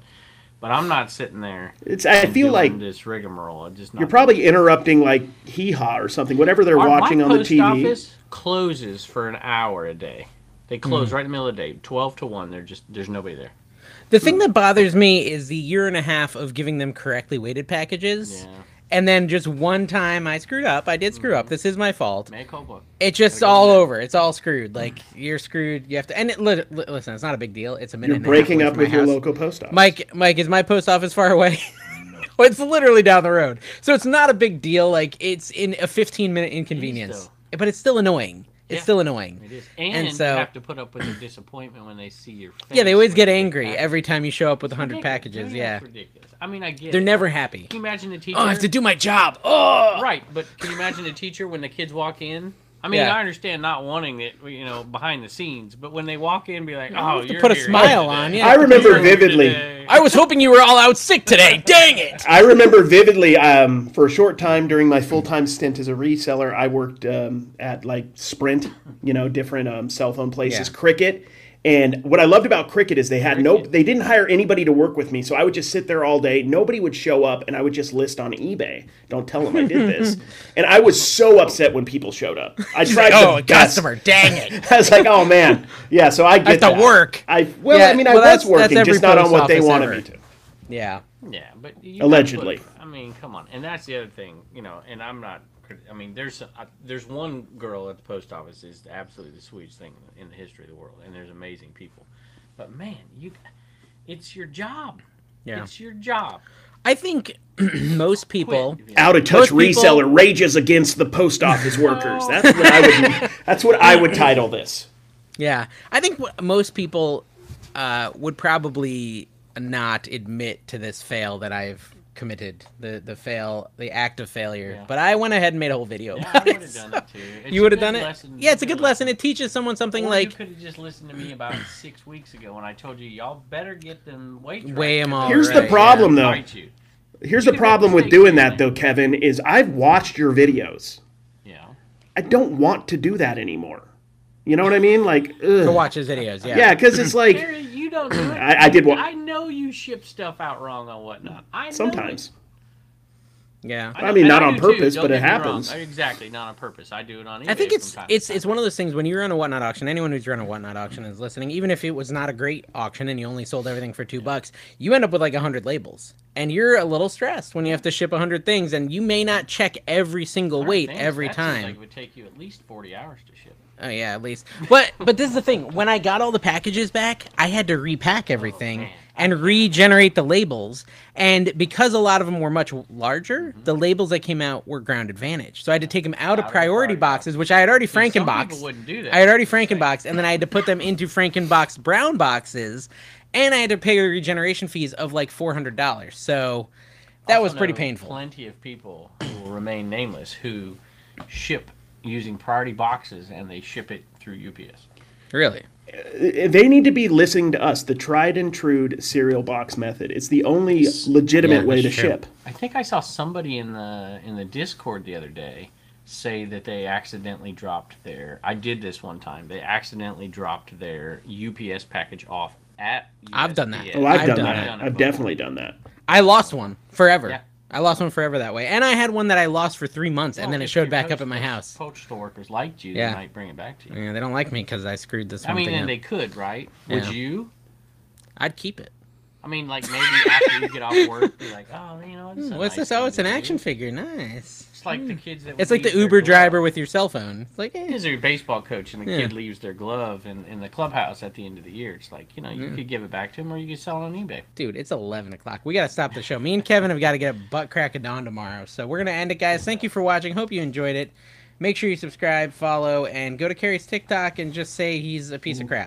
[SPEAKER 4] But I'm not sitting there.
[SPEAKER 3] It's- I
[SPEAKER 4] and
[SPEAKER 3] feel
[SPEAKER 4] doing
[SPEAKER 3] like
[SPEAKER 4] this rigmarole. I'm just not
[SPEAKER 3] You're probably interrupting like hee haw or something, whatever they're
[SPEAKER 4] Our-
[SPEAKER 3] watching
[SPEAKER 4] my
[SPEAKER 3] on the
[SPEAKER 4] post
[SPEAKER 3] TV.
[SPEAKER 4] office closes for an hour a day. They
[SPEAKER 3] Mm.
[SPEAKER 4] close right in the middle of the day, twelve to one. They're just there's nobody there.
[SPEAKER 2] the thing that bothers me is the year and a half of giving them correctly weighted packages, and then just one time I screwed up. I did screw
[SPEAKER 4] Mm-hmm.
[SPEAKER 2] up. This is my fault.
[SPEAKER 4] Mea culpa.
[SPEAKER 2] It's just all over. It's all
[SPEAKER 4] [SIGHS]
[SPEAKER 2] screwed. Like you're screwed. You have to. And it, li- li- listen, it's not a big deal. It's a minute. and
[SPEAKER 3] You're
[SPEAKER 2] a half
[SPEAKER 3] breaking
[SPEAKER 2] away
[SPEAKER 3] up
[SPEAKER 2] from my
[SPEAKER 3] with your
[SPEAKER 2] house.
[SPEAKER 3] local post office.
[SPEAKER 2] Mike, Mike, is my post office far away? [LAUGHS]
[SPEAKER 4] Mm-hmm.
[SPEAKER 2] Oh, it's literally down the road, so it's not a big deal. Like it's in a 15 minute inconvenience, but it's still annoying. It's
[SPEAKER 4] Yeah.
[SPEAKER 2] still annoying.
[SPEAKER 4] It is.
[SPEAKER 2] And
[SPEAKER 4] And,
[SPEAKER 2] so-
[SPEAKER 4] you have to put up with the disappointment when they see your face.
[SPEAKER 2] Yeah, they always
[SPEAKER 4] when
[SPEAKER 2] get
[SPEAKER 4] you
[SPEAKER 2] angry
[SPEAKER 4] back.
[SPEAKER 2] every time you show up with 100
[SPEAKER 4] Ridiculous.
[SPEAKER 2] packages.
[SPEAKER 4] That's
[SPEAKER 2] Yeah.
[SPEAKER 4] ridiculous. I mean, I get
[SPEAKER 2] They're
[SPEAKER 4] it.
[SPEAKER 2] never happy.
[SPEAKER 4] Can you imagine the teacher?
[SPEAKER 2] Oh, I have to do my job. Oh,
[SPEAKER 4] Right, but can you imagine a teacher when the kids walk in I mean,
[SPEAKER 2] Yeah.
[SPEAKER 4] I understand not wanting it, you know, behind the scenes, but when they walk in, be like, "Oh,
[SPEAKER 2] to
[SPEAKER 4] you're
[SPEAKER 2] put a
[SPEAKER 4] here
[SPEAKER 2] smile
[SPEAKER 4] today.
[SPEAKER 2] on,
[SPEAKER 3] I
[SPEAKER 2] yeah.
[SPEAKER 3] remember
[SPEAKER 4] You're here
[SPEAKER 3] vividly.
[SPEAKER 4] today."
[SPEAKER 2] I was hoping you were all out sick [LAUGHS] today. Dang it!
[SPEAKER 3] I remember vividly um, for a short time during my full time stint as a reseller, I worked um, at like Sprint, you know, different um, cell phone places,
[SPEAKER 2] Yeah.
[SPEAKER 3] Cricket. And what I loved about Cricket is they had no, they didn't hire anybody to work with me. So I would just sit there all day. Nobody would show up and I would just list on eBay. Don't tell them I did this.
[SPEAKER 2] [LAUGHS]
[SPEAKER 3] and I was so upset when people showed up. I tried
[SPEAKER 2] Oh, a
[SPEAKER 3] to.
[SPEAKER 2] customer, dang it!
[SPEAKER 3] [LAUGHS] I was like, oh man.
[SPEAKER 2] [LAUGHS]
[SPEAKER 3] Yeah. So I get
[SPEAKER 2] have to
[SPEAKER 3] that.
[SPEAKER 2] work.
[SPEAKER 3] I, well,
[SPEAKER 2] Yeah,
[SPEAKER 3] I mean, I
[SPEAKER 2] well,
[SPEAKER 3] was
[SPEAKER 2] that's-
[SPEAKER 3] working,
[SPEAKER 2] that's
[SPEAKER 3] just
[SPEAKER 2] every
[SPEAKER 3] not on what they
[SPEAKER 2] post office
[SPEAKER 3] wanted
[SPEAKER 2] ever.
[SPEAKER 3] me to.
[SPEAKER 2] [LAUGHS] Yeah,
[SPEAKER 4] Yeah, but you
[SPEAKER 3] Allegedly.
[SPEAKER 4] gotta put- I mean, come on, and that's the other thing, you know. And I'm not. crit- I mean, there's I, there's one girl at the post office is absolutely the sweetest thing in the history of the world, and there's amazing people. But man, you, it's your job.
[SPEAKER 2] Yeah.
[SPEAKER 4] It's your job.
[SPEAKER 2] I think [CLEARS THROAT] most people.
[SPEAKER 4] Quit.
[SPEAKER 3] out of touch
[SPEAKER 2] Most people-
[SPEAKER 3] reseller rages against the post
[SPEAKER 2] [LAUGHS]
[SPEAKER 3] office workers. That's what I would. That's what I would title this.
[SPEAKER 2] Yeah, I think what most people uh, would probably not admit to this fail that I've committed the the fail the act of failure.
[SPEAKER 4] Yeah.
[SPEAKER 2] But I went ahead and made a whole video.
[SPEAKER 4] Yeah, I
[SPEAKER 2] about
[SPEAKER 4] would
[SPEAKER 2] it, [LAUGHS]
[SPEAKER 4] have
[SPEAKER 2] so-
[SPEAKER 4] done it too. It's
[SPEAKER 2] you
[SPEAKER 4] a
[SPEAKER 2] would have
[SPEAKER 4] good
[SPEAKER 2] done it.
[SPEAKER 4] lesson,
[SPEAKER 2] yeah, it's a good lesson. It teaches someone something
[SPEAKER 4] Or you
[SPEAKER 2] like
[SPEAKER 4] could have just listened to me about [COUGHS] six weeks ago when I told you y'all better get them weight.
[SPEAKER 2] Weigh 'em all
[SPEAKER 3] Here's the right, problem, yeah. though.
[SPEAKER 4] Bite you.
[SPEAKER 3] Here's the
[SPEAKER 4] You're
[SPEAKER 3] problem with
[SPEAKER 4] right.
[SPEAKER 3] doing that, though, Kevin. Is I've watched your videos.
[SPEAKER 4] Yeah.
[SPEAKER 3] I don't want to do that anymore. You know what I mean? Like, ugh.
[SPEAKER 2] to watch his videos. Yeah,
[SPEAKER 3] yeah, because it's like
[SPEAKER 4] Barry, you don't do it.
[SPEAKER 3] [CLEARS THROAT] I, I did
[SPEAKER 4] I
[SPEAKER 3] what
[SPEAKER 4] know you ship stuff out wrong on whatnot. I know
[SPEAKER 3] sometimes.
[SPEAKER 4] it.
[SPEAKER 2] yeah.
[SPEAKER 3] I mean,
[SPEAKER 4] and
[SPEAKER 3] not on
[SPEAKER 4] do
[SPEAKER 3] purpose,
[SPEAKER 4] Don't
[SPEAKER 3] but it
[SPEAKER 4] get me wrong.
[SPEAKER 3] happens.
[SPEAKER 4] I- Exactly, not on purpose. I do it on.
[SPEAKER 2] I think
[SPEAKER 4] eBay
[SPEAKER 2] it's
[SPEAKER 4] from time to
[SPEAKER 2] it's
[SPEAKER 4] time.
[SPEAKER 2] it's one of those things when you run a whatnot auction. Anyone who's run a whatnot auction is listening. Even if it was not a great auction and you only sold everything for two bucks, you end up with like a hundred labels, and you're a little stressed when you have to ship a hundred things, and you may not check every single
[SPEAKER 4] Alright,
[SPEAKER 2] weight
[SPEAKER 4] thanks.
[SPEAKER 2] every
[SPEAKER 4] That seems
[SPEAKER 2] time.
[SPEAKER 4] Like it would take you at least forty hours to ship.
[SPEAKER 2] Oh yeah, at least. But but this is the thing. When I got all the packages back, I had to repack everything
[SPEAKER 4] Oh, man.
[SPEAKER 2] and regenerate the labels. And because a lot of them were much larger, the labels that came out were ground advantage. So I had to take them out,
[SPEAKER 4] Mm-hmm. Out of
[SPEAKER 2] of
[SPEAKER 4] the
[SPEAKER 2] priority
[SPEAKER 4] priority box.
[SPEAKER 2] boxes, which I had already
[SPEAKER 4] See, some
[SPEAKER 2] Frankenbox.
[SPEAKER 4] people wouldn't do that.
[SPEAKER 2] I had already Frankenbox, and then I had to put them into Frankenbox brown boxes, and I had to pay regeneration fees of like four hundred dollars. So that was
[SPEAKER 4] Also
[SPEAKER 2] pretty
[SPEAKER 4] know
[SPEAKER 2] painful.
[SPEAKER 4] Plenty of people who will remain nameless who ship using priority boxes and they ship it through UPS.
[SPEAKER 2] really.
[SPEAKER 3] They need to be listening to us. The tried and true serial box method. It's the only legitimate
[SPEAKER 2] Yeah,
[SPEAKER 3] way to
[SPEAKER 2] that's true.
[SPEAKER 3] ship.
[SPEAKER 4] I think I saw somebody in the in the Discord the other day say that they accidentally dropped their. I did this one time. They accidentally dropped their UPS package off at.
[SPEAKER 2] I've done that.
[SPEAKER 4] USPS.
[SPEAKER 3] Oh, I've,
[SPEAKER 2] I've
[SPEAKER 3] done,
[SPEAKER 2] done
[SPEAKER 3] that.
[SPEAKER 2] it.
[SPEAKER 4] Done it
[SPEAKER 3] I've
[SPEAKER 4] before.
[SPEAKER 3] definitely done that.
[SPEAKER 2] I lost one forever.
[SPEAKER 4] Yeah.
[SPEAKER 2] I lost one forever that way. And I had one that I lost for three months, and then
[SPEAKER 4] Well,
[SPEAKER 2] it
[SPEAKER 4] if
[SPEAKER 2] showed
[SPEAKER 4] your
[SPEAKER 2] back up
[SPEAKER 4] postal-
[SPEAKER 2] at my house.
[SPEAKER 4] Postal workers liked you.
[SPEAKER 2] Yeah.
[SPEAKER 4] They might bring it back to you.
[SPEAKER 2] Yeah, they don't like me because I screwed this
[SPEAKER 4] I
[SPEAKER 2] one
[SPEAKER 4] mean,
[SPEAKER 2] thing
[SPEAKER 4] and
[SPEAKER 2] up.
[SPEAKER 4] they could, right? Would
[SPEAKER 2] Yeah.
[SPEAKER 4] you?
[SPEAKER 2] I'd keep it.
[SPEAKER 4] I mean, like maybe after you get off work, be like, oh, you know, it's a
[SPEAKER 2] What's
[SPEAKER 4] nice
[SPEAKER 2] this? Oh,
[SPEAKER 4] thing
[SPEAKER 2] it's
[SPEAKER 4] to
[SPEAKER 2] an
[SPEAKER 4] do."
[SPEAKER 2] action figure. Nice.
[SPEAKER 4] It's like the kids that.
[SPEAKER 2] It's
[SPEAKER 4] would
[SPEAKER 2] like the
[SPEAKER 4] leave their
[SPEAKER 2] Uber
[SPEAKER 4] glove.
[SPEAKER 2] driver with your cell phone. It's like, eh.
[SPEAKER 4] Is your baseball coach and the
[SPEAKER 2] Yeah.
[SPEAKER 4] kid leaves their glove in, in the clubhouse at the end of the year? It's like you know you could give it back to him or you could sell it on eBay.
[SPEAKER 2] dude, it's 11 o'clock. We got to stop the show. Me and Kevin have got to get a butt crack of dawn tomorrow. So we're going to end it, guys. Thank you for watching. Hope you enjoyed it. Make sure you subscribe, follow, and go to Carrie's TikTok and just say he's a piece of crap.